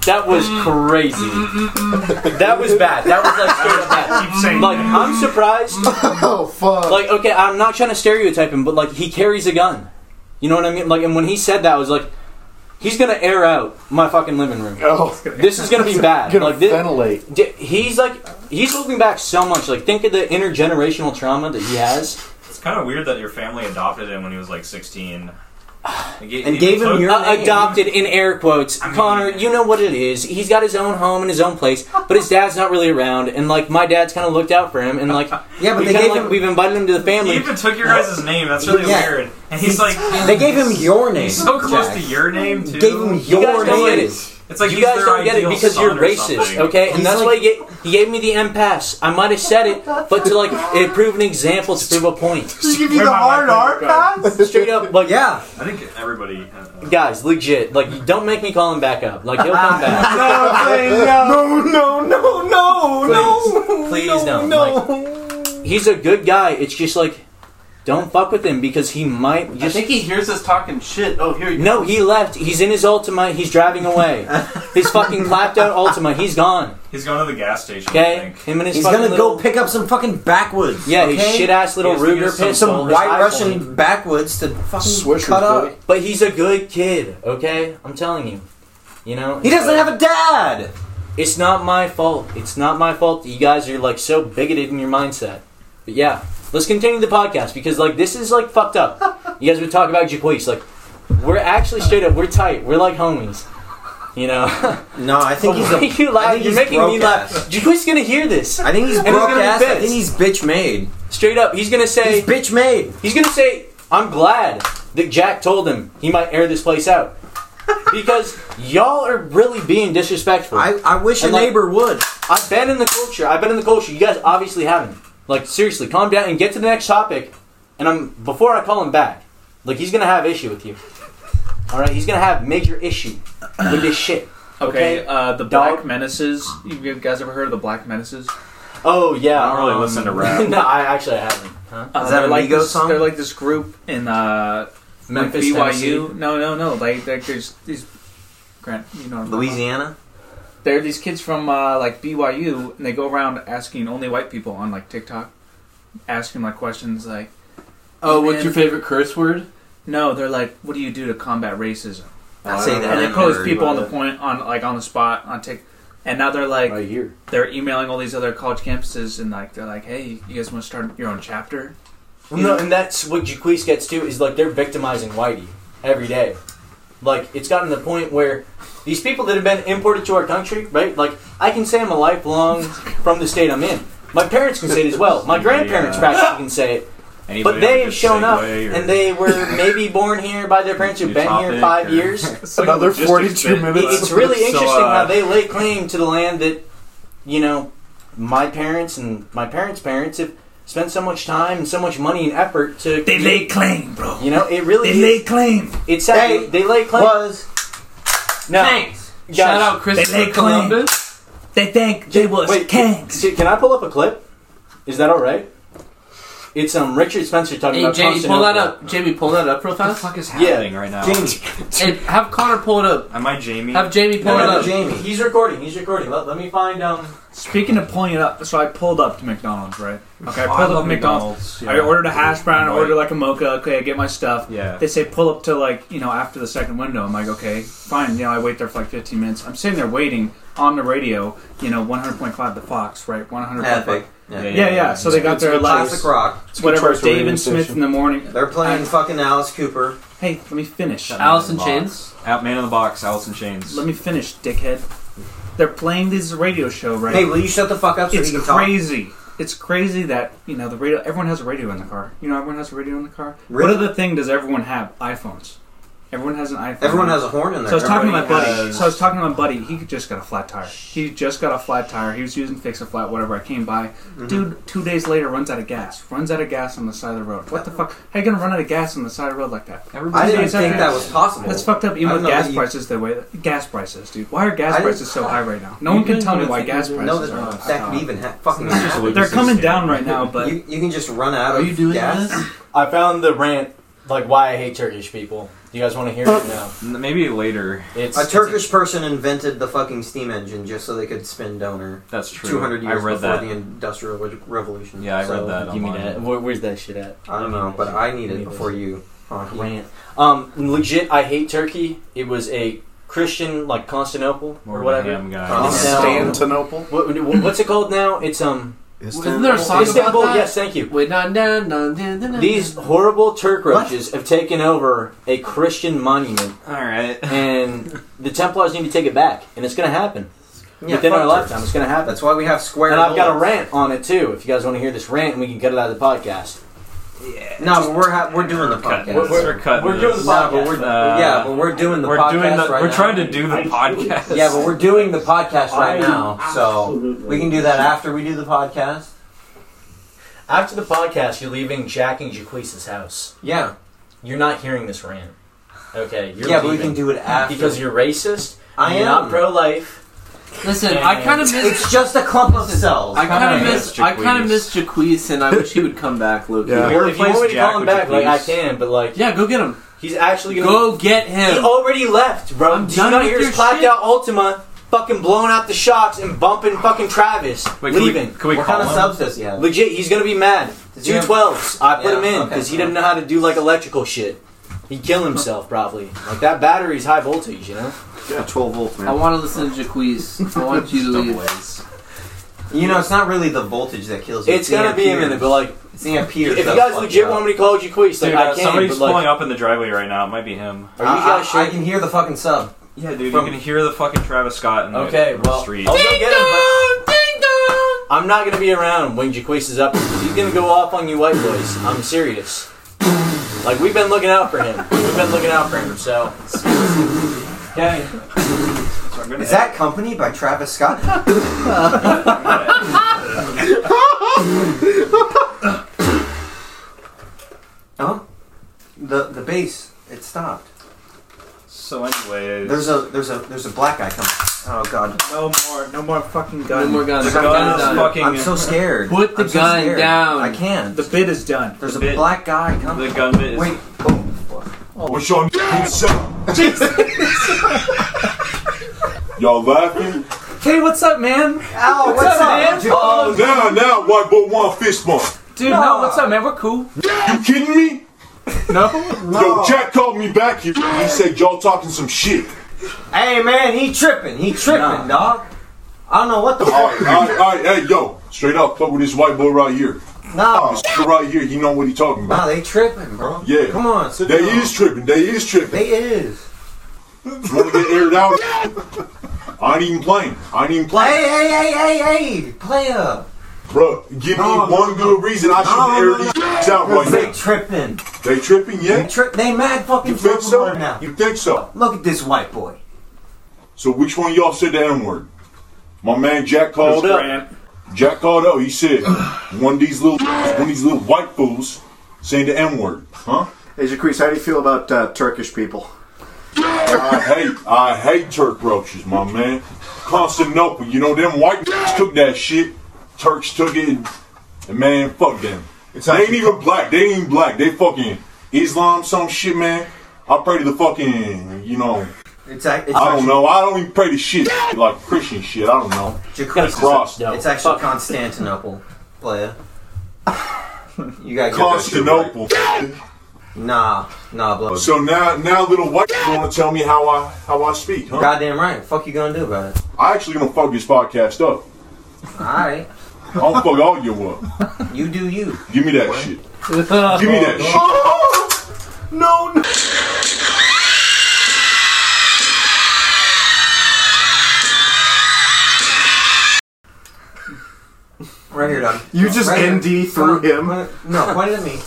That was crazy.
Mm,
That was bad. That was like straight up bad. like I'm surprised.
Oh fuck!
Like okay, I'm not trying to stereotype him, but like he carries a gun. You know what I mean? Like, and when he said that, I was like, he's gonna air out my fucking living room.
Oh,
this is gonna be bad.
Gonna
like, this,
ventilate.
D- he's like he's looking back so much. Like think of the intergenerational trauma that he has.
It's kind of weird that your family adopted him when he was like 16.
And gave him your
Uh,
name.
adopted in air quotes. Connor, you know what it is. He's got his own home and his own place, but his dad's not really around. And like my dad's kind of looked out for him, and like yeah,
but they gave him-
we've invited him to the family.
He even took your guys' name. That's really
Yeah.
weird. And he's like,
They gave him your
He's so close to your name too.
Gave him
You guys
your
don't get
name.
it. It's like
you
he's
guys
their
don't get it
ideal
because
son
you're
or
racist,
something.
okay? And
He's
that's
like-
why he gave, he gave me the M pass. I might have said it, but to like it prove an example to prove a point.
He gave you the hard R
pass? Straight up, like yeah.
I think everybody. uh, has-
Guys, legit, like don't make me call him back up. Like he'll come back.
No, please, no.
no, no, no,
no,
please
no,
don't. Like, he's a good guy. It's just like, don't fuck with him because he might. Just,
I think he hears us talking shit. Oh, here you
No, he left. He's in his Ultima. He's driving away. his fucking clapped out Ultima. He's gone.
He's going to the gas station. I
Okay,
think.
him and his.
He's
fucking
gonna
little,
go pick up some fucking backwoods.
Yeah,
okay?
his shit ass little Ruger pistol.
Some
his
white
iPhone.
Russian backwoods to fucking cut up.
But he's a good kid, okay? I'm telling you. You know?
He doesn't have a
dad! It's not my fault. It's not my fault that you guys are like so bigoted in your mindset. But yeah, let's continue the podcast because like this is like fucked up. You guys would talk about Jaquise. Like, we're actually straight up, we're tight, we're like homies. You know?
No, I think he's.
Why are
A,
you laughing?
I think
You're
he's
making me
broke
laugh.
ass.
Jaquise's gonna hear this.
I think he's
And he's
broke
gonna be
ass. I think
pissed.
he's bitch made.
Straight up, he's gonna say
bitch made.
He's gonna say, I'm glad that Jack told him he might air this place out. Because y'all are really being disrespectful. I,
I wish
a
neighbor would.
I've been in the culture. I've been in the culture. You guys obviously haven't. Like seriously, calm down and get to the next topic. And I'm before I call him back. Like he's gonna have issue with you. All right, he's gonna have major issue with this shit.
Okay,
Okay.
uh, the Black Menaces. You guys ever heard of the Black Menaces?
Oh yeah. I
don't really listen to rap.
no, I actually I haven't. Huh?
Uh, they're like this, They're like this group in uh,
Memphis,
like
Tennessee?
BYU. No, no, no. Like, like there's these. Grant, you know. what I'm talking
Louisiana?
about. There are these kids from uh, like BYU, and they go around asking only white people on like TikTok, asking like questions like,
Oh, what's
"Man,
your favorite curse word?
No, they're like, what do you do to combat racism?
I say that.
And
I
they
never
post
heard
people on
about
the
it.
point on like on the spot on tick, and now they're like,
right here.
They're emailing all these other college campuses and like they're like, hey, you guys want to start your own chapter?
Well, no, and that's what Jaquise gets too. Is like they're victimizing Whitey every day. Like it's gotten to the point where these people that have been imported to our country, right? Like I can say I'm a lifelong from the state I'm in. My parents can say it as well. My grandparents
Yeah.
practically can say it. but
Anybody
they
have a
have
good
shown up,
segue or-
and they were maybe born here by their parents who've
New
been here
topic
five
or-
years.
It's like Another a logistics 42 bit. minutes.
It's really
So,
interesting
uh,
how they lay claim to the land that you know my parents and my parents' parents have spent so much time and so much money and effort to. They lay claim, bro. You know, it really
They
is-
lay claim.
It's sad.
They
they lay claim.
Was
no.
Thanks.
Guys,
Shout out Christopher They lay claim.
They think they was Wait, kangs. Can, I pull up a clip? Is that all right? It's um Richard Spencer talking
Hey,
about
Jamie, pull that
Constantinople.
up. Jamie, pull that up real fast. What the fuck is
happening right now? Jamie.
hey, have Connor pull it up.
Am I Jamie?
Have Jamie pull
No,
it
no,
up.
Jamie.
He's recording. He's recording. Let, let me find um.
Speaking of pulling it up, so I pulled up to McDonald's, right? Okay, I
Oh, I
pulled up
love
to McDonald's.
McDonald's,
I
yeah.
ordered a hash brown, I
Right.
ordered like a mocha. Okay, I get my stuff.
Yeah.
They say pull up to like you know after the second window. I'm like, okay, fine. You know, I wait there for like 15 minutes. I'm sitting there waiting on the radio. You know, 100.5 the Fox, right? 100.5.
Epic.
Yeah, yeah, So they got
It's a
their
good classic rock.
It's whatever. Dave and Smith in the morning.
They're playing fucking Alice Cooper.
Hey, let me finish.
Out man in the box. Allison Chains.
Let me finish, dickhead. They're playing this radio show, right?
Hey, will you shut the fuck up so
it's
he can talk?
crazy. It's crazy that you know the radio. Everyone has a radio in the car. You know, everyone has a radio in the car.
Really?
What other thing does everyone have? iPhones. Everyone has an iPhone.
Everyone has a horn in their
So I was talking to my
Everybody
buddy.
has-
So I was talking to my buddy. He just got a flat tire. He just got a flat tire. He was using fix a flat, whatever. I came by.
Mhm.
Dude, two days later, runs out of gas. Runs out of gas on the side of the road. What the fuck? How you gonna run out of gas on the side of the road like that?
I didn't
Everybody's out of
think
gas.
that was possible.
That's fucked up.
I
Even
don't
with
know
gas
that you-
prices the way gas prices, dude. Why are
I
gas
didn't-
prices so high right now? No one can tell me why gas prices
No,
are up.
that, that could even ha- fucking. happen.
They're coming down right now, but
you, you can just run out of gas.
I found the rant, like why I hate Turkish people. Do you guys want to hear it now?
Maybe later.
It's
a Turkish person invented the fucking steam engine just so they could spin donor.
That's true.
200
I
years
read
before
that.
the Industrial Re- Revolution.
Yeah, I read
So-
that
Give me that. Where, where's that shit at?
I don't know, but I need it before you. Honky.
Rant. Um, legit, I hate Turkey. It was a Christian, like Constantinople or
More of a
whatever.
ham guy.
It's now- What, what- what's it called now? It's um
Isn't there a song
Istanbul,
about that?
yes, thank you.
Wait, no, no, no, no, no, no.
These horrible Turk roaches have taken over a Christian monument.
All right.
And the Templars need to take it back, and it's going to happen.
Yeah,
Within
fuck
our
Turks.
lifetime, it's going to happen.
That's why we have square.
And I've got a
bullets.
rant on it too. If you guys want to hear this rant, we can cut it out of the podcast.
No, but we're ha- we're doing the podcast.
We're- we're- We're cutting we're doing this. the
No, but we're,
podcast. Uh,
yeah, but we're doing the
we're
podcast
doing the-
right
we're
now.
trying to do the podcast.
Yeah, but we're doing the podcast right
I-
now, so we can do that after we do the podcast.
After the podcast, you're leaving Jack and Jaquise's house.
Yeah.
You're not hearing this rant. Okay. You're
Yeah, but we
leaving.
can do it after.
Because you're racist.
I
you're
am.
not pro life.
Listen, I kind of miss.
It's just a clump of cells.
I kind of miss. I kind of miss Jaquise, and I wish he would come back, Luke.
Yeah. Well, if you want me to call him back, like I can, but like
yeah, go get him.
He's actually gonna
go get him.
He already left, bro.
I'm
Did
done
you not
with
hear
your
his clapped
shit.
out Ultima fucking blowing out the shocks and bumping fucking Travis
Wait, can we-
leaving?
can we What call kind of him? subs does he have?
Legit, he's gonna be mad.
Does he
Two
have-
twelves. I put
Yeah,
him in
okay.
because he didn't know how to do like electrical shit. He killed himself probably. Like that battery's high voltage, you know.
Yeah, twelve volts,
I want to listen to Jaquise. I want you to leave.
You know, it's not really the voltage that kills you.
It's gonna
the
be a
amperes.
minute, but like,
it's the amperes.
if you
that
guys
fuck
legit
up.
want me to call you Quees, like
Dude,
I
uh,
can.
somebody's
but, like,
pulling up in the driveway right now. It might be him.
Are you guys
I, I can hear the fucking sub.
Yeah, dude,
From-
you can hear the fucking Travis Scott in the,
Okay,
in the
well,
street.
I'll go get him, but- I'm not gonna be around when Jaquise is up. He's gonna go off on you white boys. I'm serious. Like we've been looking out for him. We've been looking out for him. So, okay.
Is that company by Travis Scott? oh, the the bass it stopped.
So, anyways,
There's a there's a there's a black guy coming. Oh god.
No more, no more fucking gun.
No more guns. The The gun gun is is fucking- I'm so scared. Put the I'm so gun scared. down. I can't.
The bid is done.
There's a black guy coming.
The gun bit is.
Wait.
What's your Y'all laughing?
Hey, what's up, man?
Ow,
what's, up, man?
Oh, now, now, white boy, one fist bump.
Dude, no, what's up, man? We're cool.
You kidding me?
No.
Yo, Jack called me back here. He said y'all talking some shit.
Hey man, he tripping. He tripping, dog. I don't know what the.
All right, all right, all right, hey, yo, straight up, fuck with this white boy right here.
No,
this right here, he know what he talking
Nah,
about.
they tripping, bro.
Yeah,
Come on, sit
They
down.
is tripping. They is tripping.
They is.
Want to get aired out? I ain't even playing. I ain't even
Hey,
playing.
hey, hey, hey, hey, play up.
Bro, give me one good reason I should air these out right
They
now.
tripping.
They tripping, yeah?
They, tri- they mad fucking
You think
tripping
so?
right now.
You think so?
Look at this white boy.
So which one of y'all said the N word? My man Jack called
Mr.
up.
Grant.
Jack called up. He said, "One of these little, one of these little white fools saying the N word, huh?"
Hey, Jaquise, how do you feel about uh, Turkish people?
I hate, I hate Turk roaches, my man. Constantinople, you know them white took that shit. Turks took it, and, and man, fuck them. they ain't even black. They ain't even black. They fucking Islam, some shit, man. I pray to the fucking, you know.
It's, ac- it's
I
actually-
don't know. I don't even pray to shit like Christian shit. I don't know.
Jaquise,
Cross.
It's actually Constantinople, player. You gotta get that shit
Constantinople.
right. Nah, nah, blow.
So now, now little white want to tell me how I how I speak, huh?
Goddamn right. Fuck you gonna do about it?
I actually gonna fuck this podcast up.
Alright.
I don't fuck all you up.
You do you.
Give me that shit. Give me that shit.
No, no. Right here, dog.
You just
right here.
ND through him.
Come on. No, point it at me.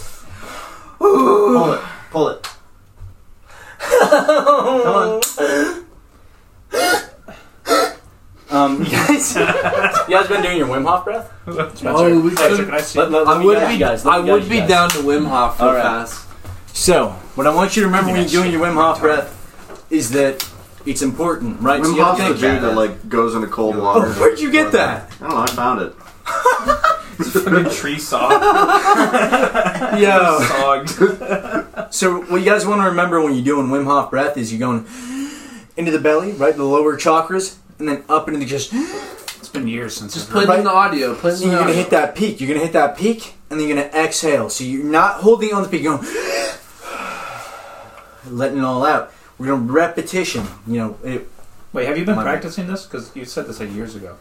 Pull it. Pull it. Come on.
Um, you guys, you guys been doing your Wim Hof breath?
Oh, we could.
Let- let- let
I
me
would
guys,
be.
guys, let
I
me
would
guys,
be
guys.
down to Wim Hof real
All right.
fast.
So, what I want you to remember when you're doing your Wim Hof breath is that it's important, right? So
Wim
you have
Hof's
to
the
think
dude
about
that
it.
like goes into cold water.
Oh, where'd you get that?
I don't know. I found it.
fucking tree saw.
Yo. so what you guys want to remember when you're doing Wim Hof breath is you're going into the belly, right, the lower chakras, and then up into the just. It's
been years since. Just
Put in the audio. Put in
So
the
you're gonna
audio.
hit that peak. You're gonna hit that peak, and then you're gonna exhale. So you're not holding on the peak. You're going, letting it all out. We're gonna repetition. You know. It,
Wait, have you been
My bad.
practicing this? Because you said this like years ago.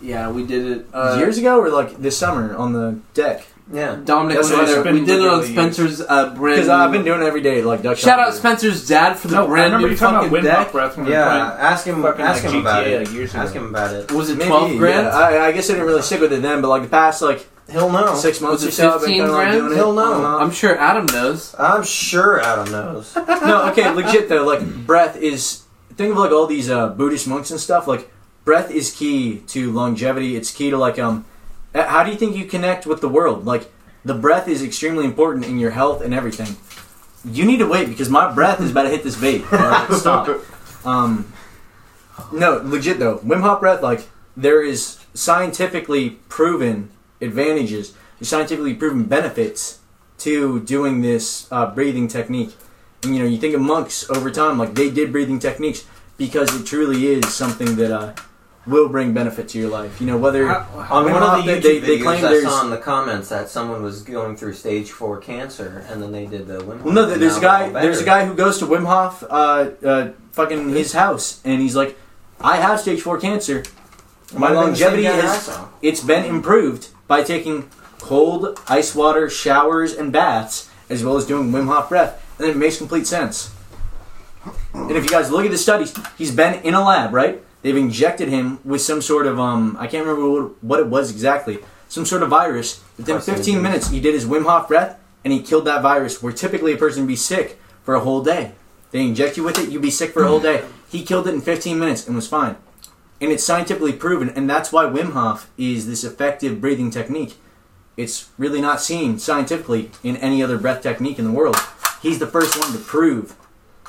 Yeah, we did it
Uh,
years ago or like this summer on the deck.
Yeah, Dominic
That's
was
what
there.
it's been
We did it on
regularly
Spencer's uh, brand.
Because I've been doing it every day, like duck
Shout
shot.
out Spencer's dad for the
No, I
brand
remember
new
you talking about
fucking
Wind
deck.
Up Breath when we
Yeah, ask him.
fucking,
Ask
like,
him about
GTA,
it.
like, years
ask
ago.
him about it.
Was it
Maybe,
12 grand?
yeah. I, I guess I didn't really stick with it then, but like the past like
he'll know
six months
Was
or
it
so. I've been
15
kinda, like,
grand?
doing it.
He'll know. I'm sure Adam knows.
I'm sure Adam knows.
no, okay, legit though. Like breath is think of like all these uh, Buddhist monks and stuff. Like breath is key to longevity. It's key to like um, uh, how do you think you connect with the world? Like the breath is extremely important in your health and everything. You need to wait because my breath is about to hit this vape. All right, stop. Um, no, legit though. Wim Hof breath, like there is scientifically proven advantages, scientifically proven benefits to doing this uh, breathing technique. And you know, you think of monks over time, like they did breathing techniques because it truly is something that uh, will bring benefit to your life. You know, whether
on
Wim
one
Hof,
of the
they-
YouTube
they,
videos,
they claim
I
there's
saw in the comments that someone was going through stage four cancer, and then they did the Wim Hof.
Well, no, there-
and
there's
now
a guy.
they're all
There's a
better.
guy who goes to Wim Hof, uh, uh, fucking his house, and he's like, "I have stage four cancer. My
Might have been the same
longevity
guy that I
has
saw.
it's been improved by taking cold ice water showers and baths, as well as doing Wim Hof breath, and it makes complete sense. And if you guys look at the studies, he's been in a lab, right? They've injected him with some sort of um, I can't remember what, what it was exactly, some sort of virus. Within 15 minutes, he did his Wim Hof breath, and he killed that virus. Where typically a person would be sick for a whole day, they inject you with it, you'd be sick for a whole day. He killed it in 15 minutes and was fine and it's scientifically proven, and that's why Wim Hof is this effective breathing technique. It's really not seen scientifically in any other breath technique in the world. He's the first one to prove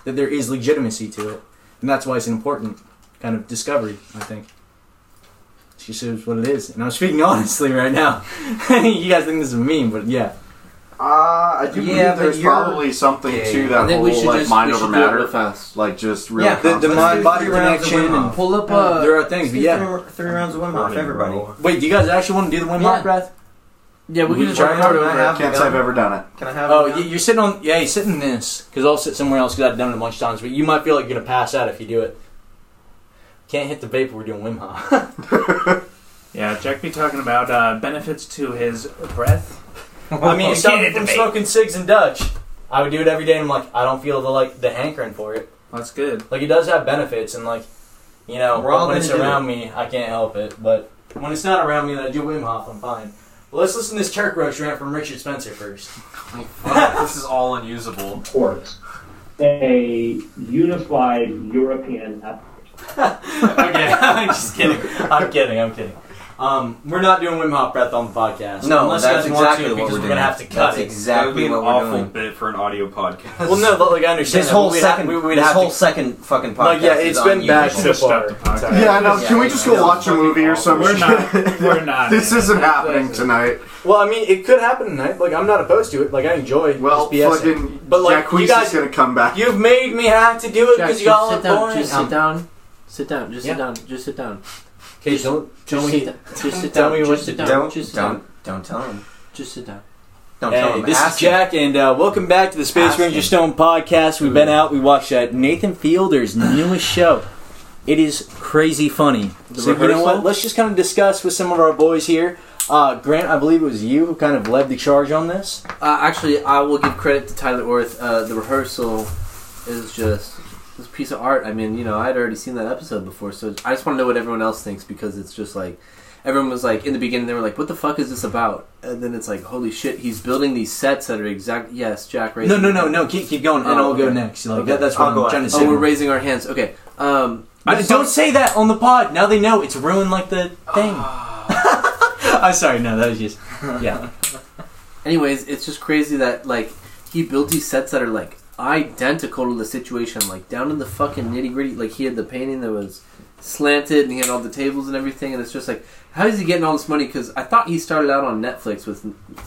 that there is legitimacy to it, and that's why it's an important kind of discovery, I think. She says what it is, and I'm speaking honestly right now. you guys think this is a meme, but yeah.
Uh, I do
Yeah,
believe
but
there's
you're-
probably something
Yeah,
to
yeah.
that
I think
whole
we should
like
just-
mind
we should
over
do it
matter,
real fast.
like just really
the, the mind body connection and
pull up.
Uh, there are things, but yeah.
Three, three rounds of Wim Hof, everybody.
Wait, do you guys actually want to do the Wim Hof breath?
Yeah,
we can just record over it. Can't say I've ever
done it.
Can I have?
Oh, you- you're sitting on. Yeah, you're sitting in this because I'll sit somewhere else because I've done it a bunch of times. But you might feel like you're gonna pass out if you do it. Can't hit the vapor. We're doing Wim Hof.
Yeah, Jack be talking about uh, benefits to his breath.
I mean,
You
it stopped me
can't
from
debate.
smoking cigs and Dutch. I would do it every day, and I'm like, I don't feel the like the hankering for it.
That's good.
Like it does have benefits, and like, you know,
We're all
when
gonna
it's
do
around
it.
me, I can't help it. But when it's not around me, and I do Wim Hof, I'm fine. Well, let's listen to this Turk Roach rant from Richard Spencer first.
this is all unusable.
a unified European effort.
okay, I'm just kidding. I'm kidding. I'm kidding. Um, we're not doing Wim Hof breath on the podcast.
No,
unless
that's
you guys want
exactly
to,
what
because
we're
we're, gonna
doing.
have to cut
That's
it.
exactly
that would be an
what we're
awful
doing.
bit for an audio podcast.
Well, no, but like I understand
This
that,
whole
but we'd have-
second,
we- we'd
this
have to-
whole second fucking podcast.
Like, yeah,
is
it's been bad
unusual.
so far.
Yeah, I know. Can we just go watch a movie or something?
We're not- we're not.
this isn't happening tonight.
Well, I mean, it could happen tonight. Like, I'm not opposed to it. Like, I enjoy well, just BSing.
fucking
But like,
Jack
you
Weiss is
guys,
gonna come back.
you've made me have to do it because you all
sit
are
down,
boring.
just
Um,
sit down. Sit down, just
Yeah.
sit down, just sit down.
Okay,
Just-
don't-
just
don't
sit
eat.
down, Just sit
Tell
down.
me what
just
to
sit
do.
down.
Don't-
just sit
don't-
down.
Don't tell him.
Just sit down.
hey, this is Jack, and uh, welcome back to the Space
Ask
Ranger Stone podcast. We've been out. We watched uh, Nathan Fielder's newest show. It is crazy funny.
The
so you know
rehearsal?
what? Let's just kind of discuss with some of our boys here. Uh, Grant, I believe it was you who kind of led the charge on this.
Uh, actually, I will give credit to Tyler Orth. Uh, the rehearsal is just this piece of art. I mean, you know, I'd already seen that episode before, so I just want to know what everyone else thinks because it's just like everyone was like in the beginning they were like, "What the fuck is this about?" And then it's like, "Holy shit, he's building these sets that are exact." Yes, Jack. Right
No, no, no, no. Keep keep
Oh,
going, and I'll go next. Like, that- that's what I'm trying to say.
Oh, we're raising our hands. Okay. Um,
I just don't say that on the pod. Now they know it's ruined like the thing.
Ah.
I'm sorry. No, that was just yeah.
Anyways, it's just crazy that like he built these sets that are like identical to the situation, like down in the fucking nitty gritty. Like he had the painting that was slanted, and he had all the tables and everything, and it's just like, how is he getting all this money? Because I thought he started out on Netflix with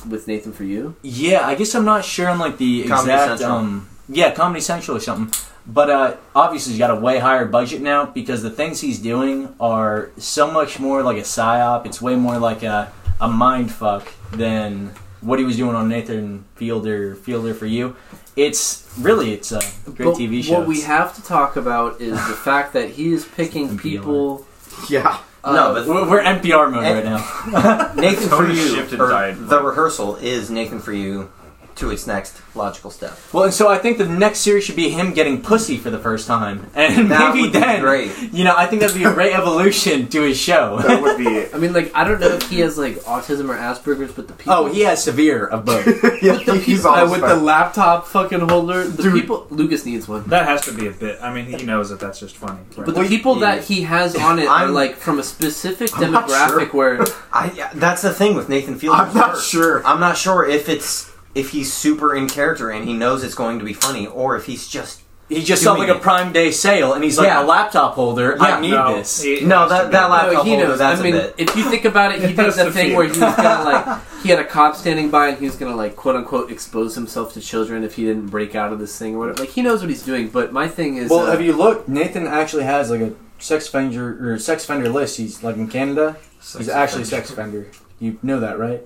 with Nathan for You.
Yeah, I guess I'm not sure on like the
Comedy
exact.
Central.
Um, yeah, Comedy Central or something. But uh, obviously, he's got a way higher budget now because the things he's doing are so much more like a psyop. It's way more like a a mind fuck than what he was doing on Nathan Fielder Fielder for you. It's really it's a great
But
TV show.
What we have to talk about is the fact that he is picking people. uh,
Yeah.
No, but-
we're, we're NPR mode
And-
right now.
Nathan for
Tony
you.
shifted
or
died.
The rehearsal is Nathan for you to its next logical step.
Well, and so I think the next series should be him getting pussy for the first time, and
That
maybe
would be
then,
great.
you know, I think that'd be a great evolution to his show. That would be it.
I mean, like, I don't know if he has like autism or Asperger's, but the people.
Oh, he has severe of both.
with the, people, uh, with the laptop fucking holder, the people. Lucas needs one.
That has to be a bit. I mean, he knows that that's just funny. right?
But the people that he has on it are
I'm-
like from a specific
I'm not
demographic where
I, yeah, that's the thing with Nathan Fielder. I'm not sure. I'm not sure if it's if he's super in character and he knows it's going to be funny, or if he's just
He just saw
doing
like a
it.
Prime Day sale, and he's like
Yeah.
a laptop holder.
Yeah.
I need
No,
this.
he- No, that- that laptop
No, he
holder,
knows. I
that's a
mean,
bit.
if you think about it, he did
That's
the
a
thing
feat.
where he was gonna like he had a cop standing by and he was gonna like quote unquote expose himself to children if he didn't break out of this thing or whatever. Like he knows what he's doing. But my thing is,
well,
uh,
have you looked? Nathan actually has like a sex offender or sex offender list. He's like in Canada. he's actually a sex offender. You know that, right?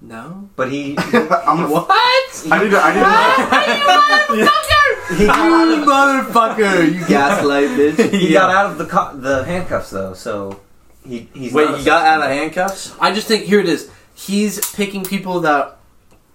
No.
But he.
what?
I need to. I need to.
He got out
of, motherfucker, you
gaslight bitch. He
Yeah.
got out of the co- the handcuffs though, so he he's
Wait,
Not
he got
out of handcuffs?
I just think here it is. He's picking people that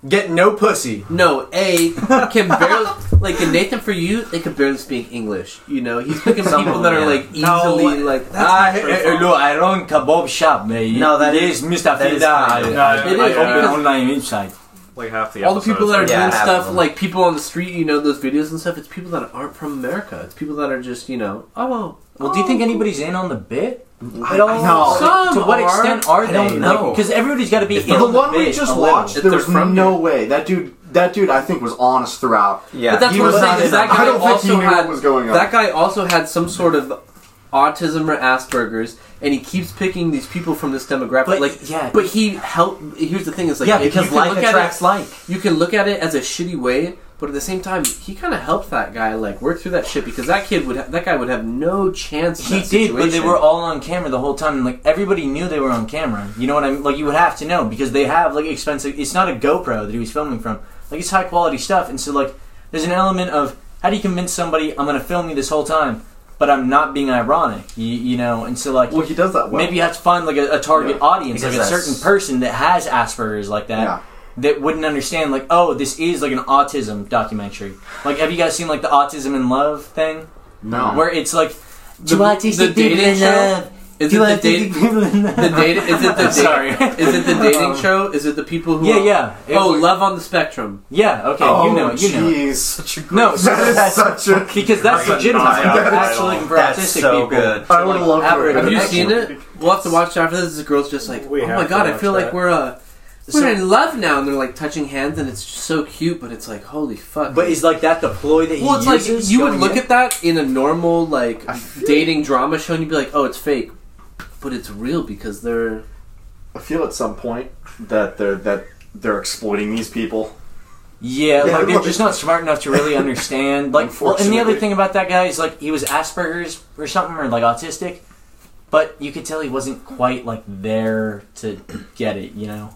get no pussy.
No, a can barely like in Nathan for you. They could barely speak English. You know, he's picking people that are like easily like. ah,
I, I, Ah, eh, look, I run kebab shop, mate.
No, that
It
is-
Mr.
that is
Fida. I,
fine.
I,
It is,
open
because-
online website.
Like half
all the people that are doing stuff
like.
like people on the street, you know, those videos and stuff. It's people that aren't from America. It's people that are just, you know, oh.
Well, do you think anybody's in on the bit?
I-
at all?
no.
Like,
Some
to what
are.
extent are
I
they?
don't know.
Because everybody's got to be in
the
on
one we
bit Oh,
just
a little.
watched, there was no way that dude. That dude, I think, was honest throughout.
Yeah,
But that's
He
what
was
I'm
not
saying. Is
in
that
on-
guy
I don't
also
think he knew
had
what was going on.
that guy also had some sort of autism or Asperger's, and he keeps picking these people from this demographic.
But,
like,
yeah.
But he helped. Here's the thing: is like,
Yeah,
if you
because
can
like
look at
attracts
it, like. You can look at it as a shitty way, but at the same time, he kind of helped that guy like work through that shit because that kid would ha- that guy would have no chance. In
He
that
did, but they
situation.
were all on camera the whole time. And, like everybody knew they were on camera. You know what I mean? Like you would have to know because they have like expensive. It's not a GoPro that he was filming from. Like it's high quality stuff, and so like there's an element of how do you convince somebody I'm going to film you this whole time, but I'm not being ironic. You, you know, and so like
Well, he does that well.
maybe you have to find like a, a target
Yeah.
audience, like
Because
a
that's-
certain person that has Asperger's like that.
Yeah.
That wouldn't understand, like, oh, this is like an autism documentary. Like, have you guys seen like the autism in love thing?
No.
where it's like
The- the dating show? Is it the dating? The data is it the dating?
Sorry.
Is it the dating show? Is it the people who?
Yeah,
are-
yeah. It
oh,
was-
Love on the Spectrum.
Yeah, okay,
Oh,
you know, it, you know. it. No, because that's legitimate. I'm actually looking for autistic people. to, like, have a
Have you
connection.
seen it? We'll have to watch it after this. The girl's just like, oh my
have to
god, I
watch
feel like
that.
we're uh, we're
So-
in love now, and they're like touching hands, and it's just so cute. But it's like, holy fuck.
But is like that the ploy that he
Well, it's like
uses
you would
going
look
in?
at that in a normal like dating drama show, and you'd be like, oh, it's fake, but it's real because they're.
I feel at some point that they're that they're exploiting these people.
Yeah,
Yeah,
like they're
look.
just not smart enough to really understand. Like, well, and the other
Unfortunately.
thing about that guy is like he was Asperger's or something, or like autistic, but you could tell he wasn't quite like there to get it. You know?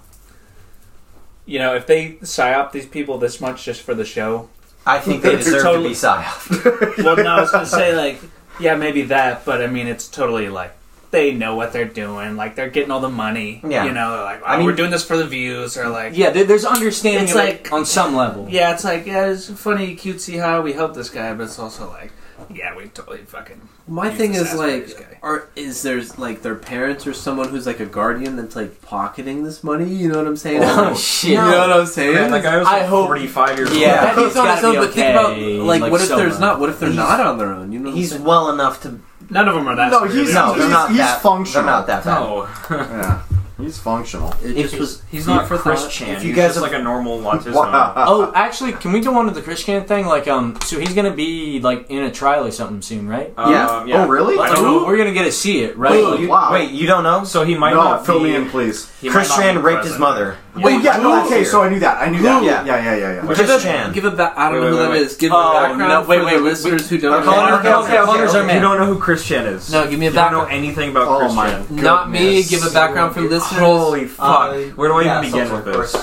You know, if they psyop these people this much just for the show,
I think they deserve to be
psyoped. well, no, I was gonna say like, yeah, maybe that, but I mean, it's totally like they know what they're doing. Like they're getting all the money.
Yeah.
you know, like oh,
I mean-
we're doing this for the views, or like
Yeah, there- there's understanding
It's
of it on some level.
Yeah, it's like yeah, it's funny, cutesy how we help this guy, but it's also like, yeah, we totally fucking.
My
use
thing
this
is
as-
like, are is there's like their parents or someone who's like a guardian that's like pocketing this money? You know what I'm saying?
Oh,
Like,
shit.
You know what I'm saying?
Man, that guy was, like, I hope- 45 years old.
Yeah, that dude's on
It's
his
gotta
own.
be
But think about
okay,
like,
like,
what if
so
there's
much.
not? What if they're
He's-
not on their own? You know, what I'm
He's
saying?
well enough to.
None of them are that.
No, he's-
no,
he's-
they're not
he's
that,
functional.
They're not that bad.
No. yeah, he's functional.
It
just was- he's not for thought. If you
he's
guys
just
have-
like a normal autism.
oh, actually, can we go on to the Christian thing? Like, um, so he's gonna be like in a trial or something soon, right?
Um, Yeah. yeah. Oh, really?
Like,
I don't know.
we're gonna get to see it, right?
Wait, you- Wow.
Wait, you don't know?
So he might
No,
not
fill
be-
me in, please.
he might
Chris
not
Chan
be
raped
present.
his mother.
Wait, yeah, no, okay, so I knew that. I knew that.
Who?
Yeah, yeah, yeah, yeah. yeah.
Chris Chris Chan.
Give a back. I don't know
Wait,
who
wait,
that is.
wait.
Give a
Oh,
background
no, wait,
for
wait,
the
wait,
listeners who
Okay,
don't. know.
okay, okay,
Connor's
okay.
our man.
You don't know who Chris Chan is.
No, give me a
You don't know
background.
anything about
Oh,
Chris
my
Chan.
Not me. Give a background for listeners.
Holy
Uh,
fuck! Where do I
yeah,
even begin with
some
this?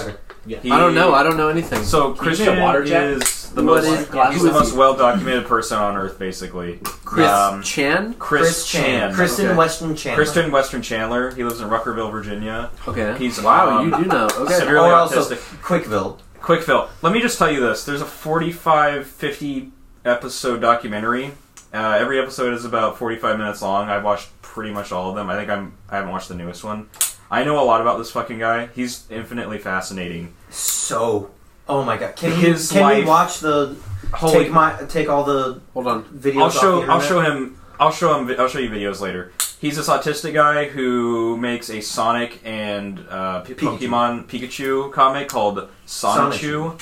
I don't know. I don't know anything.
So
Can you
Christian
get a water jet?
is most the
What is
most
Glass
he's the most
Who is he?
well documented person on Earth, basically. Um,
Chris
um,
Chan?
Chris,
Chris Chan.
Chan.
Kristen Okay. Weston Chandler.
Kristen Weston Chandler. He lives in Ruckerville, Virginia.
Okay.
He's
Wow,
um,
you do know. Okay.
Oh,
Severely
Or also
autistic. Quickville. Quickville. Let me just tell you this: there's a 45, 50 episode documentary. Uh, every episode is about 45 minutes long. I've watched pretty much all of them. I think I'm. I haven't watched the newest one. I know a lot about this fucking guy. He's infinitely fascinating.
So, oh my god, can
his
you, can
life,
we watch the
Holy-
take my take all the
hold on
videos?
I'll show.
Off the
I'll show
internet?
him. I'll show him. vi- I'll show you videos later. He's this autistic guy who makes a Sonic and uh, P-
Pikachu.
Pokemon Pikachu comic called Sonichu.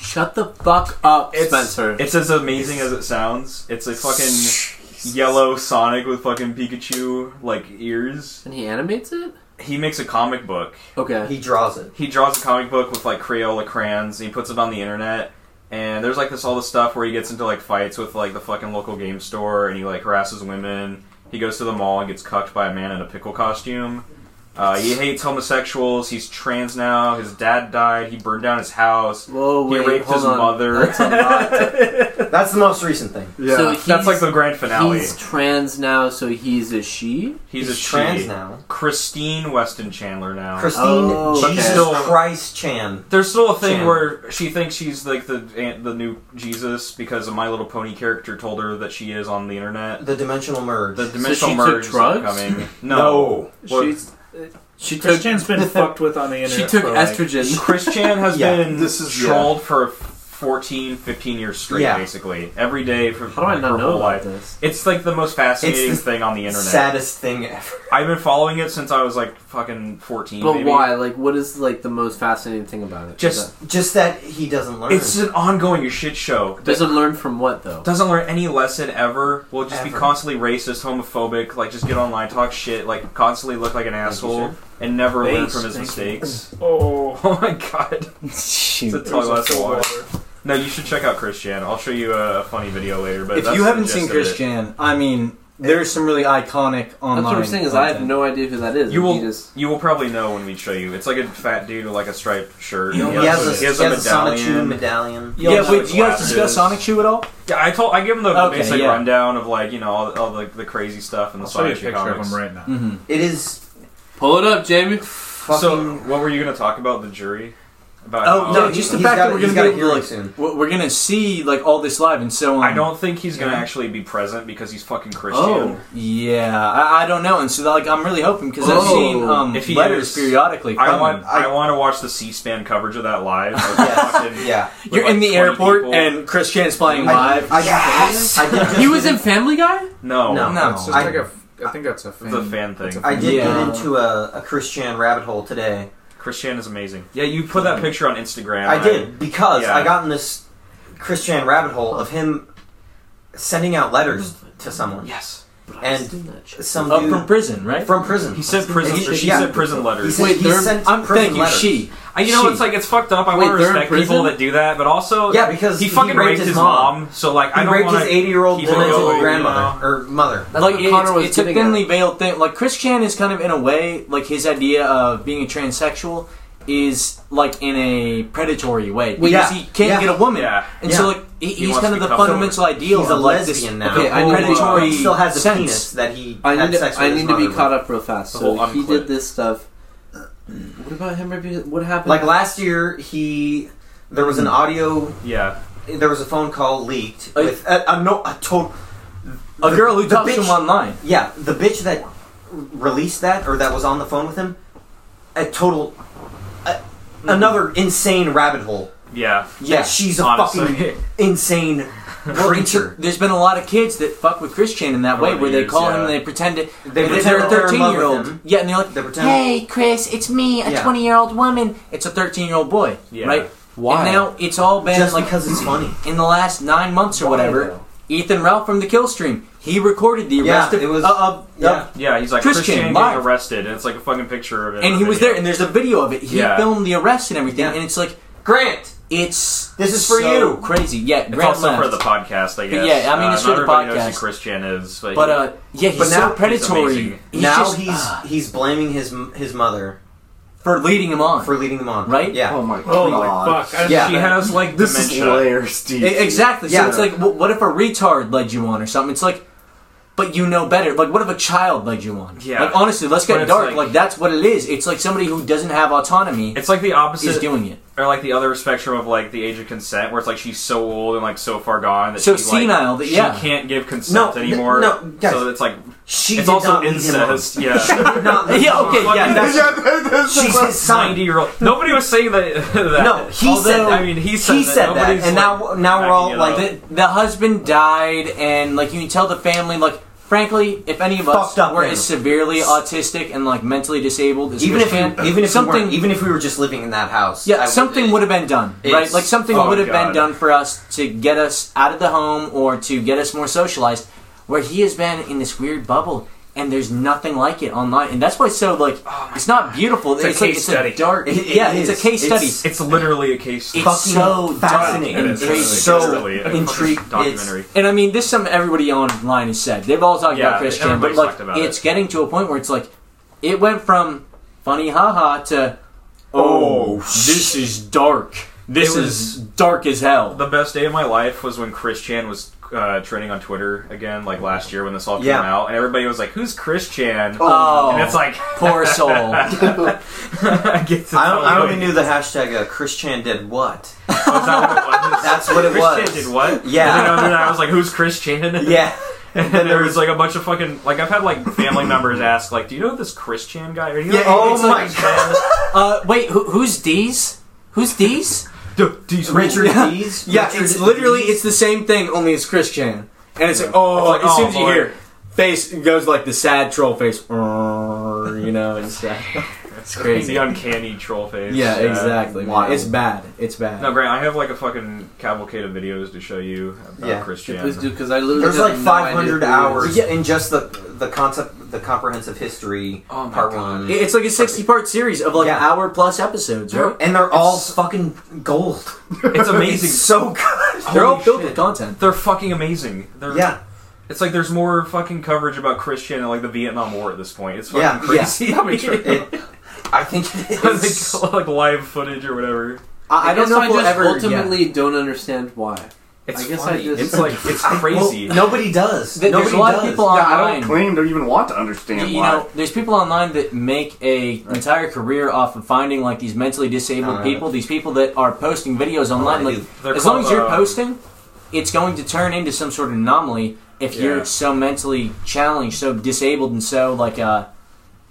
Shut the fuck up,
It's,
Spencer.
It's as amazing as it sounds. It's a fucking yellow Sonic with fucking Pikachu like ears.
And he animates it.
He makes a comic book.
Okay.
He draws it.
He draws a comic book with like Crayola crayons. And he puts it on the internet. And there's like this all the stuff where he gets into like fights with like the fucking local game store, and he like harasses women. He goes to the mall and gets cucked by a man in a pickle costume. Uh, he hates homosexuals. He's trans now. His dad died. He burned down his house.
Whoa,
he
wait,
raped
hold
his
on.
mother.
That's a
That's the most recent thing.
that's like the grand finale.
He's trans now, so he's a she.
He's, a she. Christine Weston Chandler now.
Christine Oh,
But
Jesus
Christ Chan.
There's still a thing
Chan.
where she thinks she's like the aunt, the new Jesus because a My Little Pony character told her that she is on the internet.
The dimensional merge.
The
So
dimensional
she took
merge is
drugs?
coming.
No.
No, Well,
She's-
She
Chris Chan's been fucked with on the internet. for, like-
Chris Chan has
Yeah,
been
this is-
trolled for 14, 15 years straight,
Yeah.
basically. Every day for How
do I not know about
life.
this?
It's like the most fascinating
It's the
thing on the internet.
saddest thing ever.
I've been following it since I was like fucking 14.
But
maybe.
why? Like, what is like the most fascinating thing about it?
Just-
Just that he doesn't learn.
It's an ongoing shit show.
doesn't learn from what though.
Doesn't learn any lesson ever. Will just be
Ever.
constantly racist, homophobic. Like just get online, talk shit. Like constantly look like an asshole, and never learn
Thanks,
from his
thank you.
mistakes.
Oh,
oh my god! It's a tall
There's a
glass of
full
water.
water.
No, you should check out Chris Jan. I'll show you a funny video later. But
if
that's
you
the
haven't
gist
seen
of
Chris
it.
Chan, I mean, there's some really iconic online.
I'm saying is I have
no
idea who that is.
You will, you will probably know when we show you. It's like a fat dude with like a striped shirt.
He
has a- he has a Sonic Shoe medallion.
Yeah, wait, do you guys
Glasses.
discuss Sonic Shoe at all?
Yeah, I told I gave him the
Okay,
basic
yeah.
rundown of like you know all, all the, the crazy stuff and the
I'll show you a
Sonic
picture of
comics.
him right now.
Mhm.
It is.
Pull it up, Jamie.
So, what were you going to talk about the jury? About
Oh
how-
no! Just the fact that we're gonna be able to, like we're we're gonna see like all this live, and so on.
Hmm.
I don't think he's going to
Yeah.
actually be present because he's fucking Christian.
Oh yeah, I, I don't know, and so like I'm really hoping because I've
Oh.
seen um,
If he
letters
is-
periodically. From
I want
him.
I, want to watch the C-SPAN coverage of that live. yeah,
You're in the airport and Chris Chan is playing live.
he was in Family Guy.
No,
No. No.
It's just
I-
like a f- I think that's a fan.
Mm.
that's a
I
fan
did
thing.
get into a, a Chris Chan rabbit hole today.
Chris Chan is amazing. Yeah, you put that picture on Instagram.
I
and
did because
Yeah.
I got in this Chris Chan rabbit hole of him sending out letters to someone. Yes. And some
Oh,
dude-
from prison, right?
From prison. He
sent prison- or she sent prison letters.
He, said-
Wait,
he
they're-
sent
I'm-
prison
thank you,
letters.
she. I, you know, it's like it's fucked up. I
Wait,
want to
they're in
respect
prison?
people that do that, but also
Yeah, because
he
he
fucking
raped
raped
his
his
mom.
mom. So like,
He
I don't
raped
wanna
his 80-year-old
keep it
woman's
going, you
grandmother
know?
or mother.
like it's, it's a thinly veiled thing. Like Chris Chan is kind of in a way like his idea of being a transsexual is like in a predatory way
Well, yeah.
because he can't
Yeah.
get a woman,
Yeah.
and
Yeah.
so like he,
He
he's
wants
kind
to
of the
become-
fundamental ideal
He's
of
a
like this
lesbian now. Okay, I
whole
need to-
predatory
Still has a
sense.
penis
that he
I need, to, I need to be caught up real fast. So he did this stuff. What about him? Maybe what happened?
Like last year, he there was an
Hmm.
audio.
Yeah.
There was a phone call leaked
A-
with a, a no a total
A girl who touched him online.
Yeah, the bitch that released that or that was on the phone with him. A total. A, Another insane rabbit hole.
Yeah.
Yeah, she's a
Honestly.
fucking insane creature.
There's been a lot of kids that fuck with Chris Chan in that way,
Over
where
the
they
years,
call him
yeah.
and they pretend it.
They
are
pretend
a
that they're in
13
love
year
with
old.
him.
Yeah, and they're like,
pretend-
"Hey, Chris, it's me, a
Yeah.
20 year old woman." It's a 13 year old boy,
Yeah.
right?
Why?
And now it's all been
Just
like
because it's funny.
In the last nine months or whatever,
though?
Ethan Ralph from the Killstream, he recorded the
Yeah,
arrest of
it was-
uh, uh,
Yeah.
of
yeah, he's like
Chris
Chris,
Chan
Chan
live.
getting arrested, and it's like a fucking picture of it.
and he was there, and there's a video of it. He
Yeah.
filmed the arrest and everything, and it's like Grant. It's
This is for
so
you.
Crazy, yeah.
It's
Grant
also
left.
for the podcast, I
But
guess.
yeah, I mean, it's
uh, not
for the
everybody Knows
podcast.
who Chris Chan is, but,
But, uh, yeah, he's so predatory.
amazing.
He's
now
just- uh, ah.
he's he's blaming his m- his mother
for leading him on.
For leading him on,
right?
Yeah.
Oh my
Holy God. fuck. And she has, like, This is dementia. layers deep.
E- exactly.
Yeah.
So it's like, wh- what if a retard led you on or something? It's like, but you know better. Like, what if a child led you on?
Yeah.
Like, honestly, let's
But
get
it's
dark.
like-
Like, that's what it is. It's like somebody who doesn't have autonomy.
It's like the opposite
is doing it.
Or like the other spectrum of like the age of consent, where it's like she's so old and like so far gone that
So
she's, like,
senile that-
she
yeah.
can't give consent
No, n-
anymore.
no, guys.
so it's like
She
it's
did
also
not lead him on.
incest. Yeah,
She did not lead Yeah, him okay, on. yeah, that's- She's his son.
Ninety year old. Nobody was saying that. that.
No, he
Although,
said.
I mean, he said that. Nobody's,
and
like,
now now we're
backing
all
it
like
up.
the, the husband died, and like you can tell the family like. Frankly, if any of us
Fucked up
were
family.
as severely autistic and like mentally disabled as
even
we
if
can,
even if
something
we weren't- even if we were just living in that house,
Yeah,
I would-
something would have been done, right?
It's-
Like something
oh,
would have been
God.
done for us to get us out of the home or to get us more socialized. Where he has been in this weird bubble, and there's nothing like it online, and that's why it's so like it's not beautiful.
Oh It's a
like,
case
it's
study.
a dark.
It- it
yeah,
is.
it's a case
It's-
study.
it's literally a case study.
It's so
Fucking
fascinating.
fascinating.
It's,
It is. It's
so
really a fucking
intriguing.
documentary.
It's- And I mean, this is something everybody online has said. They've all talked
Yeah,
about Christian, but
everybody's
like
talked about
it's getting to a point where it's like it went from funny haha to
Oh,
oh this is dark. This
It
is dark as hell.
The best day of my life was when Chris Chan was uh, trending on Twitter again, like last year when this all came
Yeah.
out, and everybody was like, "Who's Chris Chan?"
Oh.
and it's like
Poor soul.
I, don't,
I only knew the hashtag uh, Chris Chan did what. That's what it
Chris
was.
Chan did what?
Yeah.
And then under that, I was like, "Who's Chris Chan?"
Yeah.
And then there was like a bunch of fucking like I've had like family members ask like, "Do you know this Chris Chan guy?" Or, "Do you know
Yeah,
who
oh
this
my
Chris Chan is?"
Uh, wait, who, who's D's? Who's D's?
D's
Richard
yeah.
D's?
Yeah,
Richard
it's literally it's the same thing, only it's Chris Chan, and it's like oh,
It's like,
as soon
oh,
as you
boy.
hear face it goes like the sad troll face, "Arr," you know, and stuff. It's crazy.
The uncanny troll face.
Yeah, exactly. man.
Wild.
It's bad. It's bad.
No, Grant, I have like a fucking cavalcade of videos to show you about
Yeah.
Chris Chan.
Please do, 'cause I literally
There's
have
like
no idea
500
who he
hours
is.
in just the the concept, the comprehensive history part one.
It- It's like a sixty-part series of like hour plus episodes, right?
and they're all fucking gold.
It's amazing.
It's so good.
They're all filled with content.
They're fucking amazing. They're,
Yeah.
It's like there's more fucking coverage about Chris Chan and like the Vietnam War at this point. It's fucking
Yeah, yeah.
crazy. How many
It- I think it
is. like, like live footage or whatever.
I, don't
guess
know. I
we'll
just
ever-
ultimately don't understand why.
It's
I guess
funny.
I just
It's like- it's I- crazy.
nobody does.
Th- There's a lot of people
Yeah,
online.
I don't claim to even want to understand
you
why.
know, there's people online that make a entire career off of finding like these mentally disabled
Alright.
people, these people that are posting videos online.
Alright,
Like,
they're
as
called,
long as you're
uh,
posting, it's going to turn into some sort of anomaly if
Yeah.
you're so mentally challenged, so disabled, and so like uh,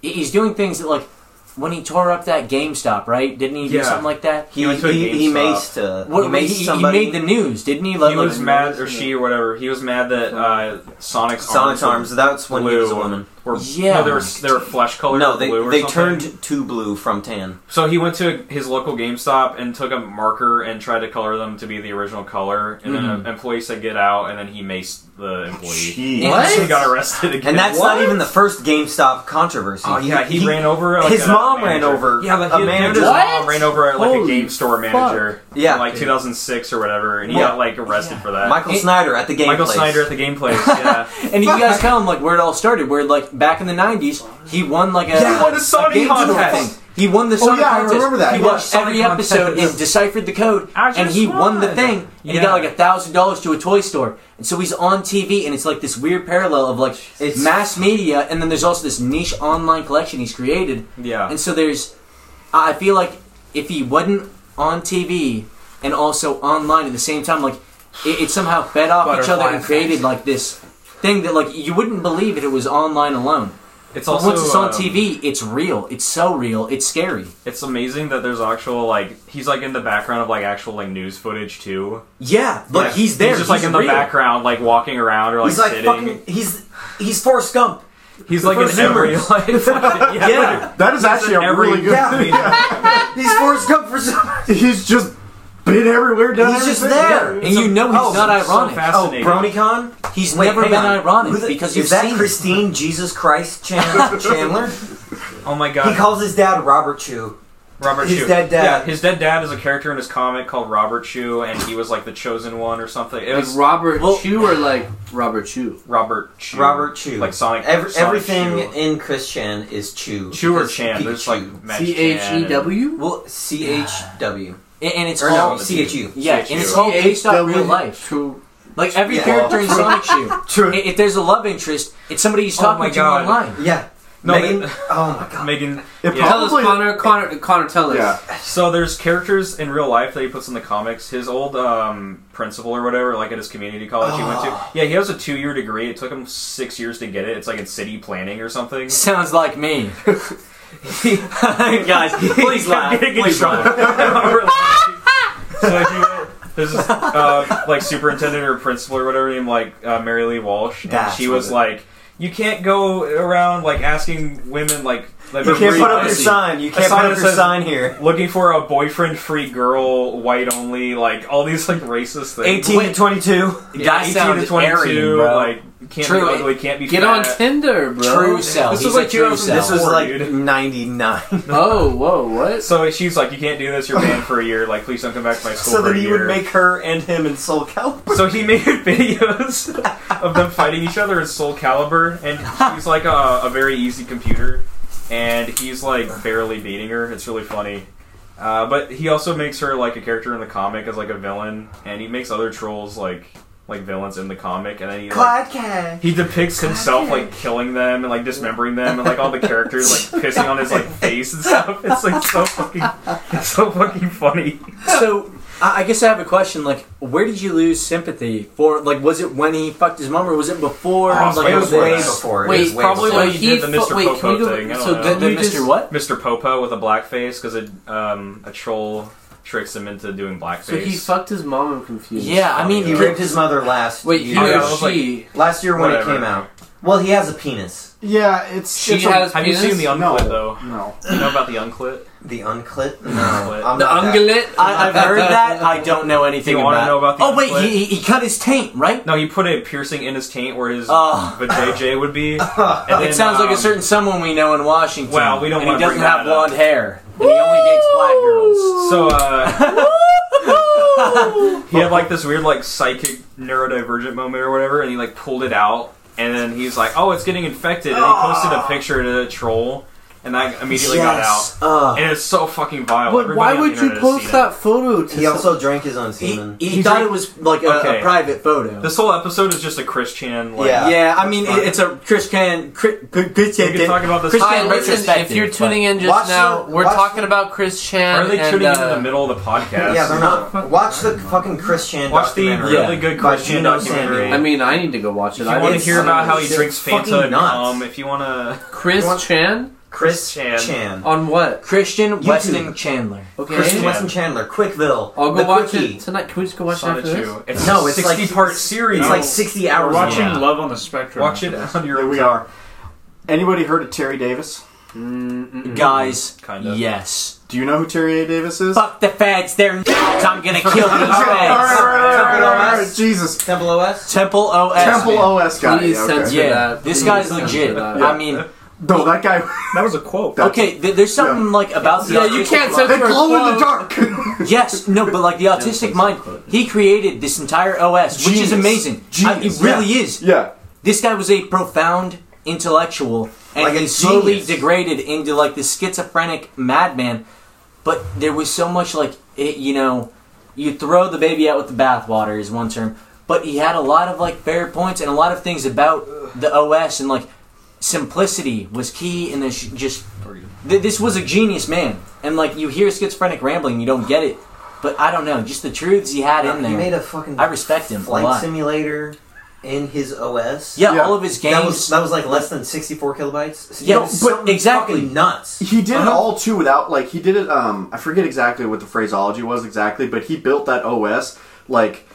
he- he's doing things that like when he tore up that GameStop, right? Didn't he do
Yeah.
something like that?
He- He went to a he- he GameStop. maced, uh,
What-
he maced
he- he
somebody.
made the news, didn't he?
He
Like,
was
like-
mad, or she, or whatever. He was mad that uh, Sonic's
Sonic's arms,
were
that's when he was a
blue
woman.
Were,
Yeah.
no, they were they were flesh colored.
No,
or
they
blue or
they
something.
turned to blue from tan.
So he went to his local GameStop and took a marker and tried to color them to be the original color, and then an
Mhm.
employee said "get out," and then he maced the employee.
Jeez.
And so he got arrested again.
And that's not even the first GameStop controversy.
Oh, yeah, he, ran over. Like,
his
a
mom ran
manager.
over.
Yeah, but
a
he,
manager.
his mom ran over like a
Holy
game store manager.
fuck. Yeah.
in, like 2006 or whatever, and he
Yeah.
got like arrested for that.
Michael
It-
Snyder at the game
Michael
place.
Snyder at the game place. Yeah,
And you guys tell him like where it all started. Where like back in the '90s, he won like a
Yeah, he won a Sonic
game store
contest.
thing. He won the
Oh,
Sonic
yeah, I
contest.
remember that.
He
Yeah.
watched
Sonic
every
contest.
episode and deciphered the code, and he won the thing. And he got like a thousand dollars to a toy store. And so he's on TV, and it's like this weird parallel of like mass media, and then there's also this niche online collection he's created.
Yeah.
And so there's, I feel like if he wasn't on TV and also online at the same time, like it, it somehow fed off each other
Butterfly
and created like this thing that like you wouldn't believe it, it was online alone.
It's
But
also,
once it's on
um,
TV, it's real. It's so real. It's scary.
it's amazing that there's actual like he's like in the background of like actual like news footage too.
Yeah, like he's there.
He's just like in the
real.
background, like walking around or like,
He's like
sitting.
fucking. He's he's Forrest Gump.
He's like in
Forrest
every
Zoomers.
like, yeah,
Yeah.
That is
actually a really good
yeah.
movie. He's Forrest Gump for some.
He's just been everywhere. Done
He's just
everything.
there,
Yeah.
And you know
Oh,
he's not ironic.
oh, BronyCon.
He's
Wait,
never
hang
been
on. Who
ironic
the-
because
is
you've
that
seen
Christine Jesus Christ Chan- Chandler?
Oh my
He
god.
calls his dad Robert Chu.
Robert
His
Shue.
dead dad.
Yeah, his dead dad is a character in his comic called Robert Chu, and he was like the chosen one or something. It
Like
was
Robert Chu or like Robert Chu?
Robert Chu.
Robert Chu.
Mm. Like Sonic.
Every,
Sonic
everything
Chu.
in Chris Chan is Chu.
Chu or
It's
Chan, there's,
Pikachu.
like, Max C H E Chan and- W?
Well, C H W. And and it's
Or no, E
called
the
C H U.
Yeah,
and it's called based on real life.
True.
Like
Every character in Sonic Shoe. True. If there's a love interest, it's somebody he's talking
Oh my
to
God.
online.
Yeah.
No,
Megan-
but-
oh my
god, Megan.
It
Tell us, Connor. Connor, Connor, tell us.
So there's characters in real life that he puts in the comics. His old um, principal or whatever, like at his community college he went to.
Ah.
Yeah, he has a two year degree. It took him six years to get it. It's like in city planning or something.
Sounds like me.
Guys, please laugh. Please so he went, there's this uh, like superintendent or principal or whatever named like uh, Mary Lee Walsh, and
That's
she
what
was
it-
like, "You can't go around like asking women like." like
You
for
can't
free
put up your
pussy."
sign. You
A
can't put
that
up your
says,
sign here.
Looking for a boyfriend, free girl, white only, like all these like racist things.
18 to 22.
Yeah, 18 to 22, like can't be ugly, can't be fat.
True self.
This was like 2004.
This was like
dude.
99.
Oh, whoa, what?
So she's like, you can't do this. You're banned for a year. Like, please don't come back to my school
So
for
then
a
he
year.
would make her and him in Soul Calibur.
so he made videos of them fighting each other in Soul Calibur, and he's like a, a very easy computer, and he's like barely beating her. It's really funny. Uh, but he also makes her like a character in the comic as like a villain, and he makes other trolls like like villains in the comic, and then he like,
Podcast.
he depicts himself like killing them and like dismembering them and like all the characters like pissing on his like face and stuff. It's like so fucking it's so fucking funny.
So I I guess I have a question. Like, where did you lose sympathy for? Like, was it when he fucked his mom, or was it before?
Oh,
like,
it was way before. It Wait, was way probably before. when he did the
fu-
Mr. Popo thing, I don't know.
the,
You
Mr.
just-
what?
Mr. Popo with a blackface because a um, a troll tricks him into doing blackface.
So he fucked his mom. I'm confused.
he raped his mother last.
Wait,
year.
he or she?
last year when
Whatever.
it came out. Well, he has a penis.
Yeah, it's.
She
it's
has Have you penis? seen the
no,
unclip, though?
No.
You know about the unclit?
The unclit? No, I'm
The
not that-
ungulate?
I, I've heard that. I don't know anything
you
about.
want to know about the
Oh wait,
unclit?
he, he he cut his taint, right?
No, he put a piercing in his taint where his
Uh.
Oh.
vajayjay would be. And
it
then,
sounds like
um,
a certain someone we know in Washington.
Well, we don't
And he
wanna
doesn't
bring that
have blonde
up.
hair. And he only dates black girls.
So uh, he had like this weird like psychic neurodivergent moment or whatever, and he like pulled it out, and then he's like, "Oh, it's getting infected," and he posted
Ah.
a picture to the troll, and that immediately
Yes.
got
Uh,
out, and it's so fucking vile.
But
Everybody
why
on the
would you
internet has
post
seen
that photo? To
He also drank his own semen.
He thought it was like a,
Okay.
a private photo.
it. This whole episode is just a Chris Chan. Like,
yeah. I mean, it, it's a Chris Can. Chris, Chris
We could talk about this-
Chris
Hi,
Can
listen,
retrospective,
if you're tuning
but-
in just now, we're talking about Chris Chan.
Why are they
and,
tuning
uh,
in in the middle of the podcast?
Yeah, they're not. Watch the fucking Christian.
Watch the really good Christian
Christian
documentary.
I mean, I need to go watch
If
it.
you
I
want to
didn't
hear
see
about
it.
how he drinks Fanta
fucking
and
nuts.
cum, if you want to,
Chris Chan.
Chris
Chan.
Chan.
On what?
Christian
YouTube. Weston
Chandler.
Okay.
Christian Weston Chandler, Quickville.
I'll go
The
watch
Quickie.
it tonight. Can we just go watch it after this?
It's
no,
a
it's
60
like
part series.
It's like sixty hours.
watching
long.
Love on the Spectrum.
Watch it on your.
There we are. Anybody heard of Terry Davis?
Guys,
Kinda.
yes.
Do you know who Terry A. Davis is?
Fuck the feds, they're nuts. I'm gonna kill these
All right, all right, all right, all right,
feds.
all right, all right, Jesus.
Temple OS.
Temple OS.
Temple
man.
OS guy.
Please
yeah, okay.
censor Yeah, that. this Please guy's censor legit. that. I mean-
no, that guy.
That was a quote.
Okay, th- there's something like about the
Yeah, you
autistic
can't
mind-
censor They a glow in the
dark. yes, no, but like the autistic mind, he created this entire OS, which
Genius.
is amazing. I-
Genius,
it really
yeah.
is.
Yeah.
This guy was a profound intellectual, and
Like a
he slowly
genius.
degraded into like this schizophrenic madman. But there was so much like it, you know, you throw the baby out with the bathwater is one term. But he had a lot of like fair points and a lot of things about the OS and like simplicity was key and this just th- this was a genius man and like you hear schizophrenic rambling you don't get it but i don't know just the truths he had in
Uh, He
there
made a fucking
i respect him a
Flight
lot
simulator in his OS.
Yeah, Yeah. all of his
That
games-
was, that was like less than sixty-four kilobytes. So
Yeah,
it was
but
something
exactly.
fucking nuts.
He did
Uh-huh.
it all too without like he did it. Um, I forget exactly what the phraseology was exactly, but he built that OS like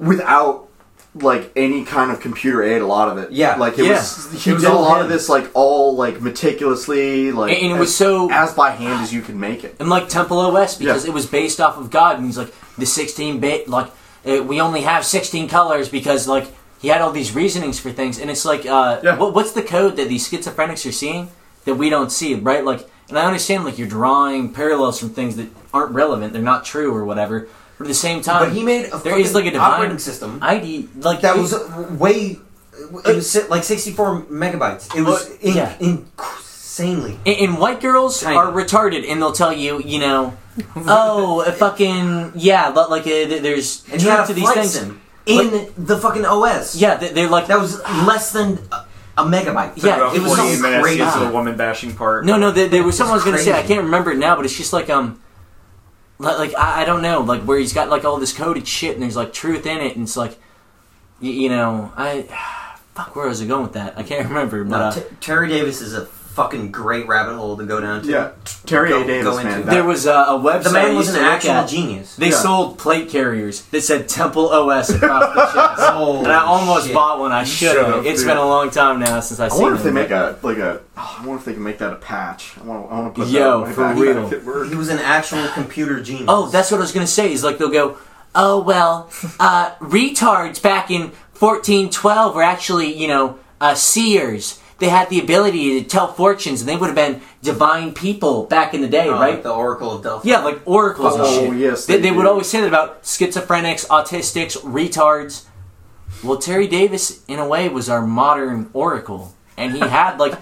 without like any kind of computer aid. A lot of it,
Yeah.
Like it
Yeah.
was. He
It was
did a
all
lot
him.
of this like all like meticulously, like
And- and it was
as-
so-
as by hand as you can make it.
and like temple os because
Yeah.
it was based off of god and he's like the 16 bit like uh, we only have 16 colors because like he had all these reasonings for things and it's like uh, what, what's the code that these schizophrenics are seeing that we don't see right like And I understand like you're drawing parallels from things that aren't relevant, they're not true or whatever. But at the same time,
But he made a
there is like a
fucking
divine
operating system
ID like
that
it-
was uh, way. It was si- like 64 megabytes. It was
Well,
in,
yeah.
insanely.
And, and white girls are retarded, and they'll tell you, you know, oh, a fucking yeah, but like uh, th- there's
And you had
truth to
a
these
flight
things
sim in the fucking OS.
Yeah, they, they're like
that was less than a, a megabyte.
Yeah, it was
Forty
so
minutes
crazy.
into the woman bashing part.
No, no, there, there was
It's
someone I was gonna say I
crazy.
can't remember it now, but it's just like um, li- like, I, I don't know, like where he's got like all this coded shit and there's like truth in it, and it's like, y- you know, I fuck, where was I going with that? I can't remember, but.
No,
uh,
T- Terry Davis is a fucking great rabbit hole to go down to.
Yeah, Terry
Go-
A. Davis,
go into.
man. There was uh, a website.
The
I
man was
used
an
to look
actual
at.
genius.
They sold plate carriers that said Temple OS across the chest, and I almost
shit.
bought one. I should
Shut
have.
up,
It's
dude.
been a long time now since I.
I
seen
wonder if they
them,
make
but-
a like a. oh, I wonder if they can make that a patch. I want. I want to put
Yo,
that
for
back-
real.
back at work.
He was an actual computer genius.
Oh, that's what I was gonna say. Is like they'll go, oh well, uh, retards back in 1412 were actually you know uh, seers. They had the ability to tell fortunes, and they would have been divine people back in the day,
Oh,
right?
The Oracle of Delphi.
Yeah, like oracles
Oh,
and shit.
yes,
they,
they
they would
do.
always say that about schizophrenics, autistics, retards. Well, Terry Davis, in a way, was our modern oracle, and he had like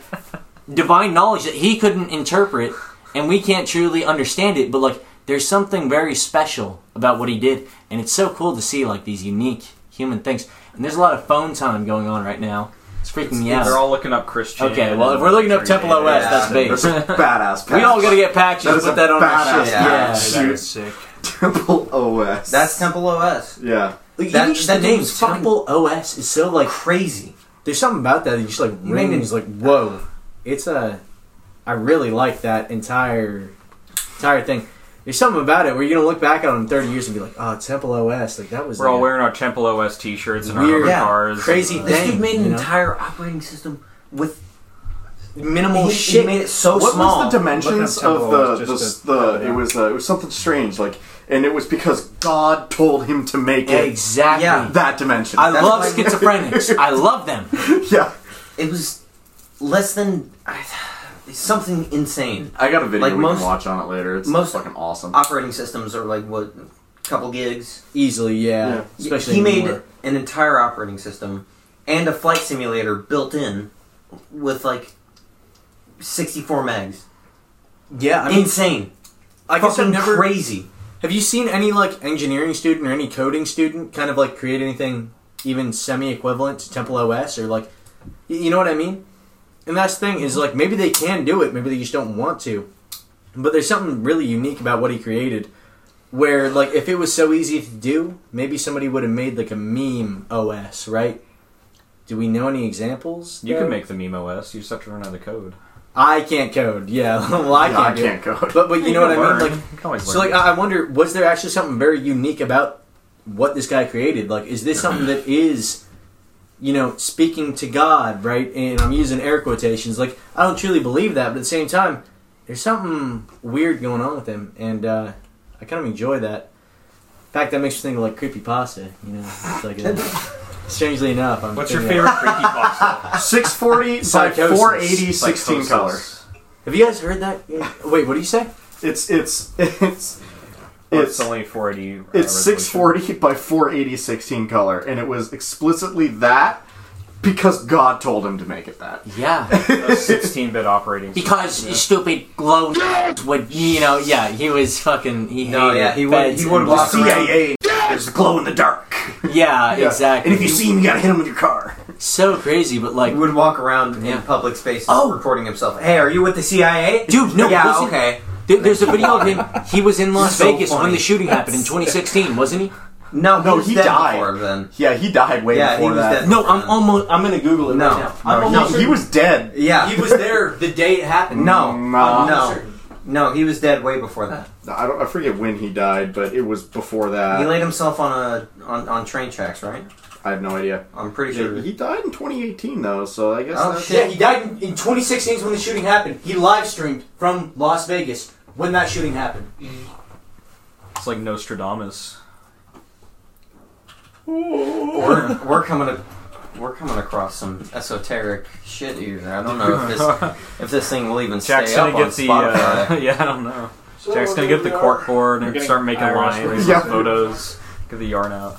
divine knowledge that he couldn't interpret, and we can't truly understand it. But like, there's something very special about what he did, and it's so cool to see like these unique human things. And there's a lot of phone time going on right now. It's freaking me out.
They're all looking up Christian.
Okay, well, if we're looking up Temple OS, that's big.
That's a
badass
We all gotta get patches.
That is
put
a
that on our
badass
shit.
patch,
Yeah.
dude.
sick.
Temple OS.
That's Temple OS.
Yeah.
Even just the name Temple OS is so like
crazy.
There's something about that that just like
Made it-
rings like whoa. It's a. I really like that entire entire thing. There's something about it where you're gonna look back on it in 30 years and be like,
"Ah,
oh, Temple OS, like that was.
We're all
like,
wearing our Temple OS t-shirts and our
Weird,
own
yeah,
cars.
crazy
and,
thing.
This dude made an
you know?
entire operating system with
minimal
he,
shit.
He made it so
what
small.
was the dimensions
Looking up
of
Temple
the
OS, just
the, the it was uh, it was something strange like and it was because God told him to make it
Exactly. Yeah.
that dimension.
I love schizophrenics. I love them.
Yeah,
it was less than I- something insane.
I got a video
Like
we
most
can watch on it later. It's
most-
fucking awesome.
operating systems are like what, couple gigs
easily. Yeah,
he
especially
made
anymore.
an entire operating system and a flight simulator built in with like sixty-four megs.
Yeah, I mean-
insane.
I guess I've
Fucking
never
crazy.
Have you seen any like engineering student or any coding student kind of like create anything even semi equivalent to Temple OS or like, y- you know what I mean? And that's the thing is like maybe they can do it, maybe they just don't want to. But there's something really unique about what he created, where like if it was so easy to do, maybe somebody would have made like a meme OS, right? Do we know any examples?
You
though?
can make the meme OS. You just have to run out of the code.
I can't code. Yeah, well, I
Yeah,
can't.
I
do
can't
it.
code.
But but you,
You
know
can
what I
learn.
mean.
You can
Like
always
so,
learn.
like I I wonder, was there actually something very unique about what this guy created? Like, is this something that is, you know, speaking to God, right? And I'm using air quotations. Like, I don't truly believe that, but at the same time, there's something weird going on with him, and uh, I kind of enjoy that. In fact, that makes me think of like creepy pasta. You know, it's like. uh, Strangely enough, I'm
What's your
thinking of-
favorite creepy pasta?
640 by 480, 16 color.
Have you guys heard that? Wait, what do you say?
It's it's it's
Well, it's only 480. uh,
It's
resolution.
640 by 480 16 color, and it was explicitly that because God told him to make it that.
Yeah.
A 16-bit operating.
Because stupid glow would, you know, yeah, he was fucking. Oh, He
No,
hated
Oh, yeah, he would-
feds
he would
and-
walk The around- CIA
is glow in the dark.
Yeah,
Yeah.
exactly.
And if you see him, you gotta hit him with
your car.
So crazy, but like
he would walk around in public spaces recording himself. Hey, are you with the CIA?
Oh. Dude, no,
Yeah,
listen.
okay.
There- there's a video of him. He was in Las
So
Vegas when
funny.
the shooting happened in 2016, wasn't he?
No,
No, he died. Yeah, he died way
Yeah, he
before
was
that.
dead No, I'm almost. I'm gonna Google it right now. I'm
no, he,
almost certain-
he was dead.
Yeah.
He was there the day it happened.
No,
Uh,
Nah.
no, no. He was dead way before that.
I don't. I forget when he died, but it was before that.
he laid himself on a on, on train tracks, right?
I have no idea.
I'm pretty
sure he died in 2018 though. So I guess.
Oh,
that's-
Yeah, he died in, in 2016 is when the shooting happened. He live streamed from Las Vegas when that shooting happened.
Mm.
It's like Nostradamus.
We're, we're coming up we're coming across some esoteric shit here. I don't know if this if this thing will even
Jack's
stay up
gonna
on
get the
Spotify.
uh, yeah, I don't know.
So
Jack's gonna
here
get the
we
cork
are.
board
We're
and
getting
start making
Irish
lines,
Yeah.
and photos, get the yarn out.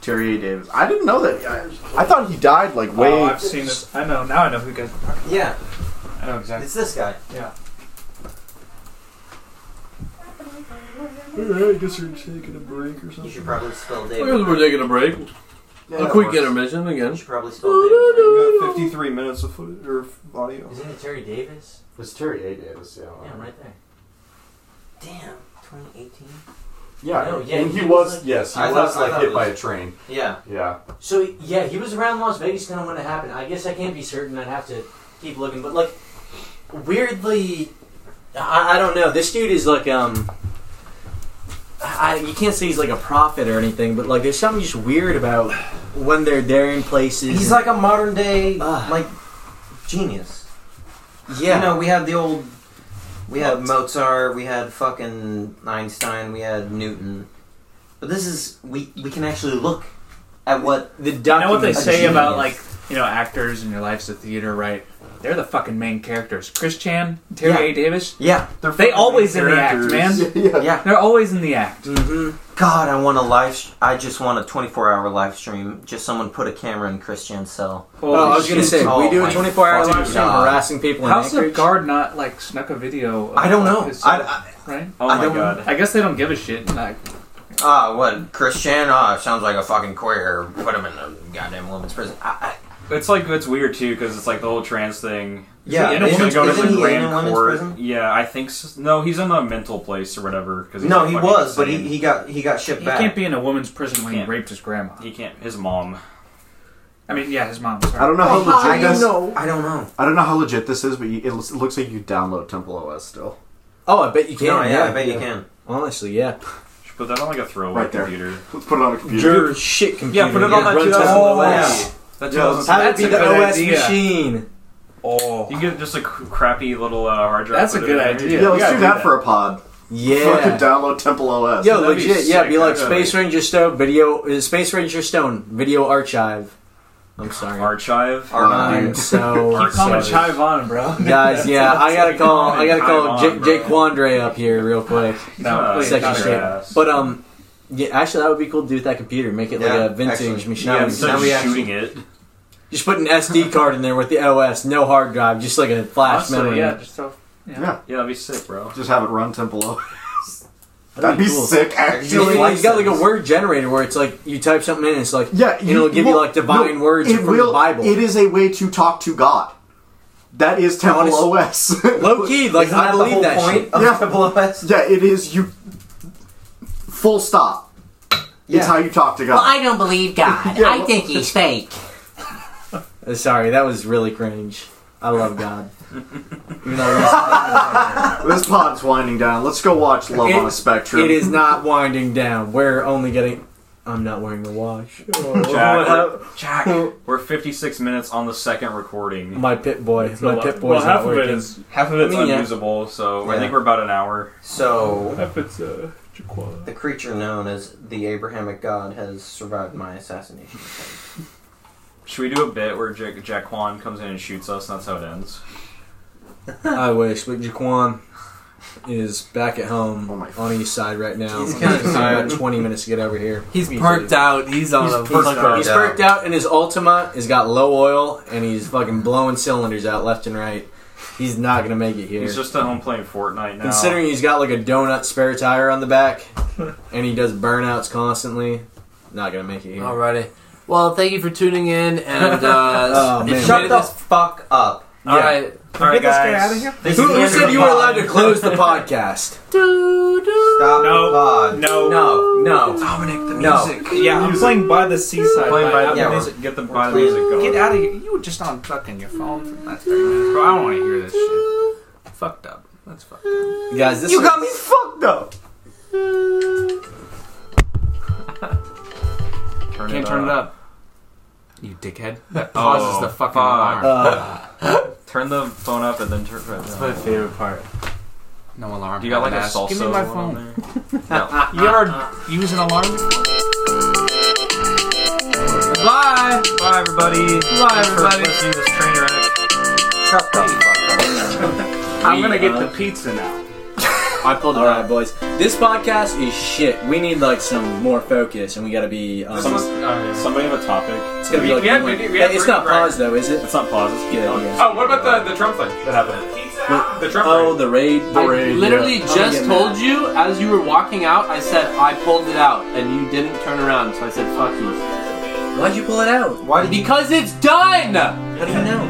Terry A. Davis. I didn't know that. I, I thought he died like way.
Oh, I've seen this. I know now. I know who you guys. Are talking about.
Yeah.
I know exactly.
It's this guy.
Yeah.
Alright, I guess we're taking a break or something.
You should probably spell
I guess
David.
we're taking a break.
Yeah,
a
that
quick
works.
intermission again.
should probably
You got 53 minutes of foot or audio.
Isn't it Terry Davis?
It's Terry A. Davis, yeah.
Yeah, right there. Damn, 2018.
Yeah,
No, yeah,
and
he
he,
was,
was,
like-
yes, he
I
was
thought- I
like
thought
hit
it
by a
was-
train.
Yeah.
Yeah.
So yeah, he was around Las Vegas, kind of when it happened. I guess I can't be certain. I'd have to keep looking, but like weirdly, I, I don't know. This dude is like um, I, you can't say he's like a prophet or anything, but like there's something just weird about when they're there in places.
He's like a modern day
Ah.
like genius.
Yeah.
You know, we had the old. We had Mozart. We had fucking Einstein. We had Newton. But this is we we can actually look at what
the
You know what they say about like you know actors and your life's a theater, right? They're the fucking main characters. Chris Chan, Terry
Yeah.
A. Davis.
Yeah,
they're they always in the act, man.
characters. Yeah.
they're always in the act.
God, I want a live. Sh- I just want a 24 hour live stream. Just someone put a camera in Christian's cell.
Holy
Oh, I was gonna
shit.
say,
Oh
we do a
my
24 hour
fucking
live stream
God.
harassing people in
How's the
Anchorage.
guard not like snuck a video? Of
I don't know.
his-
I- I-
right?
Oh I my don't- God.
I guess they don't give a shit. Like,
Ah, what Christian? Ah, sounds like a fucking queer. Put him in a goddamn woman's prison. I,
It's like it's weird too because it's like the whole trans thing.
Yeah,
He's
isn't-
gonna go to
isn't
the
he in a
grand
women's
court.
prison?
Yeah, I think so. no, he's in a mental place or whatever.
I,
Cause he's
no, he
fucking
was, but he,
insane.
he got he got shipped
he
back.
can't be in a woman's prison when he
Can't.
raped his grandma.
He can't. His mom.
I mean, yeah, his mom. Sorry.
I don't know how legit this.
I don't know.
I don't know how legit this is, but you, it looks- it looks like you download Temple OS still.
Oh, I bet you can.
No, yeah,
yeah,
I bet you
yeah.
can.
Honestly, yeah.
Should put that on like a throwaway
Right there.
computer.
Let's put it on a computer.
Your shit computer.
Yeah, put it on that
runs
2011.
Oh.
OS.
Yeah. That
Yeah,
2011.
have it
That's
be
a
the
good
OS
idea.
machine.
Oh,
You get just a cr- crappy little uh, hard drive.
That's a
with
good
it in there.
idea.
Yeah,
We
let's
gotta
do
do
that
that.
for a pod. Fucking
Yeah.
download Temple OS.
Yo,
That'd be
legit. yeah, be
sick,
like
actually.
Space Ranger Stone video. Uh, Space Ranger Stone video archive. I'm sorry. uh,
Archive.
I'm so
Keep
sorry.
calling Chive on, bro.
Guys, yeah, I gotta call. I gotta call
Chive on,
Jake, Jake Quandre up here real quick.
No, please,
Second
not
shift.
your ass.
But um, yeah, actually, that would be cool to do with that computer. Make it
Yeah,
like a vintage
actually.
machine.
Yeah, instead
Now
of
we actually-
shooting it.
just put an SD card in there with the OS, no hard drive, just like a flash
Honestly,
memory.
yeah, just so. Yeah.
Yeah,
Yeah, that'd be sick, bro.
just have it run Temple OS.
That'd
That'd
be
be
cool.
sick,
You
actually.
has got like a word generator where it's like you type something in, and it's like
Yeah,
and it'll give you
well,
like divine
no,
words
it
from
will-
the Bible.
It is a way to talk to God. That is Temple
Honest-
OS.
low key, like
Isn't
I
that the
believe
whole
that
point
shit.
of
Yeah.
Triple OS?
yeah, it is you. Full stop.
Yeah.
It's how you talk to God.
don't believe God.
Yeah, well-
think he's fake.
Uh, Sorry, that was really cringe. I love God. Even though
this pod's winding down. Let's go watch Love
It-
on a Spectrum.
It is not winding down. We're only getting. I'm not wearing the watch.
Jack, we're- Jack, we're 56 minutes on the second recording.
My pit boy.
So,
My
uh,
pit boy's
well, half of
not
it
working.
is half of it's
I mean, yeah.
unusable, so I
Yeah.
think we're about an hour.
So
Half it's uh,
the creature known as the Abrahamic God has survived my assassination.
Should we do a bit where Jack, Jack Juan comes in and shoots us, and that's how it ends?
I wish, but Jaquan is back at home on East Side right now.
He's
He's
kinda
about
tired.
20 minutes to get over here.
He's
Me
perked
too.
out. He's on
He's
a.
perked,
he's on a-
he's perked out in his Ultima. He's got low oil, and he's fucking blowing cylinders out left and right. He's not gonna make it here.
He's just at home playing Fortnite now.
Considering he's got like a donut spare tire on the back, and he does burnouts constantly, not gonna make it here.
Alrighty. Well, thank you for tuning in, and uh,
Oh,
if you
man.
made
Shut
it
the
this-
fuck up.
All right, all right, guys.
This
Who,
is the
who
end of
said
the
you were
pod.
allowed to close the podcast?
Stop
No.
the pod.
No.
No, no,
Dominic, the
No.
Yeah, I'm playing by the seaside.
Playing by the
Apple
Yeah,
Music.
music, get the by the music
Get
going.
out of here. You were just on fucking your phone for the last 30 minutes, bro. I don't want to hear this shit. Fucked up. That's fucked up.
guys. This
You
is-
got me fucked up.
Turn
Can't
it
turn it
up.
up. You dickhead. That
Uh,
pauses
Oh,
the fucking
fuck.
alarm.
Uh,
Turn the phone up and then turn. That's
My favorite part.
no alarm.
Do you got like a
dumbass.
salsa?
Give me my
one
phone.
on there? No.
You ever use an alarm?
Bye.
Bye, everybody.
Bye,
Thanks For
everybody.
listening to this train wreck.
I'm gonna get the
pizza now.
I pulled it out, boys. This podcast is shit. We need like some more focus, and we gotta be. Um,
Some- somebody have a topic.
It's gonna be like.
have- we have- we have
it's not
three
pause though, is it? It's
not pause.
yeah, yeah.
Oh, what about the, the Trump thing that happened? The Trump
Oh, the raid. The
I literally just told you as you were walking out. I said I pulled it out, and you didn't turn around. So I said, "Fuck you."
Why'd you pull it out? Why?
Because it's done.
How do you know?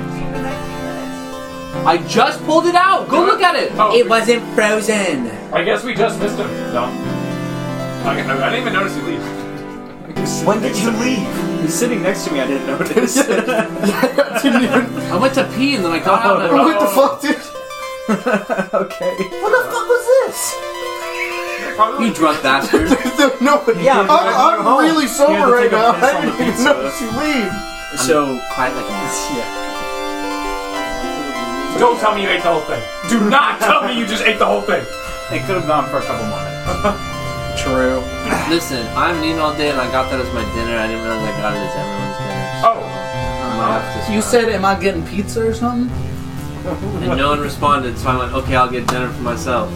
I just pulled it out. Go look at it.
Oh.
It wasn't frozen.
I guess we just missed him. No. I, I, I didn't even notice you leave.
When did you leave? He's sitting next to me. I didn't notice.
I went to pee and then I got out.
Oh, what the
fuck,
okay.
What the fuck was this? You drunk bastard.
no,
Yeah,
I'm,
but I
I'm
go home.
really
You had
sober
to
right
take a
now.
piss
I
on the
didn't even
pizza.
notice you leave.
So
quiet like this.
Yeah.
Don't tell me you ate the whole thing. Do not tell me you just ate the whole thing.
It could have gone for a couple more
True.
Listen, I'm an eating all day and I got that as my dinner. I didn't realize I got it as everyone's dinner.
Oh.
I might have to
You said, "Am I getting pizza or something?"
And no one responded, so I went, okay, I'll get dinner for myself.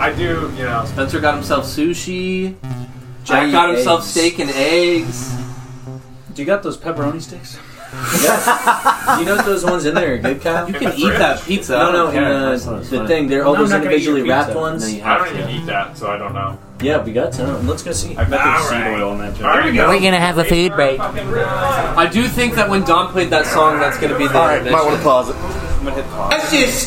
I do, you know.
Spencer got himself sushi. Jack
Giant
got himself
eggs.
steak and eggs.
Do you got those pepperoni sticks?
you know those ones in there are good, Kyle?
You can eat that pizza. I
No, no,
don't care.
in
That's
the,
not as
the
funny.
thing, they're all
I'm
those
not gonna eat your
individually wrapped
pizza.
ones.
No, you
I don't even eat that, so I don't know.
Yeah, we got some. Let's go see. I
bet
there's seed
oil in that.
There we go.
gonna have a food break. I do think that when Don played that song, that's gonna be the. All right,
might wanna
pause it.
That's just